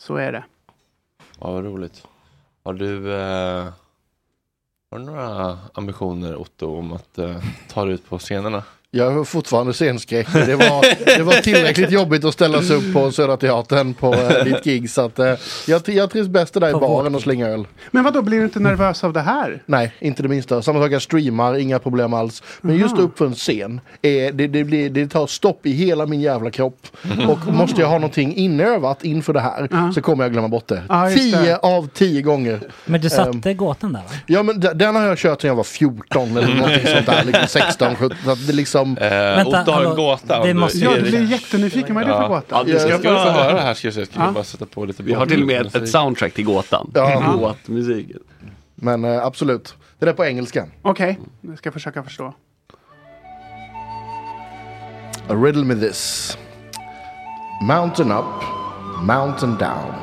[SPEAKER 14] Så är det.
[SPEAKER 1] Ja, vad roligt. Har du, eh, har du några ambitioner Otto om att eh, ta dig ut på scenerna?
[SPEAKER 6] Jag har fortfarande scenskräck. Det var, det var tillräckligt jobbigt att ställa sig upp på Södra Teatern på eh, ditt gig. Så att, eh, jag, jag trivs bäst där i baren och slänga öl.
[SPEAKER 14] Men vad då blir du inte nervös av det här?
[SPEAKER 6] Nej, inte det minsta. Samma sak, jag streamar, inga problem alls. Men just upp för en scen, eh, det, det, blir, det tar stopp i hela min jävla kropp.
[SPEAKER 14] Mm.
[SPEAKER 6] Och måste jag ha någonting inövat inför det här så kommer jag glömma bort det.
[SPEAKER 5] Ja, just
[SPEAKER 6] tio
[SPEAKER 5] det.
[SPEAKER 6] av tio gånger.
[SPEAKER 5] Men du
[SPEAKER 6] Ehm,
[SPEAKER 5] satte gåtan där va?
[SPEAKER 6] Ja men d- den har jag kört sedan jag var 14
[SPEAKER 1] Mm.
[SPEAKER 6] eller någonting sånt där. Liksom
[SPEAKER 1] <laughs>
[SPEAKER 6] 16, 17. så att Det är liksom...
[SPEAKER 1] Vänta, Otto Eh, har en hallå, gåta om det du- måste-
[SPEAKER 14] Ja, du blir jättenyfiken. Vad är det för gåta?
[SPEAKER 10] Ja, det ska
[SPEAKER 1] jag ska
[SPEAKER 10] bara-
[SPEAKER 1] få höra det här ska jag säga. Jag ska
[SPEAKER 10] Ja.
[SPEAKER 1] bara sätta på lite
[SPEAKER 10] Vi har till och med
[SPEAKER 1] bakgrundsmusik.
[SPEAKER 10] ett soundtrack till gåtan.
[SPEAKER 6] Ja.
[SPEAKER 10] Gåtmusiken.
[SPEAKER 6] Men eh, absolut. Det där på engelska.
[SPEAKER 14] Okej, jag ska försöka förstå.
[SPEAKER 6] A riddle me this. Mountain up, mountain down,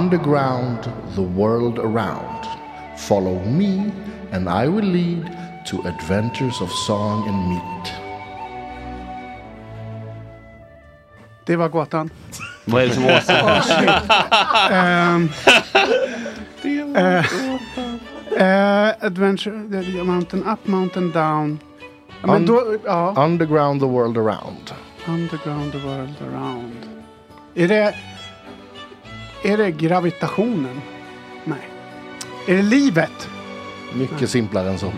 [SPEAKER 6] underground, the world around. Follow me, and I will lead to adventures of song and meat.
[SPEAKER 14] Det var gåtan.
[SPEAKER 4] Vad är det som
[SPEAKER 14] <laughs>
[SPEAKER 4] åstadkoms?
[SPEAKER 14] Åh, shit. Ehm, eh, eh, adventure, eh, mountain up, mountain down. Ja, Men
[SPEAKER 6] Un-
[SPEAKER 14] då, ja.
[SPEAKER 6] Underground, the world around.
[SPEAKER 14] Underground the world around. Är det... Är det gravitationen? Nej. Är det livet?
[SPEAKER 6] Mycket
[SPEAKER 14] Ja.
[SPEAKER 6] simplare än så.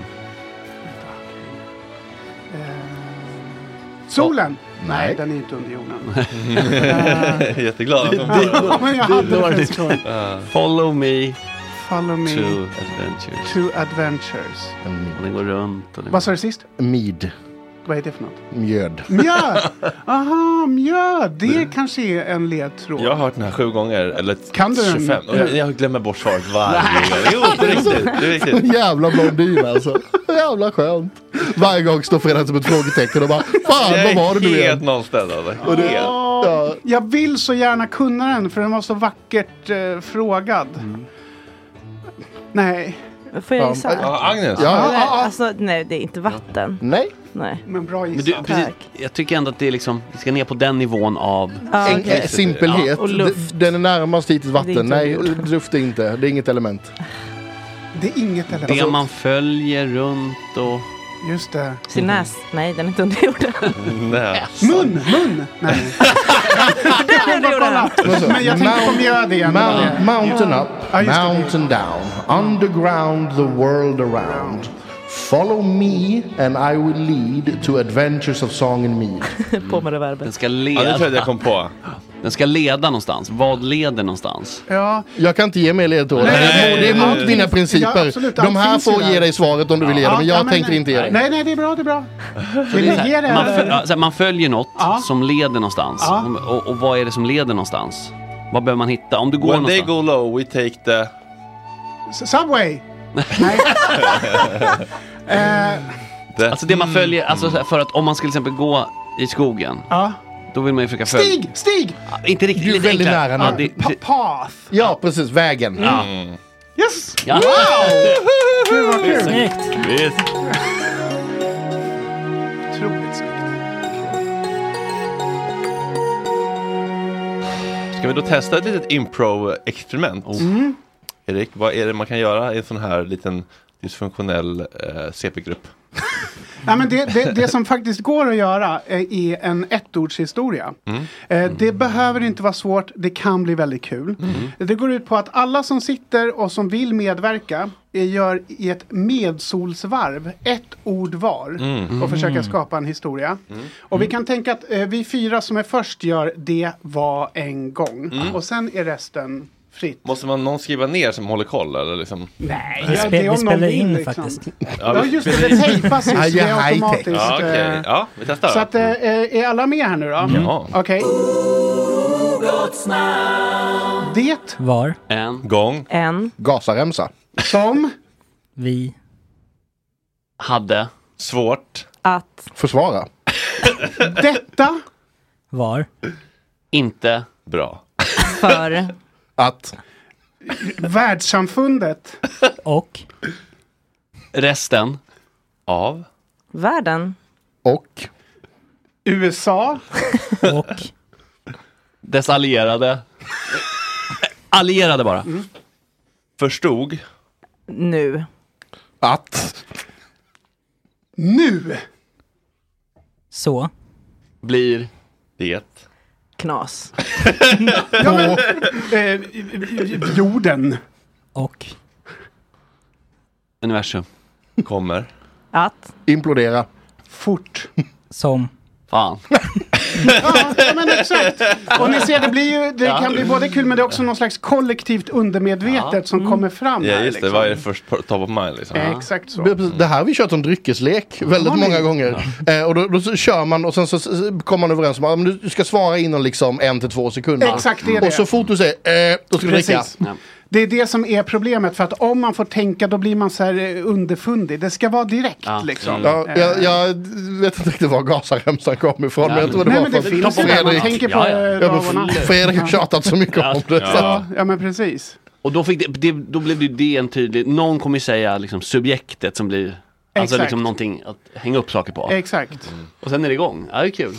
[SPEAKER 14] Solen?
[SPEAKER 6] Ja.
[SPEAKER 14] Nej,
[SPEAKER 6] Nej.
[SPEAKER 14] den är inte under
[SPEAKER 4] <laughs>
[SPEAKER 14] jorden.
[SPEAKER 6] Mm. <laughs>
[SPEAKER 4] Jätteglad.
[SPEAKER 14] Ja, men jag hade det en sekund.
[SPEAKER 4] Follow me
[SPEAKER 6] Mm.
[SPEAKER 14] Follow me
[SPEAKER 4] to adventures.
[SPEAKER 14] to adventures.
[SPEAKER 4] Och den går runt. Och den...
[SPEAKER 14] Vad sa du sist?
[SPEAKER 6] Mid.
[SPEAKER 14] Vad är det för något?
[SPEAKER 6] Mjöd.
[SPEAKER 4] <laughs>
[SPEAKER 14] Mjöd! Aha, mjöd! Det kanske är en ledtråd.
[SPEAKER 1] Jag har hört den här sju gånger, eller
[SPEAKER 14] Kan du den?
[SPEAKER 1] 25. Och jag- Jag glömmer bort svaret varje gång. <laughs> Jo, det är riktigt. Det är riktigt.
[SPEAKER 6] Jävla blondin alltså. Jävla skönt. Varje gång står Fredrik som ett frågetecken och bara Fan
[SPEAKER 1] jag
[SPEAKER 6] vad var det nu
[SPEAKER 1] är
[SPEAKER 6] igen?
[SPEAKER 1] helt nollställd av det.
[SPEAKER 6] Och det-
[SPEAKER 1] Helt.
[SPEAKER 14] Ja, Jag vill så gärna kunna den för den var så vackert eh, frågad.
[SPEAKER 4] Mm.
[SPEAKER 14] Nej.
[SPEAKER 13] Får jag gissa?
[SPEAKER 14] Ja,
[SPEAKER 13] Nej,
[SPEAKER 14] ja, ja.
[SPEAKER 13] Alltså, nej, det är inte vatten.
[SPEAKER 6] Nej.
[SPEAKER 13] Nej.
[SPEAKER 14] Men bra
[SPEAKER 4] Men du, precis, jag tycker ändå att det är liksom, det ska ner på den nivån av...
[SPEAKER 6] En, eh, simpelhet. D- Den är närmast hit till
[SPEAKER 4] Det är
[SPEAKER 6] vatten.
[SPEAKER 4] inte
[SPEAKER 6] Nej,
[SPEAKER 4] jord.
[SPEAKER 6] luft är inte. Det är inget element.
[SPEAKER 14] Det är inget
[SPEAKER 4] Det
[SPEAKER 14] element.
[SPEAKER 6] alltså-
[SPEAKER 4] man följer runt
[SPEAKER 6] <laughs>
[SPEAKER 4] och...
[SPEAKER 14] Just det.
[SPEAKER 13] Sin näs? Nej, den är inte
[SPEAKER 14] <laughs>
[SPEAKER 13] under jorden.
[SPEAKER 4] Nej.
[SPEAKER 14] Mun, mun! Nej. Jag bara kolla. Men jag tänkte på mjöd igen.
[SPEAKER 6] Mount, mountain up,
[SPEAKER 14] Ja, just det.
[SPEAKER 6] mountain down, underground, the world around. Follow me and I will lead to adventures of song and mead.
[SPEAKER 13] på med reverbet.
[SPEAKER 4] Den ska leda.
[SPEAKER 6] Ja, det tror jag jag
[SPEAKER 1] kom på.
[SPEAKER 4] Den ska leda någonstans. Vad leder någonstans?
[SPEAKER 14] Ja.
[SPEAKER 6] Jag kan inte ge mer ledtrådar. Det är mot- det är mot mina principer.
[SPEAKER 14] Ja, absolut.
[SPEAKER 6] De här
[SPEAKER 14] Allt finns ju
[SPEAKER 6] får
[SPEAKER 14] där.
[SPEAKER 6] ge dig svaret om du vill ge det, men jag tänker inte ge dig.
[SPEAKER 14] Nej, nej, det är bra, det är bra.
[SPEAKER 4] Så
[SPEAKER 14] Vill
[SPEAKER 4] det är
[SPEAKER 14] ni
[SPEAKER 4] så
[SPEAKER 14] ge
[SPEAKER 4] här,
[SPEAKER 14] det?
[SPEAKER 4] man, föl, ja, så här, man följer något
[SPEAKER 14] Ja.
[SPEAKER 4] som leder någonstans.
[SPEAKER 14] Ja.
[SPEAKER 4] Och, och vad är det som leder någonstans? Vad behöver man hitta? Om du går
[SPEAKER 1] When they
[SPEAKER 4] någonstans.
[SPEAKER 1] go low, we take the...
[SPEAKER 14] S- Subway? Eh,
[SPEAKER 4] Alltså det man
[SPEAKER 1] mm.
[SPEAKER 4] följer, alltså så här, för att om man skulle till exempel gå i skogen.
[SPEAKER 14] Ja.
[SPEAKER 4] Då vill man ju försöka följa.
[SPEAKER 14] Stig!
[SPEAKER 4] <laughs>
[SPEAKER 14] Stig!
[SPEAKER 4] Ja, Inte riktigt,
[SPEAKER 6] Du är
[SPEAKER 4] lite
[SPEAKER 6] väldigt
[SPEAKER 4] enklare.
[SPEAKER 6] nära nu.
[SPEAKER 4] Ja, det, precis.
[SPEAKER 14] Path!
[SPEAKER 6] Ja, precis. Vägen. Mm.
[SPEAKER 4] Ja.
[SPEAKER 14] Mm. Yes!
[SPEAKER 4] Ja.
[SPEAKER 14] Wow! Gud vad kul!
[SPEAKER 5] Snyggt.
[SPEAKER 4] Visst.
[SPEAKER 14] Otroligt snyggt.
[SPEAKER 1] Ska vi då testa ett litet improv-experiment?
[SPEAKER 14] Mm.
[SPEAKER 1] Erik, vad är det man kan göra i en sån här liten dysfunktionell eh, CP-grupp?
[SPEAKER 14] Nej, men det, det, det som faktiskt går att göra eh, är en ettordshistoria.
[SPEAKER 1] Mm.
[SPEAKER 14] Eh, Det behöver inte vara svårt, det kan bli väldigt kul.
[SPEAKER 16] Mm.
[SPEAKER 14] Det går ut på att alla som sitter och som vill medverka eh, gör i ett medsolsvarv ett ord var
[SPEAKER 16] Mm.
[SPEAKER 14] och försöker
[SPEAKER 16] Mm.
[SPEAKER 14] skapa en historia. Och vi kan tänka att eh, vi fyra som är först gör det var en gång
[SPEAKER 16] Mm.
[SPEAKER 14] och sen är resten fritt.
[SPEAKER 1] Måste man någon skriva ner som håller koll eller liksom?
[SPEAKER 14] Nej,
[SPEAKER 5] Vi
[SPEAKER 14] ja,
[SPEAKER 5] spe-
[SPEAKER 14] det är
[SPEAKER 5] vi
[SPEAKER 14] om någon
[SPEAKER 5] spelar in
[SPEAKER 14] vill, liksom.
[SPEAKER 5] faktiskt.
[SPEAKER 14] Ja, just det, det tejpas ju, så det är automatiskt.
[SPEAKER 1] Ja, okej.
[SPEAKER 14] eh,
[SPEAKER 1] ja vi testar.
[SPEAKER 14] Så att, eh, eh, är alla med här nu då?
[SPEAKER 1] Ja.
[SPEAKER 14] Okej. Det
[SPEAKER 5] Var?
[SPEAKER 4] En.
[SPEAKER 1] Gång.
[SPEAKER 13] En.
[SPEAKER 6] Gasaremsa.
[SPEAKER 14] Som?
[SPEAKER 5] Vi.
[SPEAKER 4] Hade.
[SPEAKER 1] Svårt.
[SPEAKER 13] Att.
[SPEAKER 1] <laughs>
[SPEAKER 6] Försvara.
[SPEAKER 14] Detta.
[SPEAKER 5] Var.
[SPEAKER 4] Inte.
[SPEAKER 1] Bra.
[SPEAKER 13] För.
[SPEAKER 6] Att.
[SPEAKER 14] Världssamfundet.
[SPEAKER 5] Och?
[SPEAKER 4] Resten. Av.
[SPEAKER 13] Världen.
[SPEAKER 6] Och.
[SPEAKER 13] <laughs>
[SPEAKER 14] USA.
[SPEAKER 5] Och.
[SPEAKER 4] Dess allierade. allierade bara.
[SPEAKER 6] Mm.
[SPEAKER 1] Förstod.
[SPEAKER 13] Nu.
[SPEAKER 6] Att.
[SPEAKER 14] Nu.
[SPEAKER 5] Så.
[SPEAKER 4] Blir.
[SPEAKER 1] Det.
[SPEAKER 13] Knas.
[SPEAKER 14] Ja, men, eh, jorden.
[SPEAKER 5] Och.
[SPEAKER 4] Universum.
[SPEAKER 1] Kommer.
[SPEAKER 13] Att.
[SPEAKER 6] Implodera.
[SPEAKER 14] Fort.
[SPEAKER 5] Som.
[SPEAKER 6] <laughs>
[SPEAKER 4] Fan.
[SPEAKER 14] Ja, ja, men exakt. Och ni ser, det, blir ju, det
[SPEAKER 1] Ja.
[SPEAKER 14] kan bli både kul men det är också någon slags kollektivt undermedvetet som
[SPEAKER 13] Mm.
[SPEAKER 14] kommer fram
[SPEAKER 1] Ja,
[SPEAKER 14] här.
[SPEAKER 1] just det.
[SPEAKER 14] liksom.
[SPEAKER 1] Vad är det först på- top of mind liksom?
[SPEAKER 14] Eh, Exakt så.
[SPEAKER 6] Det, är precis- det här har vi kört som dryckeslek väldigt
[SPEAKER 14] Har ni?
[SPEAKER 6] många gånger. Eh, och då, då så kör man och sen så, så så kommer man överens om att men du ska svara inom liksom en till två sekunder.
[SPEAKER 14] Exakt, det är det.
[SPEAKER 6] Och så fort du säger eh, då ska du dricka.
[SPEAKER 14] Precis. Det är det som är problemet för att om man får tänka då blir man så här eh, underfundig. Det ska vara direkt
[SPEAKER 1] Mm.
[SPEAKER 14] liksom.
[SPEAKER 6] Ja,
[SPEAKER 14] Eh,
[SPEAKER 6] jag, jag vet inte riktigt var Gazaremsan kom ifrån, men jag tror det
[SPEAKER 14] Nej,
[SPEAKER 6] var
[SPEAKER 14] men det
[SPEAKER 6] från
[SPEAKER 14] finns ju där. Man tänker på eh,
[SPEAKER 6] Ja, men
[SPEAKER 14] dagarna.
[SPEAKER 6] Fredrik har tjatat så mycket om det. så att-
[SPEAKER 14] Ja, ja, men precis.
[SPEAKER 4] Och då, fick det, det, då blev det ju det en tydlig, någon kommer ju säga liksom subjektet som blir, alltså
[SPEAKER 14] Exakt.
[SPEAKER 4] liksom någonting att hänga upp saker på.
[SPEAKER 14] Exakt.
[SPEAKER 4] Och sen är det igång, ja det är kul.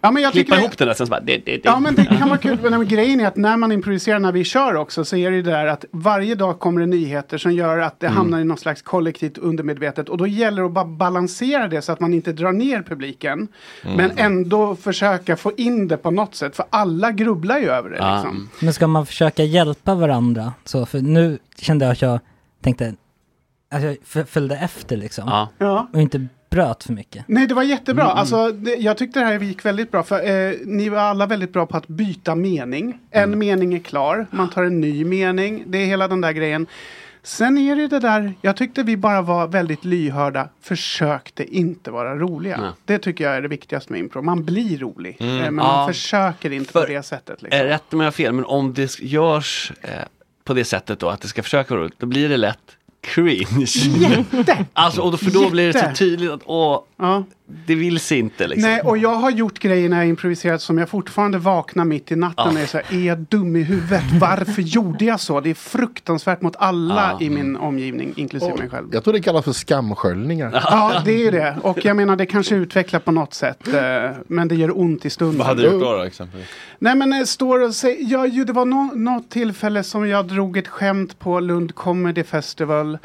[SPEAKER 14] Ja, men jag
[SPEAKER 4] Klippa
[SPEAKER 14] tycker det-
[SPEAKER 4] ihop det där sen så bara, det, det, det.
[SPEAKER 14] Eh, Ja men det kan vara kul. Men grejen är att när man improviserar när vi kör också så är det ju det där att varje dag kommer det nyheter som gör att det
[SPEAKER 4] Mm.
[SPEAKER 14] hamnar i någon slags kollektivt undermedvetet. Och då gäller det att bara balansera det så att man inte drar ner publiken.
[SPEAKER 5] Mm.
[SPEAKER 14] Men ändå försöka få in det på något sätt. För alla grubblar ju över det liksom.
[SPEAKER 5] Men ska man försöka hjälpa varandra? Så, för nu kände jag att jag tänkte, att jag f- följde efter Alltså, liksom.
[SPEAKER 14] Ja.
[SPEAKER 5] Och inte bröt för mycket.
[SPEAKER 14] Nej, det var jättebra.
[SPEAKER 5] Mm, mm.
[SPEAKER 14] Alltså, det, jag tyckte det här gick väldigt bra. För, eh, ni var alla väldigt bra på att byta mening. En
[SPEAKER 4] Mm.
[SPEAKER 14] mening är klar, man tar en ny mening. Det är hela den där grejen. Sen är det det där, jag tyckte vi bara var väldigt lyhörda. Försökte inte vara roliga.
[SPEAKER 4] Nej.
[SPEAKER 14] Det tycker jag är det viktigaste med impro. Man blir rolig,
[SPEAKER 4] Mm.
[SPEAKER 14] eh, men
[SPEAKER 4] Ja.
[SPEAKER 14] man försöker inte på det sättet. Liksom.
[SPEAKER 4] Eh, Rätt om jag har fel, men om det sk- görs eh, på det sättet då, att det ska försöka vara roligt, då blir det lätt cringe.
[SPEAKER 14] Jätte!
[SPEAKER 4] <laughs> Alltså, och då, för då blir det så
[SPEAKER 14] Jätte.
[SPEAKER 4] tydligt att åh,
[SPEAKER 14] Ja.
[SPEAKER 4] det vill sig inte liksom.
[SPEAKER 14] Nej, och jag har gjort grejer när jag improviserat som jag fortfarande vaknar mitt i natten
[SPEAKER 4] Ja.
[SPEAKER 14] och är så här, är jag dum i huvudet? Varför gjorde jag så? Det är fruktansvärt mot alla
[SPEAKER 6] Ja.
[SPEAKER 14] i min omgivning, inklusive mig själv.
[SPEAKER 6] Jag tror det kallas för skamsköljningar.
[SPEAKER 14] Ja, det är ju det. Och jag menar, det kanske utvecklar på något sätt. eh, Men det gör ont i stunden.
[SPEAKER 1] Vad hade du gjort då, då exempelvis?
[SPEAKER 14] Nej men eh, står och säger, ja ju det var nå- något tillfälle som jag drog ett skämt på Lund Comedy Festival.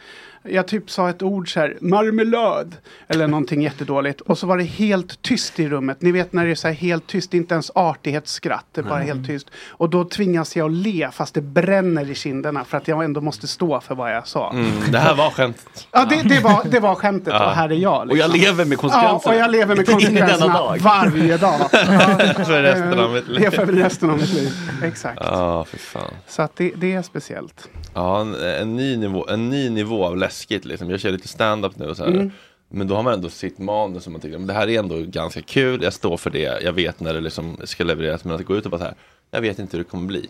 [SPEAKER 14] Jag typ sa ett ord så här, marmelad, eller någonting jättedåligt. Och så var det helt tyst i rummet. Ni vet när det är så här helt tyst, det är inte ens artighetsskratt, det är bara
[SPEAKER 4] Mm.
[SPEAKER 14] helt tyst. Och då tvingas jag att le fast det bränner i kinderna för att jag ändå måste stå för vad jag sa.
[SPEAKER 1] Mm, det här var
[SPEAKER 14] <laughs>
[SPEAKER 1] skämt.
[SPEAKER 14] Ja, det, det, var, det var skämtet och här är jag. liksom.
[SPEAKER 1] Och jag lever med
[SPEAKER 14] Ja, och
[SPEAKER 1] <laughs>
[SPEAKER 14] jag lever med konsekvenserna varje dag.
[SPEAKER 1] för resten av mitt liv.
[SPEAKER 14] Det är för resten av mitt liv. <laughs> Exakt.
[SPEAKER 1] Ja, för fan.
[SPEAKER 14] Så att det, det är speciellt.
[SPEAKER 1] Ja, en, en, ny nivå, en ny nivå av läskigt liksom. Jag kör lite stand-up nu och så här.
[SPEAKER 14] Mm.
[SPEAKER 1] Men då har man ändå sitt manus som man tycker, men det här är ändå ganska kul, jag står för det, jag vet när det liksom ska levereras, men att gå ut och bara så här, jag vet inte hur det kommer bli.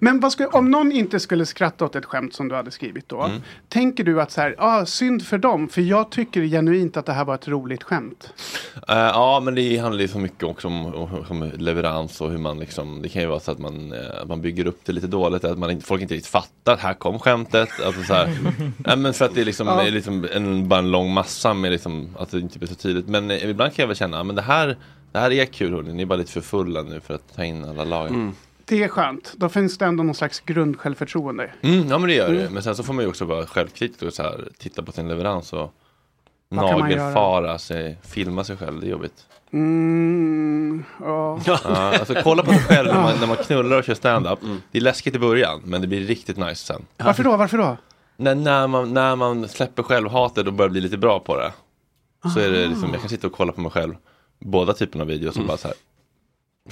[SPEAKER 14] Men vad skulle, om någon inte skulle skratta åt ett skämt som du hade skrivit då.
[SPEAKER 1] Mm.
[SPEAKER 14] Tänker du att så här, ah, synd för dem, för jag tycker genuint att det här var ett roligt skämt.
[SPEAKER 1] Eh, ja, men det handlar ju så mycket också om, om, om leverans och hur man liksom, det kan ju vara så att man, eh, att man bygger upp det lite dåligt, att man inte, folk inte riktigt fattar, här kom skämtet. Alltså så här,
[SPEAKER 14] <laughs>
[SPEAKER 1] nej, men för att det är liksom,
[SPEAKER 4] Ja.
[SPEAKER 1] det är liksom en, bara en lång massa med liksom, att det inte blir så tydligt. Men eh, ibland kan jag väl känna, "Ja, men det här, det här är kul hörni, ni är bara lite för fulla nu för att ta in alla lager. Mm.
[SPEAKER 14] Det är skönt. Då finns det ändå någon slags grundsjälvförtroende.
[SPEAKER 1] ja men det gör det.
[SPEAKER 14] Mm.
[SPEAKER 1] Men sen så får man ju också vara självkritisk och så här, titta på sin leverans och
[SPEAKER 14] Vad kan man göra?
[SPEAKER 1] nagelfara sig, filma sig själv, det är jobbigt.
[SPEAKER 14] Mm, ja.
[SPEAKER 1] Ja, alltså kolla på sig själv när man, när man knullar och kör stand-up. Det är läskigt i början, men det blir riktigt nice sen.
[SPEAKER 14] Mm. Varför då? Varför då?
[SPEAKER 1] När, när, man, när man släpper självhatet och börjar bli lite bra på det. Så är
[SPEAKER 14] Ah.
[SPEAKER 1] det liksom, jag kan sitta och kolla på mig själv. Båda typerna av videos
[SPEAKER 14] Mm.
[SPEAKER 1] och bara så här.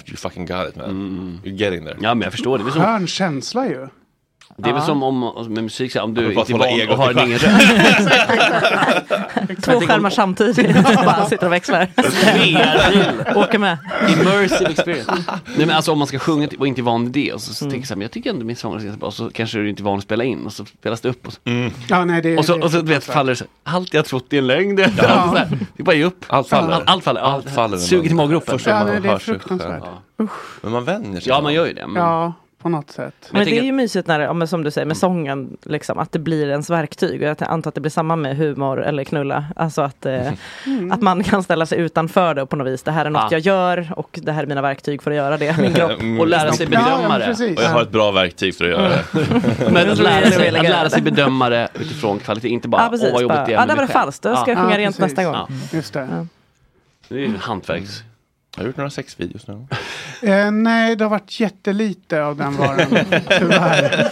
[SPEAKER 1] You fucking got it man. Mm. You're getting there.
[SPEAKER 4] Ja, men jag förstår det. Det är som-
[SPEAKER 14] Skön känsla ju.
[SPEAKER 4] Det är väl
[SPEAKER 14] Ja.
[SPEAKER 4] som om, med musik, så här, om du
[SPEAKER 1] Jag vill bara
[SPEAKER 4] inte är
[SPEAKER 1] hålla
[SPEAKER 4] van
[SPEAKER 1] egot
[SPEAKER 4] och har
[SPEAKER 1] i
[SPEAKER 4] en ingen
[SPEAKER 1] schack.
[SPEAKER 13] Två skärmar samtidigt. Bara sitter och växlar. Åker med.
[SPEAKER 4] Immersive experience. Nej men alltså om man ska sjunga och inte är van vid det och så, så tänker jag så här, men jag tycker ändå min sång är ganska bra och så kanske du inte är van att spela in och så spelas det upp och så,
[SPEAKER 1] Mm.
[SPEAKER 14] Ja, nej, det,
[SPEAKER 4] och så,
[SPEAKER 14] det,
[SPEAKER 4] och så du vet, faller det så här, allt jag trott i en lögn, <laughs> det,
[SPEAKER 1] Ja.
[SPEAKER 4] alltså, så här, det är bara ge upp.
[SPEAKER 1] Allt faller.
[SPEAKER 4] Allt, allt faller, allt
[SPEAKER 1] faller
[SPEAKER 4] faller.
[SPEAKER 1] när
[SPEAKER 4] Suget i
[SPEAKER 1] man-
[SPEAKER 4] maggropen.
[SPEAKER 1] första man hör sig
[SPEAKER 14] fruktansvärt.
[SPEAKER 1] själv. Men man vänjer sig.
[SPEAKER 4] liksom. Ja man gör ju det. Men...
[SPEAKER 14] Ja, på något sätt.
[SPEAKER 4] Men
[SPEAKER 13] Men
[SPEAKER 4] jag
[SPEAKER 13] det är
[SPEAKER 4] tänker-
[SPEAKER 13] ju mysigt när det, ja, men som du säger,
[SPEAKER 1] Mm.
[SPEAKER 13] med sången, liksom, att det blir ens verktyg. Och jag antar att det blir samma med humor eller knulla. Alltså att, eh,
[SPEAKER 1] Mm.
[SPEAKER 13] att man kan ställa sig utanför det och på något vis. Det här är något
[SPEAKER 4] Ja.
[SPEAKER 13] jag gör och det här är mina verktyg för att göra det. Min kropp.
[SPEAKER 1] Mm. Ah. <laughs> Och lära sig bedöma
[SPEAKER 13] Ja, ja,
[SPEAKER 4] det.
[SPEAKER 13] precis.
[SPEAKER 1] Och jag har ett bra verktyg för att göra det.
[SPEAKER 4] <laughs> Men att lära, sig,
[SPEAKER 13] lägga
[SPEAKER 4] att lära
[SPEAKER 13] det.
[SPEAKER 4] sig bedöma det utifrån kvalitet, inte bara
[SPEAKER 13] Ja, precis.
[SPEAKER 4] åh vad jobbigt
[SPEAKER 13] Bara,
[SPEAKER 4] det är
[SPEAKER 13] ja,
[SPEAKER 4] med mig
[SPEAKER 13] där var det
[SPEAKER 4] själv."
[SPEAKER 13] falskt. Då ska jag sjunga rent nästa gång.
[SPEAKER 4] Ja.
[SPEAKER 14] Just det.
[SPEAKER 4] Det är ju hantverks...
[SPEAKER 1] Jag har gjort några sexvideos nu.
[SPEAKER 14] Eh, nej, det har varit jättelite av
[SPEAKER 1] <laughs>
[SPEAKER 14] den varan. Tyvärr.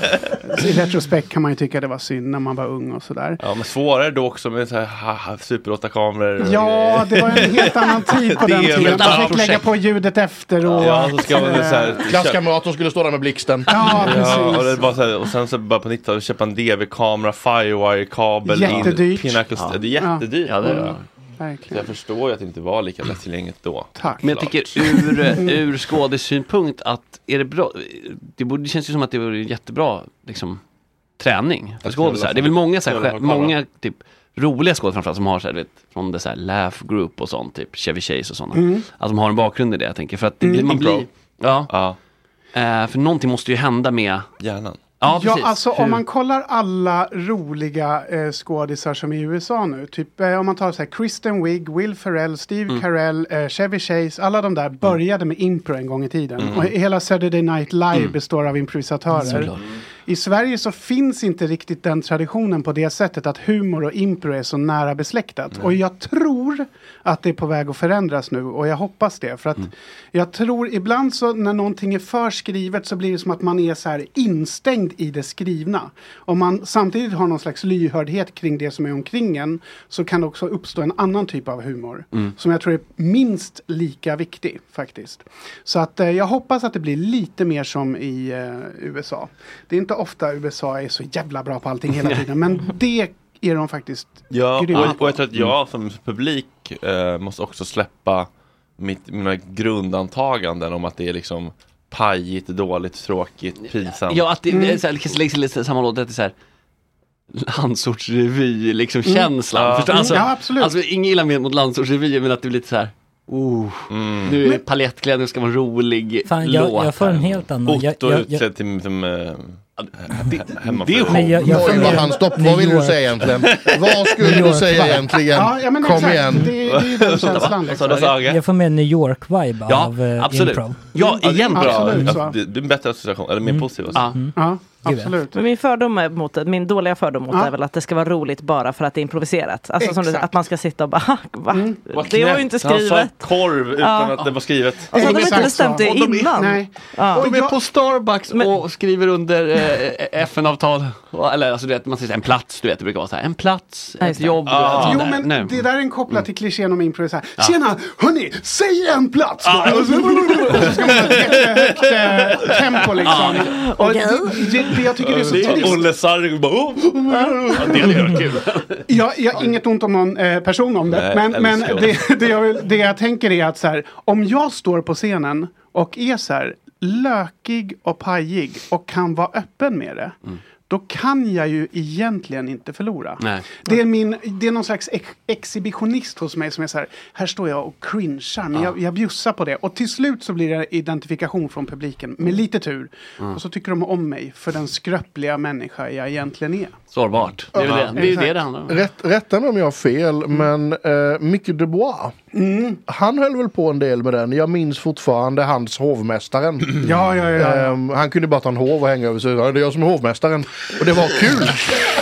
[SPEAKER 14] I retrospekt kan man ju tycka det var synd när man var ung och sådär.
[SPEAKER 1] Ja men svårare då också med så här ha- ha- super 8 kameror och
[SPEAKER 14] Ja, det var en helt annan tid
[SPEAKER 1] <laughs>
[SPEAKER 14] på
[SPEAKER 1] Det är
[SPEAKER 14] den
[SPEAKER 1] väl
[SPEAKER 14] tiden.
[SPEAKER 1] ett
[SPEAKER 14] Man
[SPEAKER 1] annat
[SPEAKER 14] fick lägga
[SPEAKER 1] projekt.
[SPEAKER 14] på ljudet efteråt.
[SPEAKER 1] Ja, så ska man väl så här-
[SPEAKER 6] Klasskamrater skulle stå där med blixten.
[SPEAKER 14] Ja,
[SPEAKER 1] Ja, och, det var så här, och sen så bara på 90-talet köpa en DV-kamera, Firewire-kabel,
[SPEAKER 14] Jättedyrt.
[SPEAKER 1] In, Pinnacle,
[SPEAKER 14] Ja.
[SPEAKER 1] Det är jättedyrt.
[SPEAKER 4] Ja, det är det.
[SPEAKER 1] Så jag förstår ju att det inte var lika lättillgängligt då.
[SPEAKER 14] Tack.
[SPEAKER 4] Men jag tycker ur,
[SPEAKER 10] eh,
[SPEAKER 4] ur skådesynpunkt att är det bra, det, borde, det känns ju som att det vore jättebra liksom,
[SPEAKER 10] träning för
[SPEAKER 1] Jag
[SPEAKER 10] skådisar.
[SPEAKER 1] skulle
[SPEAKER 10] Det är väl många, så här,
[SPEAKER 1] vilja
[SPEAKER 10] själv-
[SPEAKER 1] kolla.
[SPEAKER 10] många typ, roliga skådisar framförallt som har så här, du vet, från det så här laugh group och sånt, typ Chevy Chase och sådana.
[SPEAKER 1] Mm.
[SPEAKER 10] Att de har en bakgrund i det, jag tänker. För att det,
[SPEAKER 1] Mm.
[SPEAKER 10] man
[SPEAKER 1] Impro.
[SPEAKER 10] blir... Ja. Eh, för någonting måste ju hända med...
[SPEAKER 1] Hjärnan.
[SPEAKER 10] Ja,
[SPEAKER 14] Ja,
[SPEAKER 10] precis.
[SPEAKER 14] alltså
[SPEAKER 10] Hur-
[SPEAKER 14] om man kollar alla roliga eh, skådisar som är i USA nu. Typ eh, om man tar så här Kristen Wiig, Will Ferrell, Steve
[SPEAKER 1] Mm.
[SPEAKER 14] Carell, eh, Chevy Chase. Alla de där började med impro en gång i tiden.
[SPEAKER 1] Mm.
[SPEAKER 14] Och hela Saturday Night Live
[SPEAKER 1] Mm.
[SPEAKER 14] består av improvisatörer. <laughs>
[SPEAKER 1] Såklart.
[SPEAKER 14] I Sverige så finns inte riktigt den traditionen på det sättet att humor och impro är så nära besläktat. Och jag tror att det är på väg att förändras nu och jag hoppas det. För att jag tror ibland så när någonting är för skrivet så blir det som att man är så här instängd i det skrivna. Om man samtidigt har någon slags lyhördhet kring det som är omkring en så kan det också uppstå en annan typ av humor.
[SPEAKER 1] Mm.
[SPEAKER 14] Som jag tror är minst lika viktig faktiskt. Så att eh, jag hoppas att det blir lite mer som i eh, USA. Det är inte ofta USA är så jävla bra på allting hela tiden. men det är de faktiskt
[SPEAKER 1] Ja,
[SPEAKER 14] grymma
[SPEAKER 1] och,
[SPEAKER 14] på. Mm.
[SPEAKER 1] och jag tror att jag som publik eh, måste också släppa mitt, mina grundantaganden om att det är liksom pajigt, dåligt, tråkigt, pinsamt.
[SPEAKER 10] Ja, att det
[SPEAKER 1] Mm.
[SPEAKER 10] det
[SPEAKER 4] Mm.
[SPEAKER 10] är så här, kanske läggs lite samma låt, att det är så här landsortsrevy, liksom
[SPEAKER 1] Mm.
[SPEAKER 10] känslan.
[SPEAKER 1] Ja.
[SPEAKER 10] Förstår,
[SPEAKER 1] Mm,
[SPEAKER 10] alltså,
[SPEAKER 1] ja,
[SPEAKER 10] absolut. Alltså, inget illa men mot landsortsrevyer, men att det blir lite så här, oh,
[SPEAKER 14] Mm.
[SPEAKER 10] nu är det palettklädd, nu ska man rolig
[SPEAKER 5] Fan, jag-
[SPEAKER 10] låt.
[SPEAKER 5] jag får en helt annan. Jag-
[SPEAKER 1] Otto
[SPEAKER 5] jag- jag-
[SPEAKER 1] utsedd till, som eh, he- hemmafru.
[SPEAKER 5] det är Men jag- jag Oj, funderar- vad han stopp- vad New vill du York. säga egentligen? Vad skulle New du York, säga va? egentligen?
[SPEAKER 14] Ja, ja, men
[SPEAKER 5] Kom
[SPEAKER 14] exakt.
[SPEAKER 5] igen.
[SPEAKER 14] Det, det är
[SPEAKER 5] <laughs>
[SPEAKER 14] ju den känslan. liksom.
[SPEAKER 5] Jag får mer New York-vibe av eh, improv. Mm.
[SPEAKER 1] det är
[SPEAKER 14] egentligen.
[SPEAKER 1] bra.
[SPEAKER 14] Mm, Absolut,
[SPEAKER 1] Ja,
[SPEAKER 14] så.
[SPEAKER 1] det, det är en bättre association, eller mer positiv association.
[SPEAKER 14] Ja,
[SPEAKER 1] Gud, Mm. ja.
[SPEAKER 14] absolut.
[SPEAKER 13] Men min fördom är mot det, min dåliga fördom mot
[SPEAKER 14] Ja.
[SPEAKER 13] det är väl att det ska vara roligt bara för att det är improviserat. Alltså som du,
[SPEAKER 14] Exakt.
[SPEAKER 13] att man ska sitta och bara, "Hack, va?
[SPEAKER 14] Mm.
[SPEAKER 1] Vad
[SPEAKER 13] Det var
[SPEAKER 1] knäppt.
[SPEAKER 13] ju inte
[SPEAKER 1] Mm. Han
[SPEAKER 13] skrivet.
[SPEAKER 1] sa korv utan
[SPEAKER 13] Ja.
[SPEAKER 1] att det var skrivet.
[SPEAKER 13] Och så hade de inte
[SPEAKER 10] Exakt
[SPEAKER 13] bestämt
[SPEAKER 10] så.
[SPEAKER 13] det
[SPEAKER 10] Och de är-
[SPEAKER 13] innan.
[SPEAKER 10] nej.
[SPEAKER 13] Ja.
[SPEAKER 10] De är på Starbucks och skriver under eh, FN-avtal. Och- Eller alltså, du vet, man säger så här, en plats, du vet, det brukar vara så här, en plats, ett jobb. du vet,
[SPEAKER 1] Ah,
[SPEAKER 10] sånt
[SPEAKER 14] Jo
[SPEAKER 10] där.
[SPEAKER 14] men
[SPEAKER 10] Nej.
[SPEAKER 14] det där är en kopplat till klichén om impro. Så här,
[SPEAKER 10] Ja.
[SPEAKER 14] Tjena, hörni, säg en plats!
[SPEAKER 10] Ja.
[SPEAKER 14] bara." Och så <laughs> och så ska man ha ett jättehögt eh, tempo liksom.
[SPEAKER 1] Ja.
[SPEAKER 14] <laughs> Och det, det, det jag tycker det är så trist.
[SPEAKER 1] Olle Sarg bara... "Oh, oh, oh, oh." Ja, Det hade ju varit kul.
[SPEAKER 14] Jag, jag har inget ont om någon eh, person om det.
[SPEAKER 1] Nej,
[SPEAKER 14] men men
[SPEAKER 1] älskar
[SPEAKER 14] det, det, jag vill, det jag tänker är att så här, om jag står på scenen och är så här lökig och pajig och kan vara öppen med det. Då kan jag ju egentligen inte förlora.
[SPEAKER 10] Nej.
[SPEAKER 14] Det är, min, det är någon slags ex- exhibitionist hos mig som är så här, här står jag och cringear, men jag, jag bjussar på det. Och till slut så blir det identifikation från publiken, med lite tur.
[SPEAKER 10] Mm.
[SPEAKER 14] Och så tycker de om mig för den skröpliga människa jag egentligen är.
[SPEAKER 10] Sårbart. Det är ju det det, är ju det, det handlar om. Mm.
[SPEAKER 6] Rätt, rätta mig om jag har fel, men eh, Micke Dubois. Han höll väl på en del med den. Jag minns fortfarande hans hovmästaren.
[SPEAKER 14] <clears throat> Ja, ja, ja, ja.
[SPEAKER 6] Ehm, han kunde bara ta en hov och hänga över sig. Ja, Det är jag som är hovmästaren. Och det var kul.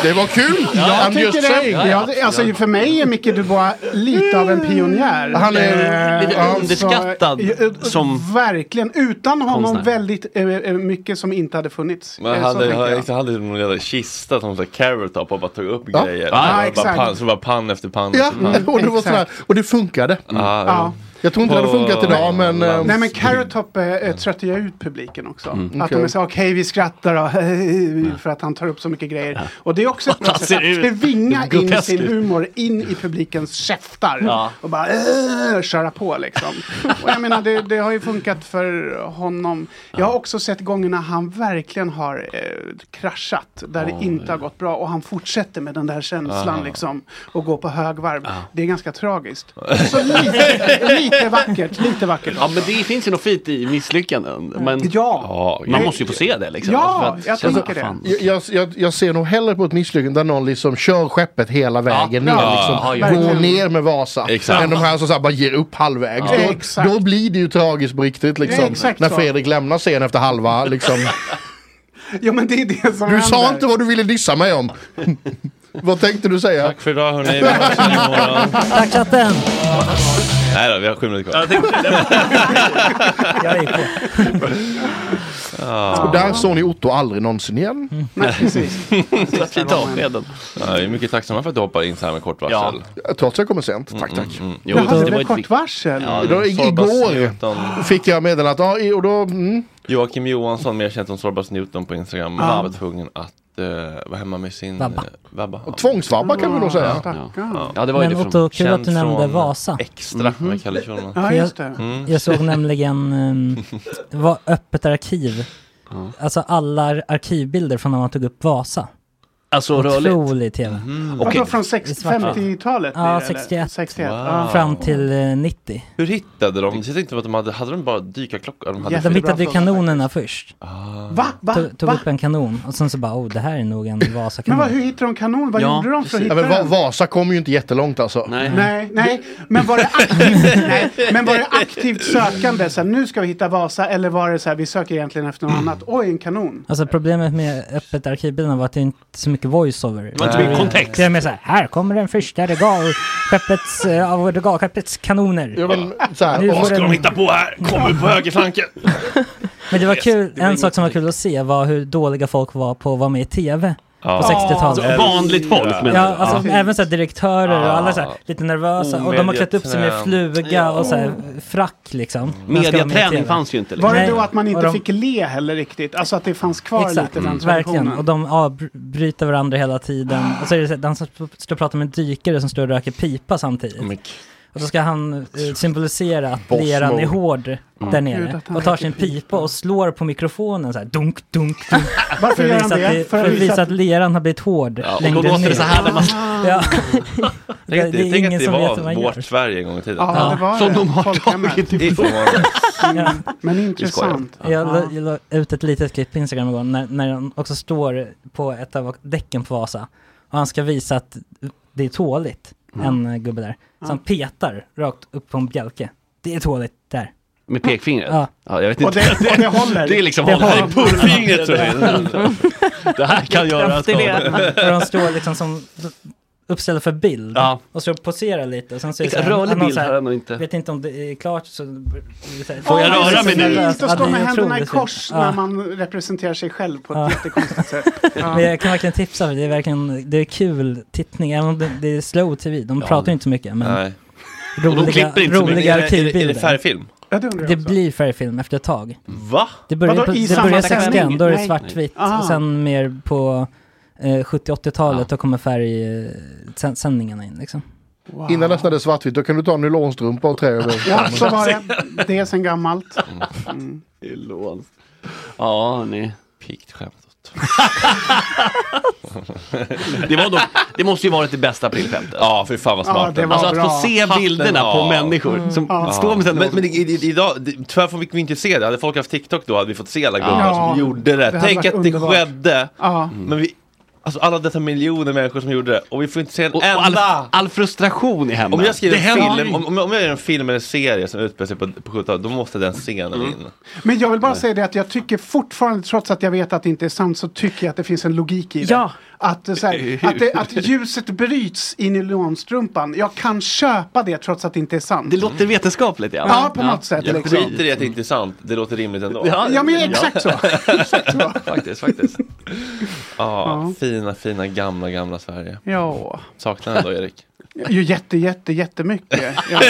[SPEAKER 6] Det var kul.
[SPEAKER 14] jag
[SPEAKER 6] I'm just
[SPEAKER 14] tycker det.
[SPEAKER 6] saying.
[SPEAKER 14] Ja, det- alltså, för mig är Micke Dubois lite av en pionjär.
[SPEAKER 6] Han är-
[SPEAKER 14] Eh,
[SPEAKER 6] Lite underskattad
[SPEAKER 14] ja, eh,
[SPEAKER 10] som
[SPEAKER 14] Verkligen. Utan honom
[SPEAKER 1] konstnär.
[SPEAKER 14] väldigt eh, eh, mycket som inte hade funnits. Eh,
[SPEAKER 1] Men
[SPEAKER 14] så
[SPEAKER 1] hade,
[SPEAKER 14] tänker jag.
[SPEAKER 1] hade, hade, hade någon jävla kista som såhär carrot top och bara tog upp
[SPEAKER 6] Ja.
[SPEAKER 1] grejer.
[SPEAKER 6] Ja,
[SPEAKER 1] bara,
[SPEAKER 6] exakt.
[SPEAKER 1] Pan, så var pann efter pann
[SPEAKER 6] Ja,
[SPEAKER 5] <laughs>
[SPEAKER 1] efter pann. Ah,
[SPEAKER 6] och det var sådär. Och det funkade.
[SPEAKER 1] Ja,
[SPEAKER 14] Ja.
[SPEAKER 6] Jag tror inte det hade
[SPEAKER 1] På-
[SPEAKER 6] funkat idag, men... ehm,
[SPEAKER 10] alltså.
[SPEAKER 14] Nej men Carrot Top eh, eh, tröttar ju ut publiken också.
[SPEAKER 6] Mm.
[SPEAKER 14] Att de är
[SPEAKER 6] Okej.
[SPEAKER 14] så okej vi skrattar då, <laughs> för att han tar upp så mycket grejer. Och det är också ett
[SPEAKER 6] <laughs> Han
[SPEAKER 14] sätt
[SPEAKER 6] ser
[SPEAKER 14] att
[SPEAKER 6] ut.
[SPEAKER 14] tvinga in
[SPEAKER 6] Grotesk
[SPEAKER 14] sin
[SPEAKER 6] ut.
[SPEAKER 14] humor in i publikens käftar.
[SPEAKER 6] Ja.
[SPEAKER 14] Och bara eh, köra på
[SPEAKER 6] <laughs>
[SPEAKER 14] liksom. Och jag menar det, det har ju funkat för honom. Jag har också sett gånger när han verkligen har eh, kraschat. Där det
[SPEAKER 1] Oj.
[SPEAKER 14] inte har gått bra och han fortsätter med den där känslan
[SPEAKER 1] Ah.
[SPEAKER 14] liksom. Och går på
[SPEAKER 6] Ah.
[SPEAKER 14] högvarv. Det är
[SPEAKER 6] <laughs>
[SPEAKER 14] ganska tragiskt. Så lite, lite vackert, lite vackert.
[SPEAKER 10] Ja, men det finns ju något fint i misslyckanden. Men
[SPEAKER 1] ja.
[SPEAKER 10] man måste ju få se det liksom. För att känna, fan.
[SPEAKER 6] Jag, jag, jag, jag ser nog hellre på ett misslyckande där någon liksom kör skeppet hela vägen ner.
[SPEAKER 1] ja,
[SPEAKER 6] Liksom,
[SPEAKER 1] ja,
[SPEAKER 6] går
[SPEAKER 1] verkligen.
[SPEAKER 6] ner med Vasa.
[SPEAKER 1] Exakt.
[SPEAKER 6] Än de här som så här bara ger upp halvvägs.
[SPEAKER 1] Ja.
[SPEAKER 6] Då,
[SPEAKER 1] Exakt.
[SPEAKER 6] då blir det ju tragiskt på riktigt. Liksom,
[SPEAKER 14] Ja, exakt
[SPEAKER 6] när
[SPEAKER 14] så.
[SPEAKER 6] Fredrik lämnar scenen efter halva.
[SPEAKER 14] <laughs>
[SPEAKER 6] Liksom.
[SPEAKER 14] Ja men det är det som
[SPEAKER 6] Du
[SPEAKER 14] händer.
[SPEAKER 6] sa inte vad du ville dissa mig om. vad tänkte du säga? Tack
[SPEAKER 1] för idag hörni. Vi hörs imorgon.
[SPEAKER 5] Tack
[SPEAKER 1] <laughs>
[SPEAKER 5] chatten!
[SPEAKER 1] Nej då, vi har sju minuter kvar.
[SPEAKER 6] Och där såg ni Otto aldrig någonsin igen.
[SPEAKER 14] Mm. Nej, precis.
[SPEAKER 10] Fint avskeden.
[SPEAKER 1] Ja, vi är mycket tacksamma för att du hoppar in så här med kort varsel.
[SPEAKER 6] Trots att jag kommer sent. Tack, tack.
[SPEAKER 1] Mm, Jo, Jaha, det det var var ett kort
[SPEAKER 14] viktigt- varsel.
[SPEAKER 1] Ja, det
[SPEAKER 6] Då,
[SPEAKER 1] var
[SPEAKER 6] i-
[SPEAKER 1] Sorbas
[SPEAKER 6] igår
[SPEAKER 1] Newton.
[SPEAKER 6] fick jag meddelandet. Ja, i- och då... Mm.
[SPEAKER 1] Joakim Johansson, mer känd som Sorbas Newton på Instagram,
[SPEAKER 6] Ja.
[SPEAKER 1] var tvungen att eh, vara hemma med sin
[SPEAKER 6] Vabba.
[SPEAKER 1] eh, vabba.
[SPEAKER 6] Och tvångsvabba kan vi nog säga.
[SPEAKER 1] Ja,
[SPEAKER 5] Men Otto, kul att
[SPEAKER 1] Känd
[SPEAKER 5] du nämnde
[SPEAKER 1] från
[SPEAKER 5] Vasa.
[SPEAKER 1] Extra med Mm. Kalle Schulman.
[SPEAKER 5] För jag, jag såg nämligen, um, det var öppet arkiv. Alltså alla ar- arkivbilder från när man tog upp Vasa.
[SPEAKER 10] Alltså rörligt?
[SPEAKER 5] Otrolig tv.
[SPEAKER 10] Mm.
[SPEAKER 14] Vadå,
[SPEAKER 10] Okej.
[SPEAKER 14] Alltså, från sex-
[SPEAKER 5] I svartvitt.
[SPEAKER 14] 50-talet blir det,
[SPEAKER 5] Ja,
[SPEAKER 14] eller?
[SPEAKER 5] 61.
[SPEAKER 14] 61,
[SPEAKER 1] Wow.
[SPEAKER 14] ja.
[SPEAKER 5] Fram till eh, 90.
[SPEAKER 1] Hur hittade de? Det känns inte som att de hade, hade de bara dykarklockor? De hade
[SPEAKER 5] De hittade ju kanonerna först.
[SPEAKER 14] Va? Va?
[SPEAKER 5] Tog, tog
[SPEAKER 14] Va?
[SPEAKER 5] upp en kanon och sen så bara, oh det här är nog en
[SPEAKER 14] Men
[SPEAKER 5] Vasakanon.
[SPEAKER 14] vad, hur hittade de kanon? Vad gjorde de för att hitta
[SPEAKER 6] men, Va-
[SPEAKER 14] den?
[SPEAKER 6] Vasa kom ju inte jättelångt alltså.
[SPEAKER 14] Nej, nej, men var det aktivt, nej, men var det aktivt sökande? Så här, nu ska vi hitta Vasa eller var det så här, vi söker egentligen efter något annat? Oj, en kanon.
[SPEAKER 5] Alltså problemet med öppet arkivbilderna var att det inte är så mycket voiceover.
[SPEAKER 14] var inte så mycket kontext.
[SPEAKER 5] Eh, Det är mer såhär, här kommer den första regalskeppets, eh, av regalskeppets kanoner.
[SPEAKER 6] Ja, men, så här,
[SPEAKER 5] Nu
[SPEAKER 6] vad
[SPEAKER 5] får
[SPEAKER 6] ska
[SPEAKER 5] den-
[SPEAKER 6] de hitta
[SPEAKER 1] på här? Kommer på
[SPEAKER 5] <laughs>
[SPEAKER 1] högerflanken!
[SPEAKER 5] Men det var kul,
[SPEAKER 1] var
[SPEAKER 5] en sak som var kul att se var hur dåliga folk var på att vara med i TV.
[SPEAKER 10] Ja.
[SPEAKER 5] På 60-talet.
[SPEAKER 10] Så vanligt folk, menar du?
[SPEAKER 5] Ja, alltså
[SPEAKER 10] Ja.
[SPEAKER 5] även såhär direktörer och alla såhär lite nervösa. alltså, Och de har klätt upp sig med
[SPEAKER 10] Omedvetna.
[SPEAKER 5] fluga och såhär frack liksom. Man ska vara med i
[SPEAKER 10] Mm. Mediaträning
[SPEAKER 5] TV.
[SPEAKER 10] fanns ju inte. liksom.
[SPEAKER 14] Var det
[SPEAKER 5] Nej.
[SPEAKER 14] då att man inte
[SPEAKER 5] Och de-
[SPEAKER 14] fick le heller riktigt? Alltså att det fanns kvar
[SPEAKER 5] Exakt,
[SPEAKER 14] lite den
[SPEAKER 5] mm, verkligen. Och
[SPEAKER 14] traditionen?
[SPEAKER 5] de avbryter varandra hela tiden. Och så är det så här, de som står och pratar med en dykare som står och röker pipa samtidigt. och så ska han eh, symbolisera att
[SPEAKER 9] Boss
[SPEAKER 5] leran
[SPEAKER 9] mode.
[SPEAKER 5] är hård
[SPEAKER 9] Mm.
[SPEAKER 5] där
[SPEAKER 9] Gud,
[SPEAKER 5] nere.
[SPEAKER 9] att han
[SPEAKER 5] Och tar
[SPEAKER 9] röker
[SPEAKER 5] sin pipa och slår på mikrofonen så här dunk, dunk, dunk.
[SPEAKER 14] Varför
[SPEAKER 5] att
[SPEAKER 14] gör han
[SPEAKER 5] visa
[SPEAKER 14] det?
[SPEAKER 5] att För att visa att leran har blivit hård
[SPEAKER 1] Ja, och då
[SPEAKER 5] längre
[SPEAKER 1] låter
[SPEAKER 5] ner.
[SPEAKER 1] det så här när man-
[SPEAKER 5] ja.
[SPEAKER 1] Det
[SPEAKER 5] <laughs>
[SPEAKER 1] är,
[SPEAKER 5] Ah, det är
[SPEAKER 1] tänk
[SPEAKER 5] ingen
[SPEAKER 1] att det
[SPEAKER 5] som vet hur
[SPEAKER 1] var
[SPEAKER 5] man
[SPEAKER 1] vårt
[SPEAKER 5] gör.
[SPEAKER 1] Sverige en gång i tiden.
[SPEAKER 5] Ja, det var
[SPEAKER 1] Som
[SPEAKER 5] det.
[SPEAKER 1] de har
[SPEAKER 14] Folkhemmet.
[SPEAKER 1] tagit ifrån
[SPEAKER 5] Ja.
[SPEAKER 14] Men
[SPEAKER 1] intressant.
[SPEAKER 5] Jag la, jag la ut ett litet klipp på Instagram igår när, när han också står på ett av däcken på Vasa. Och han ska visa att det är tåligt, en eh, gubbe där. Så
[SPEAKER 14] Ja.
[SPEAKER 5] han petar rakt upp på en bjälke. Det är tåligt, där.
[SPEAKER 10] Med pekfingret?
[SPEAKER 5] Ja.
[SPEAKER 10] jag vet
[SPEAKER 5] Och
[SPEAKER 10] inte.
[SPEAKER 5] det- och det håller.
[SPEAKER 10] <laughs> Det är liksom
[SPEAKER 5] Det
[SPEAKER 10] håller. Det är
[SPEAKER 5] håller.
[SPEAKER 10] purrfingret tror
[SPEAKER 5] <laughs>
[SPEAKER 10] jag. Det här kan göra
[SPEAKER 5] Och de står liksom som uppställda för bild.
[SPEAKER 10] Ja.
[SPEAKER 5] Och så poserar lite. Och sen så är det
[SPEAKER 10] Exakt,
[SPEAKER 5] så här-
[SPEAKER 10] rörlig
[SPEAKER 5] han har
[SPEAKER 10] bild
[SPEAKER 5] så här-
[SPEAKER 10] har han nog inte.
[SPEAKER 5] Vet inte om det är klart så...
[SPEAKER 10] Får jag
[SPEAKER 14] Åh,
[SPEAKER 10] röra mig
[SPEAKER 14] Det
[SPEAKER 10] nu?
[SPEAKER 14] är så fint att
[SPEAKER 5] Ja,
[SPEAKER 14] stå
[SPEAKER 5] det är
[SPEAKER 14] med händerna i
[SPEAKER 5] otroligt
[SPEAKER 14] kors
[SPEAKER 5] fint.
[SPEAKER 14] när
[SPEAKER 5] Ja.
[SPEAKER 14] man representerar sig själv på ett
[SPEAKER 5] Ja.
[SPEAKER 14] jättekonstigt sätt.
[SPEAKER 5] <laughs> Men jag kan verkligen tipsa, för det är verkligen det är kul tittning, även om det, det är slow tv. De
[SPEAKER 1] Ja.
[SPEAKER 5] pratar ju inte så mycket, men
[SPEAKER 1] Nej. Och
[SPEAKER 5] <laughs>
[SPEAKER 1] de
[SPEAKER 5] roliga,
[SPEAKER 1] klipper inte så mycket.
[SPEAKER 5] roliga
[SPEAKER 1] Är det- är det- är det
[SPEAKER 5] arkivbilder.
[SPEAKER 1] färgfilm?
[SPEAKER 14] Ja, det undrar jag
[SPEAKER 5] Det
[SPEAKER 14] också.
[SPEAKER 5] blir färgfilm efter ett tag.
[SPEAKER 1] Va?
[SPEAKER 5] Det börjar,
[SPEAKER 14] Vadå,
[SPEAKER 5] på,
[SPEAKER 14] i
[SPEAKER 5] det
[SPEAKER 14] samma
[SPEAKER 5] börjar
[SPEAKER 14] sändning?
[SPEAKER 5] 61, då är det
[SPEAKER 14] Nej.
[SPEAKER 5] svartvitt.
[SPEAKER 14] Aha.
[SPEAKER 5] Och sen mer på eh, 70-80-talet, då kommer färgsändningarna in liksom.
[SPEAKER 6] Innan nästan det är svartvitt, då kan du ta en nylonstrumpa och trä över.
[SPEAKER 14] <laughs> Ja, så var det. Det är sen gammalt. Mm.
[SPEAKER 10] Nylon. Ja, ni.
[SPEAKER 1] Piggt skämtat.
[SPEAKER 10] <laughs> det, var dock, det måste ju varit det bästa aprilskämtet.
[SPEAKER 1] Ja, för fan vad smart.
[SPEAKER 10] Ja, det var Alltså, att bra. få se bilderna på människor som står med sina-
[SPEAKER 1] Men, men i, i, idag, det- tyvärr fick vi inte se det. Hade folk haft TikTok då hade vi fått se alla
[SPEAKER 10] Ja.
[SPEAKER 1] gubbar som
[SPEAKER 10] Ja.
[SPEAKER 1] gjorde det.
[SPEAKER 10] Det hade
[SPEAKER 1] Tänk
[SPEAKER 10] varit
[SPEAKER 1] att
[SPEAKER 10] underbart.
[SPEAKER 1] det skedde. Mm.
[SPEAKER 14] Ja.
[SPEAKER 1] Men vi, alltså alla dessa miljoner människor som gjorde det. Och vi får inte se en enda.
[SPEAKER 10] all, all frustration i hemmet.
[SPEAKER 1] Om jag skriver
[SPEAKER 10] Det händer
[SPEAKER 1] en
[SPEAKER 10] ju.
[SPEAKER 1] film, om, om, jag- om jag gör en film eller serie som utspelar sig på, på 70-talet, då måste den scenen in.
[SPEAKER 14] Men jag vill bara säga det att jag tycker fortfarande, trots att jag vet att det inte är sant, så tycker jag att det finns en logik i det.
[SPEAKER 1] Ja.
[SPEAKER 14] Att, så här, att, det, att ljuset bryts i nylonstrumpan. Jag kan köpa det trots att det inte är sant. Det
[SPEAKER 10] låter vetenskapligt
[SPEAKER 14] ja. Ja, på något sätt.
[SPEAKER 1] Jag
[SPEAKER 14] liksom.
[SPEAKER 1] skiter i att det inte är sant, det låter rimligt ändå.
[SPEAKER 14] Ja, ja, men
[SPEAKER 1] <laughs>
[SPEAKER 14] exakt så. Exakt <laughs> så.
[SPEAKER 1] faktiskt, faktiskt. ja, fina, fina gamla, gamla Sverige.
[SPEAKER 14] Ja.
[SPEAKER 1] Saknar den då, Erik?
[SPEAKER 14] Ju jätte, jätte, jättemycket. Ja,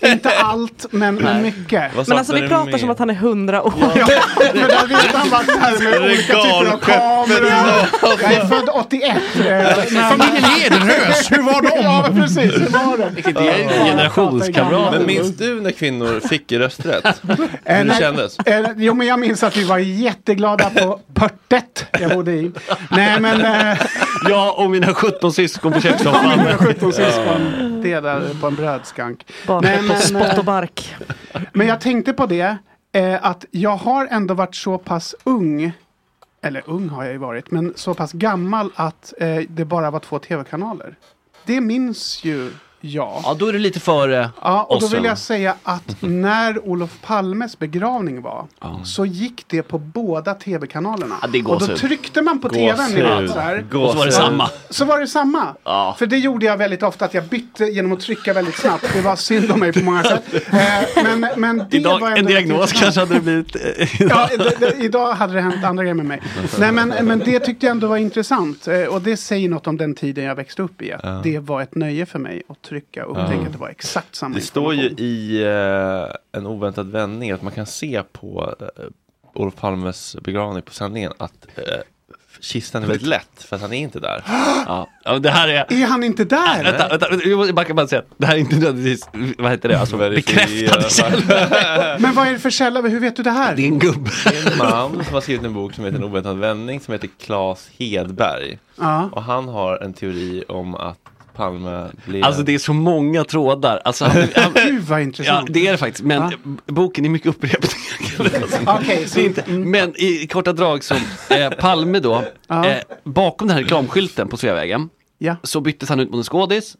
[SPEAKER 14] ja. Inte allt, <laughs> men
[SPEAKER 1] Nej.
[SPEAKER 14] mycket.
[SPEAKER 1] Vad Men alltså, saknar vi du pratar mer? som
[SPEAKER 13] att han är hundra år.
[SPEAKER 14] <laughs> Ja, men där vet han varit här med olika typer av kameror. Jag är född 81.
[SPEAKER 1] Familjen
[SPEAKER 15] Edenrös, hur var de?
[SPEAKER 14] Ja, men precis. Hur var det? Vilket
[SPEAKER 1] Det är en generationskamrat.
[SPEAKER 14] gamla.
[SPEAKER 1] Men minns du när kvinnor fick
[SPEAKER 14] <laughs>
[SPEAKER 1] rösträtt? Hur det
[SPEAKER 14] Eh, nej,
[SPEAKER 1] kändes?
[SPEAKER 14] eh, jo, men jag minns att vi var jätteglada på pörtet jag bodde i. Nej, men... Eh,
[SPEAKER 10] <laughs> Jag och mina 17
[SPEAKER 14] <laughs>
[SPEAKER 10] syskon på
[SPEAKER 14] Ja,
[SPEAKER 10] kökssoffan.
[SPEAKER 14] mina 17 syskon. Det där på en brödskank.
[SPEAKER 13] Bakom på
[SPEAKER 14] eh,
[SPEAKER 13] spott och
[SPEAKER 14] bark. Men jag tänkte på det, eh, att jag har ändå varit så pass ung, eller ung har jag ju varit, men så pass gammal att eh, det bara var två tv-kanaler. Det minns ju jag.
[SPEAKER 10] Ja, då är du lite före
[SPEAKER 14] Ja, och då
[SPEAKER 10] oss,
[SPEAKER 14] vill
[SPEAKER 10] eller?
[SPEAKER 14] jag säga att när Olof Palmes begravning var så gick det på båda tv-kanalerna.
[SPEAKER 10] Ja, det är
[SPEAKER 14] och då
[SPEAKER 10] gåshud.
[SPEAKER 14] tryckte man på tvn ibland så här.
[SPEAKER 10] Och så var det samma.
[SPEAKER 14] Så var det samma.
[SPEAKER 10] Ja.
[SPEAKER 14] För det gjorde jag väldigt ofta att jag bytte genom att trycka väldigt snabbt. Det var synd om mig på många sätt. Eh, men, men det
[SPEAKER 10] Idag,
[SPEAKER 14] var ändå
[SPEAKER 10] en diagnos
[SPEAKER 14] riktigt
[SPEAKER 10] kanske hade det blivit.
[SPEAKER 4] eh,
[SPEAKER 14] Ja, det, det, idag hade det hänt andra grejer med mig. Nej, men, men det tyckte jag ändå var intressant. Eh, Och det säger något om den tiden jag växte upp i. Att
[SPEAKER 1] Ja.
[SPEAKER 14] Det var ett nöje för mig att trycka och upptäcka
[SPEAKER 1] Ja.
[SPEAKER 14] att det var exakt samma
[SPEAKER 1] Det står ju i eh, en oväntad vändning att man kan se på eh, Olof Palmes begravning på sändningen att eh, kistan är väldigt lätt för att han är inte där.
[SPEAKER 4] <gasps> ja. ja, men det här är... Äh,
[SPEAKER 14] Är han inte där?
[SPEAKER 4] Vänta, vänta, vänta, vi måste backa bara och säga att det här är inte nödvändigtvis, vad heter det, alltså
[SPEAKER 1] <laughs>
[SPEAKER 4] bekräftade källor.
[SPEAKER 14] Men vad är det för källa? Hur vet du det här?
[SPEAKER 4] Det är en gubbe.
[SPEAKER 1] En man som har skrivit en bok som heter En oväntad vändning som heter Claes Hedberg.
[SPEAKER 14] Ja.
[SPEAKER 1] Och han har en teori om att Palme blev...
[SPEAKER 4] Alltså det är så många trådar. Alltså, han, han,
[SPEAKER 14] Gud vad
[SPEAKER 4] <laughs> ja,
[SPEAKER 14] intressant.
[SPEAKER 4] det är det faktiskt, men boken är mycket upprepningar.
[SPEAKER 14] <laughs> Okej,
[SPEAKER 4] Det är inte, men i korta drag som eh, Palme då,
[SPEAKER 14] Ja.
[SPEAKER 4] eh, bakom den här reklamskylten på Sveavägen,
[SPEAKER 14] Ja.
[SPEAKER 4] så byttes han ut mot en skådis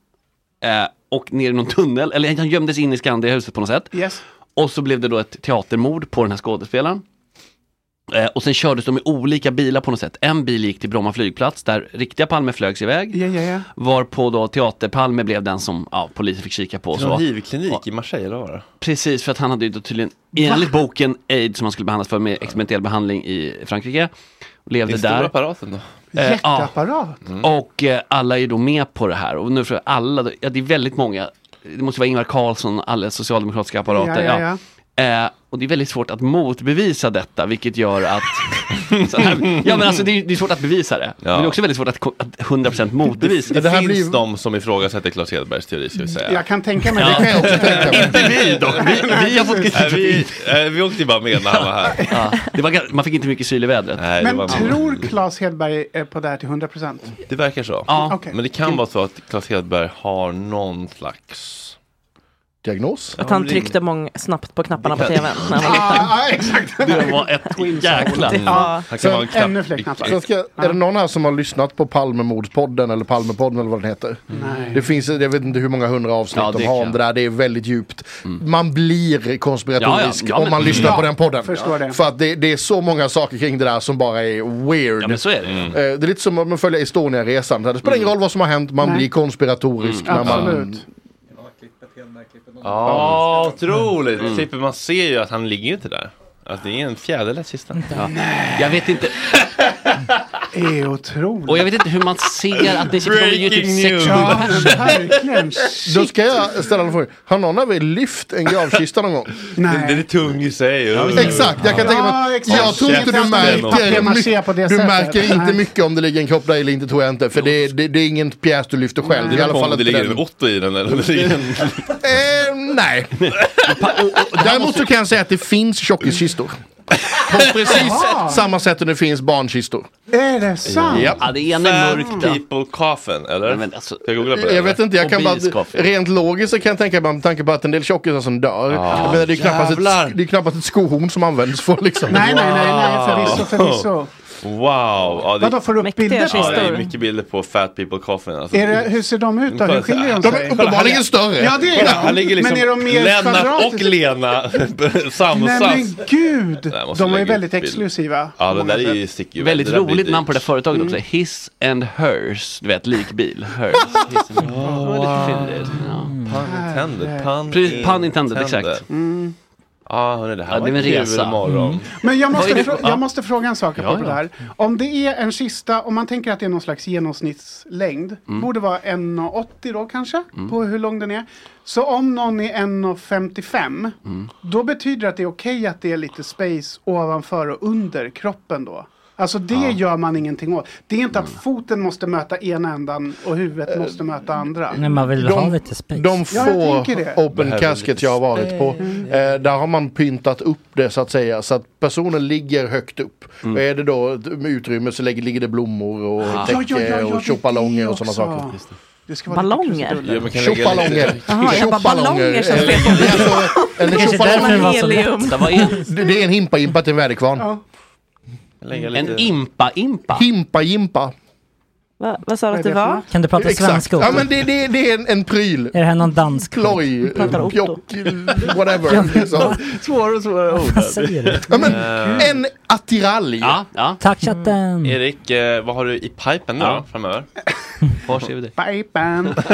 [SPEAKER 4] eh, och ner i någon tunnel, eller han gömdes in i Skandiahuset på något sätt.
[SPEAKER 14] Yes.
[SPEAKER 4] Och så blev det då ett teatermord på den här skådespelaren. Eh, och sen kördes de i olika bilar på något sätt. En bil gick till Bromma flygplats där riktiga Palme flögs iväg.
[SPEAKER 14] Ja, ja, ja.
[SPEAKER 4] Varpå då teaterpalme blev den som ja, polisen fick kika på. och
[SPEAKER 1] Till någon
[SPEAKER 4] Så.
[SPEAKER 1] hivklinik i Marseille eller vad var det?
[SPEAKER 4] Precis, för att han hade ju då tydligen, enligt boken AIDS som han skulle behandlas för med experimentell behandling i Frankrike, levde
[SPEAKER 1] Det är stora
[SPEAKER 4] där.
[SPEAKER 1] apparaten då.
[SPEAKER 4] Eh, ja.
[SPEAKER 14] Jätteapparat.
[SPEAKER 1] Mm.
[SPEAKER 4] Och eh, alla är ju då med på det här. Och nu för alla, ja, det är väldigt många, det måste vara Ingvar Carlsson och alla socialdemokratiska apparater.
[SPEAKER 14] Ja, ja,
[SPEAKER 4] Eh, och det är väldigt svårt att motbevisa detta, vilket gör att... <laughs> så här, ja men alltså det är, det är svårt att bevisa det. Men det är också väldigt svårt att, ko- att 100% motbevisa
[SPEAKER 1] Det, det, finns
[SPEAKER 4] finns
[SPEAKER 1] de som ifrågasätter Claes Hedbergs teori ska vi säga.
[SPEAKER 14] Jag kan tänka mig, det kan jag också tänka mig.
[SPEAKER 4] Inte vi dock, vi, vi har fått kritik.
[SPEAKER 1] Nej, vi, eh, vi åkte ju bara med när han var här.
[SPEAKER 4] det var, ga- man fick inte mycket syl i vädret.
[SPEAKER 1] Nej, det,
[SPEAKER 14] Men
[SPEAKER 1] var
[SPEAKER 14] tror Claes Hedberg eh, på det här till 100 procent?
[SPEAKER 1] det verkar så.
[SPEAKER 14] Ja. Okej.
[SPEAKER 1] Men det kan vara så att Claes Hedberg har någon slags
[SPEAKER 6] diagnos.
[SPEAKER 13] Att han tryckte mång- snabbt på knapparna på tvn när han var
[SPEAKER 14] Ja,
[SPEAKER 13] liten.
[SPEAKER 14] ja, exakt.
[SPEAKER 4] Det var ett jäkla...
[SPEAKER 14] Ja.
[SPEAKER 1] Han kan
[SPEAKER 6] Sen-
[SPEAKER 1] vara en knapp-
[SPEAKER 14] Ännu fler knappar.
[SPEAKER 6] Sen ska, är det någon här som har lyssnat på Palmemordspodden eller Palmepodden eller vad den heter?
[SPEAKER 14] Nej.
[SPEAKER 6] Det finns, jag vet inte hur många hundra avsnitt
[SPEAKER 4] Ja,
[SPEAKER 6] de
[SPEAKER 4] det
[SPEAKER 6] har
[SPEAKER 4] kan-
[SPEAKER 6] om det där, det är väldigt djupt. Man blir konspiratorisk
[SPEAKER 4] Ja, ja, ja,
[SPEAKER 6] om
[SPEAKER 4] men-
[SPEAKER 6] man lyssnar
[SPEAKER 14] Ja,
[SPEAKER 6] på den podden.
[SPEAKER 14] förstår det.
[SPEAKER 6] För att det, det är så många saker kring det där som bara är weird.
[SPEAKER 4] Ja men så är det. Mm.
[SPEAKER 6] Eh, Det är lite som om man följer Estonia-resan. Det spelar ingen roll vad som har hänt, man
[SPEAKER 14] Nej.
[SPEAKER 6] blir konspiratorisk.
[SPEAKER 14] Mm.
[SPEAKER 6] När man,
[SPEAKER 14] Absolut.
[SPEAKER 1] Ja, otroligt.
[SPEAKER 14] Mm.
[SPEAKER 1] Slipper man ser ju att han ligger ju inte där. Att det är en fjäderlätt kista.
[SPEAKER 4] Jag vet inte,
[SPEAKER 14] Det är otroligt.
[SPEAKER 4] och jag vet inte hur man ser att det sitter de är ju typ
[SPEAKER 1] Breaking news.
[SPEAKER 4] 600
[SPEAKER 14] Ja,
[SPEAKER 4] personer.
[SPEAKER 14] verkligen.
[SPEAKER 6] då ska jag ställa en fråga. Har någon av er lyft en gravkista någon gång?
[SPEAKER 1] Den, den är tung i sig. Uh.
[SPEAKER 6] Exakt, jag kan tänka mig
[SPEAKER 14] Ja,
[SPEAKER 6] att
[SPEAKER 14] exakt.
[SPEAKER 6] jag tror inte du
[SPEAKER 14] Käften och-
[SPEAKER 6] märker,
[SPEAKER 14] Papier-maché på det
[SPEAKER 6] du
[SPEAKER 14] sättet.
[SPEAKER 6] märker inte
[SPEAKER 14] Nej.
[SPEAKER 6] mycket om det ligger en kropp där eller inte tror jag inte. För det, det, det är ingen pjäs du lyfter själv.
[SPEAKER 1] Det
[SPEAKER 6] I
[SPEAKER 1] beror
[SPEAKER 6] alla
[SPEAKER 1] på
[SPEAKER 6] fall
[SPEAKER 1] om det
[SPEAKER 6] inte
[SPEAKER 1] ligger en
[SPEAKER 6] den.
[SPEAKER 1] åtta i den eller om det ligger en...
[SPEAKER 6] Eh, nej. Och- och- Däremot så kan jag säga att det finns tjockiskistor. På precis
[SPEAKER 14] Jaha.
[SPEAKER 6] samma sätt som det finns barnkistor.
[SPEAKER 14] Är det sant?
[SPEAKER 6] Ja.
[SPEAKER 4] Ja, det ena är
[SPEAKER 1] Fat
[SPEAKER 4] mörkt. då.
[SPEAKER 1] people coffin, eller?
[SPEAKER 4] Nej, men alltså,
[SPEAKER 1] Ska jag googla på det?
[SPEAKER 6] Jag vet inte, jag kan bara,
[SPEAKER 4] Obese coffee.
[SPEAKER 6] rent logiskt så kan jag tänka mig med tanke på att en del tjockisar som dör. Jag menar, det, är knappast
[SPEAKER 1] Jävlar.
[SPEAKER 6] ett, det är knappast ett skohorn som används för liksom.
[SPEAKER 14] Nej, nej, nej, nej, förvisso, förvisso.
[SPEAKER 1] Wow! Ja, det,
[SPEAKER 14] Vadå, får du upp
[SPEAKER 13] Mäktiga
[SPEAKER 14] bilder?
[SPEAKER 1] ja, det är
[SPEAKER 13] kistor?
[SPEAKER 1] mycket bilder på fat people coffin. Alltså.
[SPEAKER 14] Är det, hur ser de ut då? Hur skiljer de
[SPEAKER 6] De
[SPEAKER 14] sig?
[SPEAKER 6] är uppenbarligen större.
[SPEAKER 14] Ja, det är
[SPEAKER 1] Kolla,
[SPEAKER 14] de.
[SPEAKER 1] han ligger liksom
[SPEAKER 14] Men är de mer
[SPEAKER 1] Lennart och
[SPEAKER 14] kvadratiska?
[SPEAKER 1] Lena <laughs>
[SPEAKER 14] Nej
[SPEAKER 1] samsas.
[SPEAKER 14] men gud!
[SPEAKER 1] Jag måste
[SPEAKER 14] De är
[SPEAKER 1] lägga
[SPEAKER 14] ju
[SPEAKER 1] ut
[SPEAKER 14] väldigt
[SPEAKER 1] bild.
[SPEAKER 14] exklusiva.
[SPEAKER 1] Ja,
[SPEAKER 14] på
[SPEAKER 1] det
[SPEAKER 14] många
[SPEAKER 1] där är ju
[SPEAKER 14] sätt.
[SPEAKER 1] sticker ju
[SPEAKER 4] Väldigt
[SPEAKER 1] det där blir
[SPEAKER 4] roligt namn på det
[SPEAKER 1] dyrt. Mm.
[SPEAKER 4] här företaget också. His and hers, du vet likbil.
[SPEAKER 1] <laughs>
[SPEAKER 4] Hers. His and hers. Det var lite fyndigt. Ja.
[SPEAKER 1] Pun intended.
[SPEAKER 4] Precis, pun intended, exakt.
[SPEAKER 1] Mm. Ja, hörni, det här
[SPEAKER 4] Ja,
[SPEAKER 1] var
[SPEAKER 4] det är en
[SPEAKER 1] en kul
[SPEAKER 4] resa.
[SPEAKER 1] morgon.
[SPEAKER 14] Men jag
[SPEAKER 4] Vad
[SPEAKER 14] måste,
[SPEAKER 4] är det-
[SPEAKER 14] frå-
[SPEAKER 4] Ja.
[SPEAKER 14] jag måste fråga en sak
[SPEAKER 4] Ja,
[SPEAKER 14] apropå
[SPEAKER 4] ja.
[SPEAKER 14] det här. Om det är en kista, om man tänker att det är någon slags genomsnittslängd,
[SPEAKER 4] Mm.
[SPEAKER 14] borde vara 1,80 då kanske, på hur lång den är. Så om någon är 1,55, då betyder det att det är okej att det är lite space ovanför och under kroppen då. Alltså det gör man ingenting åt. Det är inte
[SPEAKER 4] Mm.
[SPEAKER 14] att foten måste möta ena ändan och huvudet måste möta andra.
[SPEAKER 5] Nej, man vill
[SPEAKER 6] Eh, De-
[SPEAKER 5] ha lite space.
[SPEAKER 6] De
[SPEAKER 14] Ja,
[SPEAKER 6] få
[SPEAKER 14] jag tänker det.
[SPEAKER 6] open casket jag har varit på, eh, där har man pyntat upp det så att säga. Så att personen ligger högt upp. Och är det då ett utrymme så ligger, ligger det blommor och täcke
[SPEAKER 14] Ja, ja, ja, ja, det är
[SPEAKER 6] och tjopalonger
[SPEAKER 14] det
[SPEAKER 6] och sådana
[SPEAKER 14] också.
[SPEAKER 6] saker.
[SPEAKER 14] Det ska vara lite
[SPEAKER 13] Ballonger?
[SPEAKER 14] krusiduller.
[SPEAKER 1] Ja, man kan lägga
[SPEAKER 6] Tjopalonger.
[SPEAKER 1] lite-
[SPEAKER 13] Jaha, jag bara ballonger som
[SPEAKER 6] Eller- alltså, en
[SPEAKER 5] Kanske därför
[SPEAKER 6] tjopalong.
[SPEAKER 5] den var så
[SPEAKER 13] Helium.
[SPEAKER 5] lätt.
[SPEAKER 4] Det var en,
[SPEAKER 6] Det det är en himpa-jimpa till en väderkvarn.
[SPEAKER 1] lägga
[SPEAKER 4] en
[SPEAKER 1] lite-
[SPEAKER 4] impa-impa.
[SPEAKER 6] Himpa-jimpa.
[SPEAKER 13] Va, vad sa du
[SPEAKER 14] Vad
[SPEAKER 13] att
[SPEAKER 14] är
[SPEAKER 13] det
[SPEAKER 14] det för
[SPEAKER 13] var?
[SPEAKER 14] något?
[SPEAKER 5] Kan du prata
[SPEAKER 6] Exakt.
[SPEAKER 5] svenska också?
[SPEAKER 6] Ja men det, det, det är en, en pryl.
[SPEAKER 5] Är det här någon dansk?
[SPEAKER 6] Ploj,
[SPEAKER 13] Pratar Otto.
[SPEAKER 6] pjock,
[SPEAKER 5] <laughs>
[SPEAKER 6] eh, whatever. liksom.
[SPEAKER 4] Svårare och svårare ord.
[SPEAKER 5] Vad säger du?
[SPEAKER 6] Ja, men,
[SPEAKER 1] Mm,
[SPEAKER 6] en attiralj.
[SPEAKER 4] Ja, ja.
[SPEAKER 5] Tack chatten!
[SPEAKER 1] Erik, eh, vad har du i pipen nu
[SPEAKER 4] Ja.
[SPEAKER 1] då,
[SPEAKER 4] <laughs>
[SPEAKER 1] framöver?
[SPEAKER 4] Varsågod.
[SPEAKER 14] Pipen.
[SPEAKER 4] <laughs>
[SPEAKER 14] <laughs>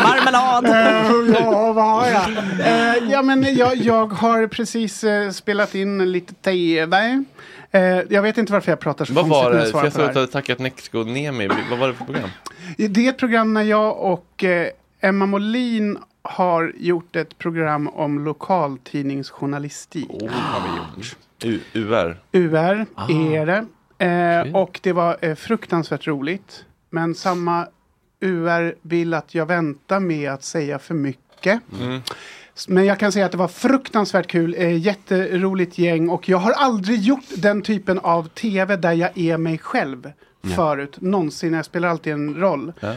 [SPEAKER 13] Marmelad!
[SPEAKER 14] Eh, ja, vad har jag? Eh, ja, men jag, jag har precis eh, spelat in lite tv. Eh, jag vet inte varför jag pratar så
[SPEAKER 1] Vad
[SPEAKER 14] konstigt
[SPEAKER 1] var
[SPEAKER 14] när jag
[SPEAKER 1] det? För
[SPEAKER 14] svarar
[SPEAKER 1] jag
[SPEAKER 14] på det
[SPEAKER 1] såg att du
[SPEAKER 14] här.
[SPEAKER 1] hade tackat Nexgo Nemi. Vad var det för program?
[SPEAKER 4] Mm.
[SPEAKER 14] Det är ett program när jag och eh, Emma Molin har gjort ett program om lokaltidningsjournalistik.
[SPEAKER 1] Oh, har vi gjort. U- UR.
[SPEAKER 14] UR är det. E Eh, och det var eh, fruktansvärt roligt. Men samma UR vill att jag väntar med att säga för mycket.
[SPEAKER 1] Mm.
[SPEAKER 14] S- Men jag kan säga att det var fruktansvärt kul, eh, jätteroligt gäng och jag har aldrig gjort den typen av tv där jag är mig själv
[SPEAKER 17] Ja.
[SPEAKER 14] förut, någonsin. Jag spelar alltid en roll.
[SPEAKER 17] Ja.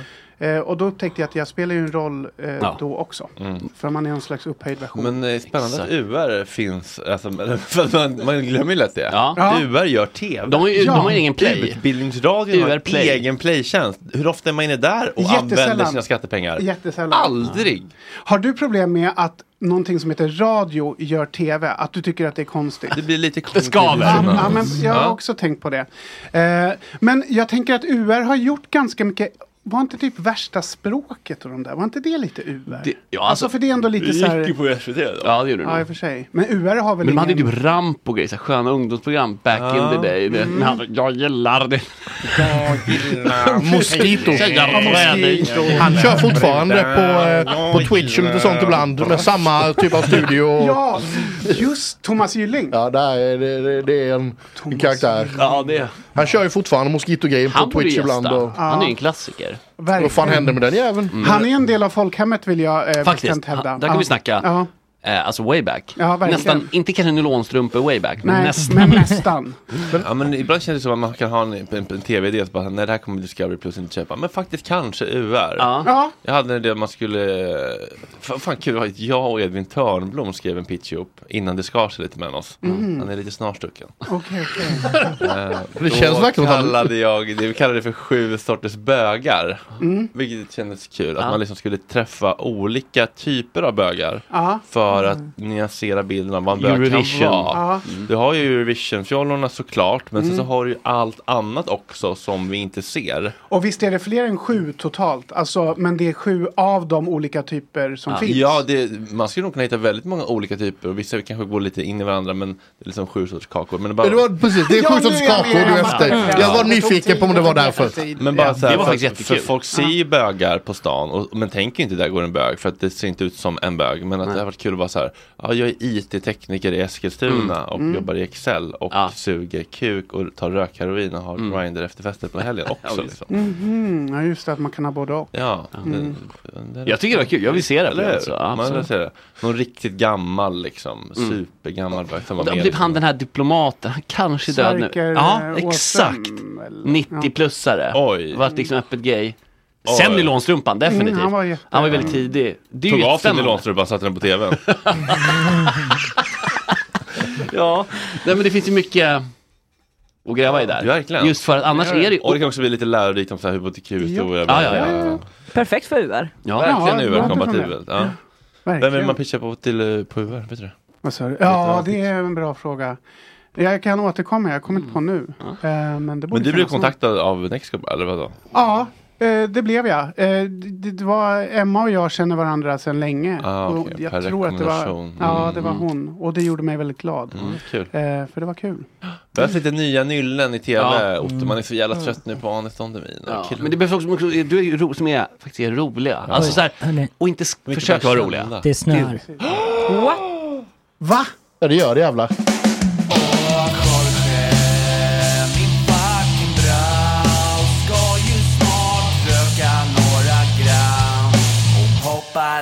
[SPEAKER 14] Eh, och då upptäckte jag att jag spelar ju en roll eh,
[SPEAKER 1] Ja.
[SPEAKER 14] då också.
[SPEAKER 1] Mm.
[SPEAKER 14] För man är en slags upphöjd version.
[SPEAKER 1] Men eh, spännande att
[SPEAKER 14] Exakt.
[SPEAKER 1] UR finns, alltså, <laughs> för att man, man glömmer ju lätt det.
[SPEAKER 14] Ja.
[SPEAKER 1] UR gör TV.
[SPEAKER 14] De har ju- de Ja. har egen Play.
[SPEAKER 1] Utbildningsradion har
[SPEAKER 14] UR Play.
[SPEAKER 1] egen playtjänst. Hur ofta är man inne där och
[SPEAKER 14] Jättesällan.
[SPEAKER 1] använder sina skattepengar?
[SPEAKER 14] Jättesällan.
[SPEAKER 1] Aldrig!
[SPEAKER 14] Har du problem med att någonting som heter radio gör tv? Att du tycker att det är konstigt?
[SPEAKER 1] Det blir lite konstigt.
[SPEAKER 14] Ja, ja, men jag har också tänkt på det. Eh, men jag tänker att UR har gjort ganska mycket. Var inte typ värsta språket och de där? Var inte det lite UR?
[SPEAKER 10] Det- ja,
[SPEAKER 14] alltså,
[SPEAKER 10] alltså,
[SPEAKER 14] för det är ändå lite
[SPEAKER 10] det
[SPEAKER 14] så här.
[SPEAKER 10] gick ju
[SPEAKER 1] på SVT då.
[SPEAKER 10] Ja, det gjorde
[SPEAKER 14] Ja, i och för sig. Men UR har väl
[SPEAKER 10] Men de hade ju
[SPEAKER 14] ingen-
[SPEAKER 10] typ ramp och grejer, så här, sköna ungdomsprogram back
[SPEAKER 14] Ja.
[SPEAKER 10] in the day. Det,
[SPEAKER 14] Mm.
[SPEAKER 10] men han, jag gillar det. <laughs>
[SPEAKER 6] <laughs>
[SPEAKER 17] Mosquito.
[SPEAKER 10] Säga träning.
[SPEAKER 17] Han kör fortfarande på, eh, på Twitch och lite sånt ibland med samma typ av studio.
[SPEAKER 14] <laughs> Ja, just Thomas Gylling.
[SPEAKER 6] Ja, där är, det, det, det är en, en karaktär.
[SPEAKER 10] Ja, det.
[SPEAKER 6] Han kör ju fortfarande moskitogrejen
[SPEAKER 10] Han
[SPEAKER 6] på
[SPEAKER 10] borde
[SPEAKER 6] Twitch
[SPEAKER 10] gästa.
[SPEAKER 6] ibland. Och,
[SPEAKER 10] Han är ju en klassiker.
[SPEAKER 6] Vad fan hände med den jäveln?
[SPEAKER 14] Han är en del av folkhemmet vill jag eh,
[SPEAKER 10] Mm. Faktiskt,
[SPEAKER 14] bestämt
[SPEAKER 10] han,
[SPEAKER 14] hävda.
[SPEAKER 10] där kan
[SPEAKER 14] Ja.
[SPEAKER 10] vi snacka.
[SPEAKER 14] Ja.
[SPEAKER 10] Eh, alltså way back.
[SPEAKER 14] Ja, verkligen.
[SPEAKER 10] nästan, inte kanske nylonstrumpor way back, men
[SPEAKER 14] Nej,
[SPEAKER 10] nästan.
[SPEAKER 14] men nästan.
[SPEAKER 1] Ja, men ibland känns det som att man kan ha en, en, en tv-idé så bara, nej det här kommer Discovery Plus inte köpa. Men faktiskt kanske UR.
[SPEAKER 14] Ja.
[SPEAKER 1] Jag hade en idé att man skulle, fan, fan kul att jag och Edvin Törnblom skrev en pitch ihop innan det skar sig lite mellan oss. Mm.
[SPEAKER 14] Mhm.
[SPEAKER 1] Han är lite snarstucken.
[SPEAKER 14] Okej, okej.
[SPEAKER 1] Eh,
[SPEAKER 6] Det känns
[SPEAKER 1] då
[SPEAKER 6] verkligen som att han-
[SPEAKER 1] kallade jag, det vi kallade det för sju sorters bögar.
[SPEAKER 14] Mm.
[SPEAKER 1] Vilket kändes kul, att
[SPEAKER 14] Ja.
[SPEAKER 1] man liksom skulle träffa olika typer av bögar.
[SPEAKER 14] Ja.
[SPEAKER 1] För att nyansera bilden av vad en bög kan
[SPEAKER 10] Eurovision.
[SPEAKER 1] vara.
[SPEAKER 10] Ja.
[SPEAKER 1] Du har ju Eurovision-fjollorna såklart, men sen så
[SPEAKER 14] Mm.
[SPEAKER 1] har du ju allt annat också som vi inte ser.
[SPEAKER 14] Och visst är det fler än sju totalt? Alltså, men det är sju av de olika typer som
[SPEAKER 1] ja.
[SPEAKER 14] finns.
[SPEAKER 1] Ja, det, man skulle nog kunna hitta väldigt många olika typer och vissa kanske går lite in i varandra men det är liksom sju sorters kakor. Men det, bara...
[SPEAKER 6] Det var precis, det är sju sorters kakor du är efter. Jag var nyfiken på om det var därför.
[SPEAKER 1] Men bara så här,
[SPEAKER 6] Det var
[SPEAKER 1] för,
[SPEAKER 6] faktiskt
[SPEAKER 1] för
[SPEAKER 6] jättekul.
[SPEAKER 1] folk ser ju bögar på stan och, men tänker inte där går en bög för att det ser inte ut som en bög. Men att det har varit kul att vara så här, ja, jag är IT-tekniker i Eskilstuna
[SPEAKER 10] Mm.
[SPEAKER 1] och
[SPEAKER 10] Mm.
[SPEAKER 1] jobbar i Excel och suger kuk och tar rökheroin och har
[SPEAKER 6] Mm.
[SPEAKER 1] grinder efter festen på
[SPEAKER 6] <laughs>
[SPEAKER 1] helgen också. liksom.
[SPEAKER 14] Mhm, Ja, just det, att man kan ha både och.
[SPEAKER 1] Ja,
[SPEAKER 14] Mm.
[SPEAKER 1] det- det-
[SPEAKER 10] Jag tycker det var kul. Jag vill se det.
[SPEAKER 1] Eller hur?
[SPEAKER 10] Alltså,
[SPEAKER 1] Man vill
[SPEAKER 10] absolut.
[SPEAKER 1] se det. Någon riktigt gammal liksom,
[SPEAKER 10] Mm.
[SPEAKER 1] supergammal bög som var
[SPEAKER 10] Ja,
[SPEAKER 1] med. liksom.
[SPEAKER 10] Typ han den här diplomaten, han kanske är död nu.
[SPEAKER 1] Sverker,
[SPEAKER 10] Ja,
[SPEAKER 1] eh,
[SPEAKER 10] exakt.
[SPEAKER 1] Åström, eller?
[SPEAKER 10] 90-plussare.
[SPEAKER 1] Oj.
[SPEAKER 10] Vart liksom öppet gay.
[SPEAKER 1] Oj.
[SPEAKER 10] Sen nylonstrumpan, definitivt.
[SPEAKER 14] Mm, han var jätte-
[SPEAKER 10] han var ju väldigt tidig. Det är
[SPEAKER 1] Tog
[SPEAKER 10] ju
[SPEAKER 1] av sig
[SPEAKER 10] jättespännande.
[SPEAKER 1] nylonstrumpan och satte den
[SPEAKER 10] <laughs>
[SPEAKER 1] på tvn.
[SPEAKER 10] Ja, nej men det finns ju mycket att gräva i där.
[SPEAKER 1] Verkligen.
[SPEAKER 10] Just för att annars är det ju...
[SPEAKER 1] Och det kan också bli lite lärorikt om så här hbtq-historia.
[SPEAKER 10] Ja, ja, ja, ja.
[SPEAKER 8] Perfekt för UR.
[SPEAKER 1] Ja, verkligen
[SPEAKER 14] Ja,
[SPEAKER 1] UR-kompatibelt.
[SPEAKER 14] bra.
[SPEAKER 1] Ja. Vem
[SPEAKER 14] Verkligen.
[SPEAKER 1] vill man pitcha på till eh, på UR? Vet du det?
[SPEAKER 14] Vad sa du?
[SPEAKER 1] Lite
[SPEAKER 14] Ja,
[SPEAKER 1] annat
[SPEAKER 14] det är en bra fråga. Jag kan återkomma, jag kommer inte på nu. Eh, Men, det borde
[SPEAKER 1] Mm. Men du blev
[SPEAKER 14] finnas någon.
[SPEAKER 1] kontaktad av Nextcom, eller vadå?
[SPEAKER 14] Ja, eh, det blev jag. Eh, det- Det var Emma och jag känner varandra sedan länge.
[SPEAKER 1] Ah, okej.
[SPEAKER 14] och jag
[SPEAKER 1] Per
[SPEAKER 14] tror att det var,
[SPEAKER 1] rekommendation.
[SPEAKER 14] ja,
[SPEAKER 1] Mm.
[SPEAKER 14] det var hon. Och det gjorde mig väldigt glad.
[SPEAKER 1] Mm, kul.
[SPEAKER 14] Eh, För det var kul.
[SPEAKER 1] Behövs lite nya nyllen i tv,
[SPEAKER 10] Ja.
[SPEAKER 1] Otto. Man är så
[SPEAKER 14] Mm.
[SPEAKER 1] jävla trött nu på Anis Don Demina.
[SPEAKER 10] Ja,
[SPEAKER 1] Kul.
[SPEAKER 10] men det behövs också, du är ju ro, som är, faktiskt är roliga.
[SPEAKER 1] Ja.
[SPEAKER 10] Alltså så här,
[SPEAKER 5] Hörni.
[SPEAKER 10] och inte s- försöka vara roliga.
[SPEAKER 5] Det snöar.
[SPEAKER 14] <gasps> What? Va?
[SPEAKER 6] Ja, det gör det jävlar.
[SPEAKER 18] Hoppa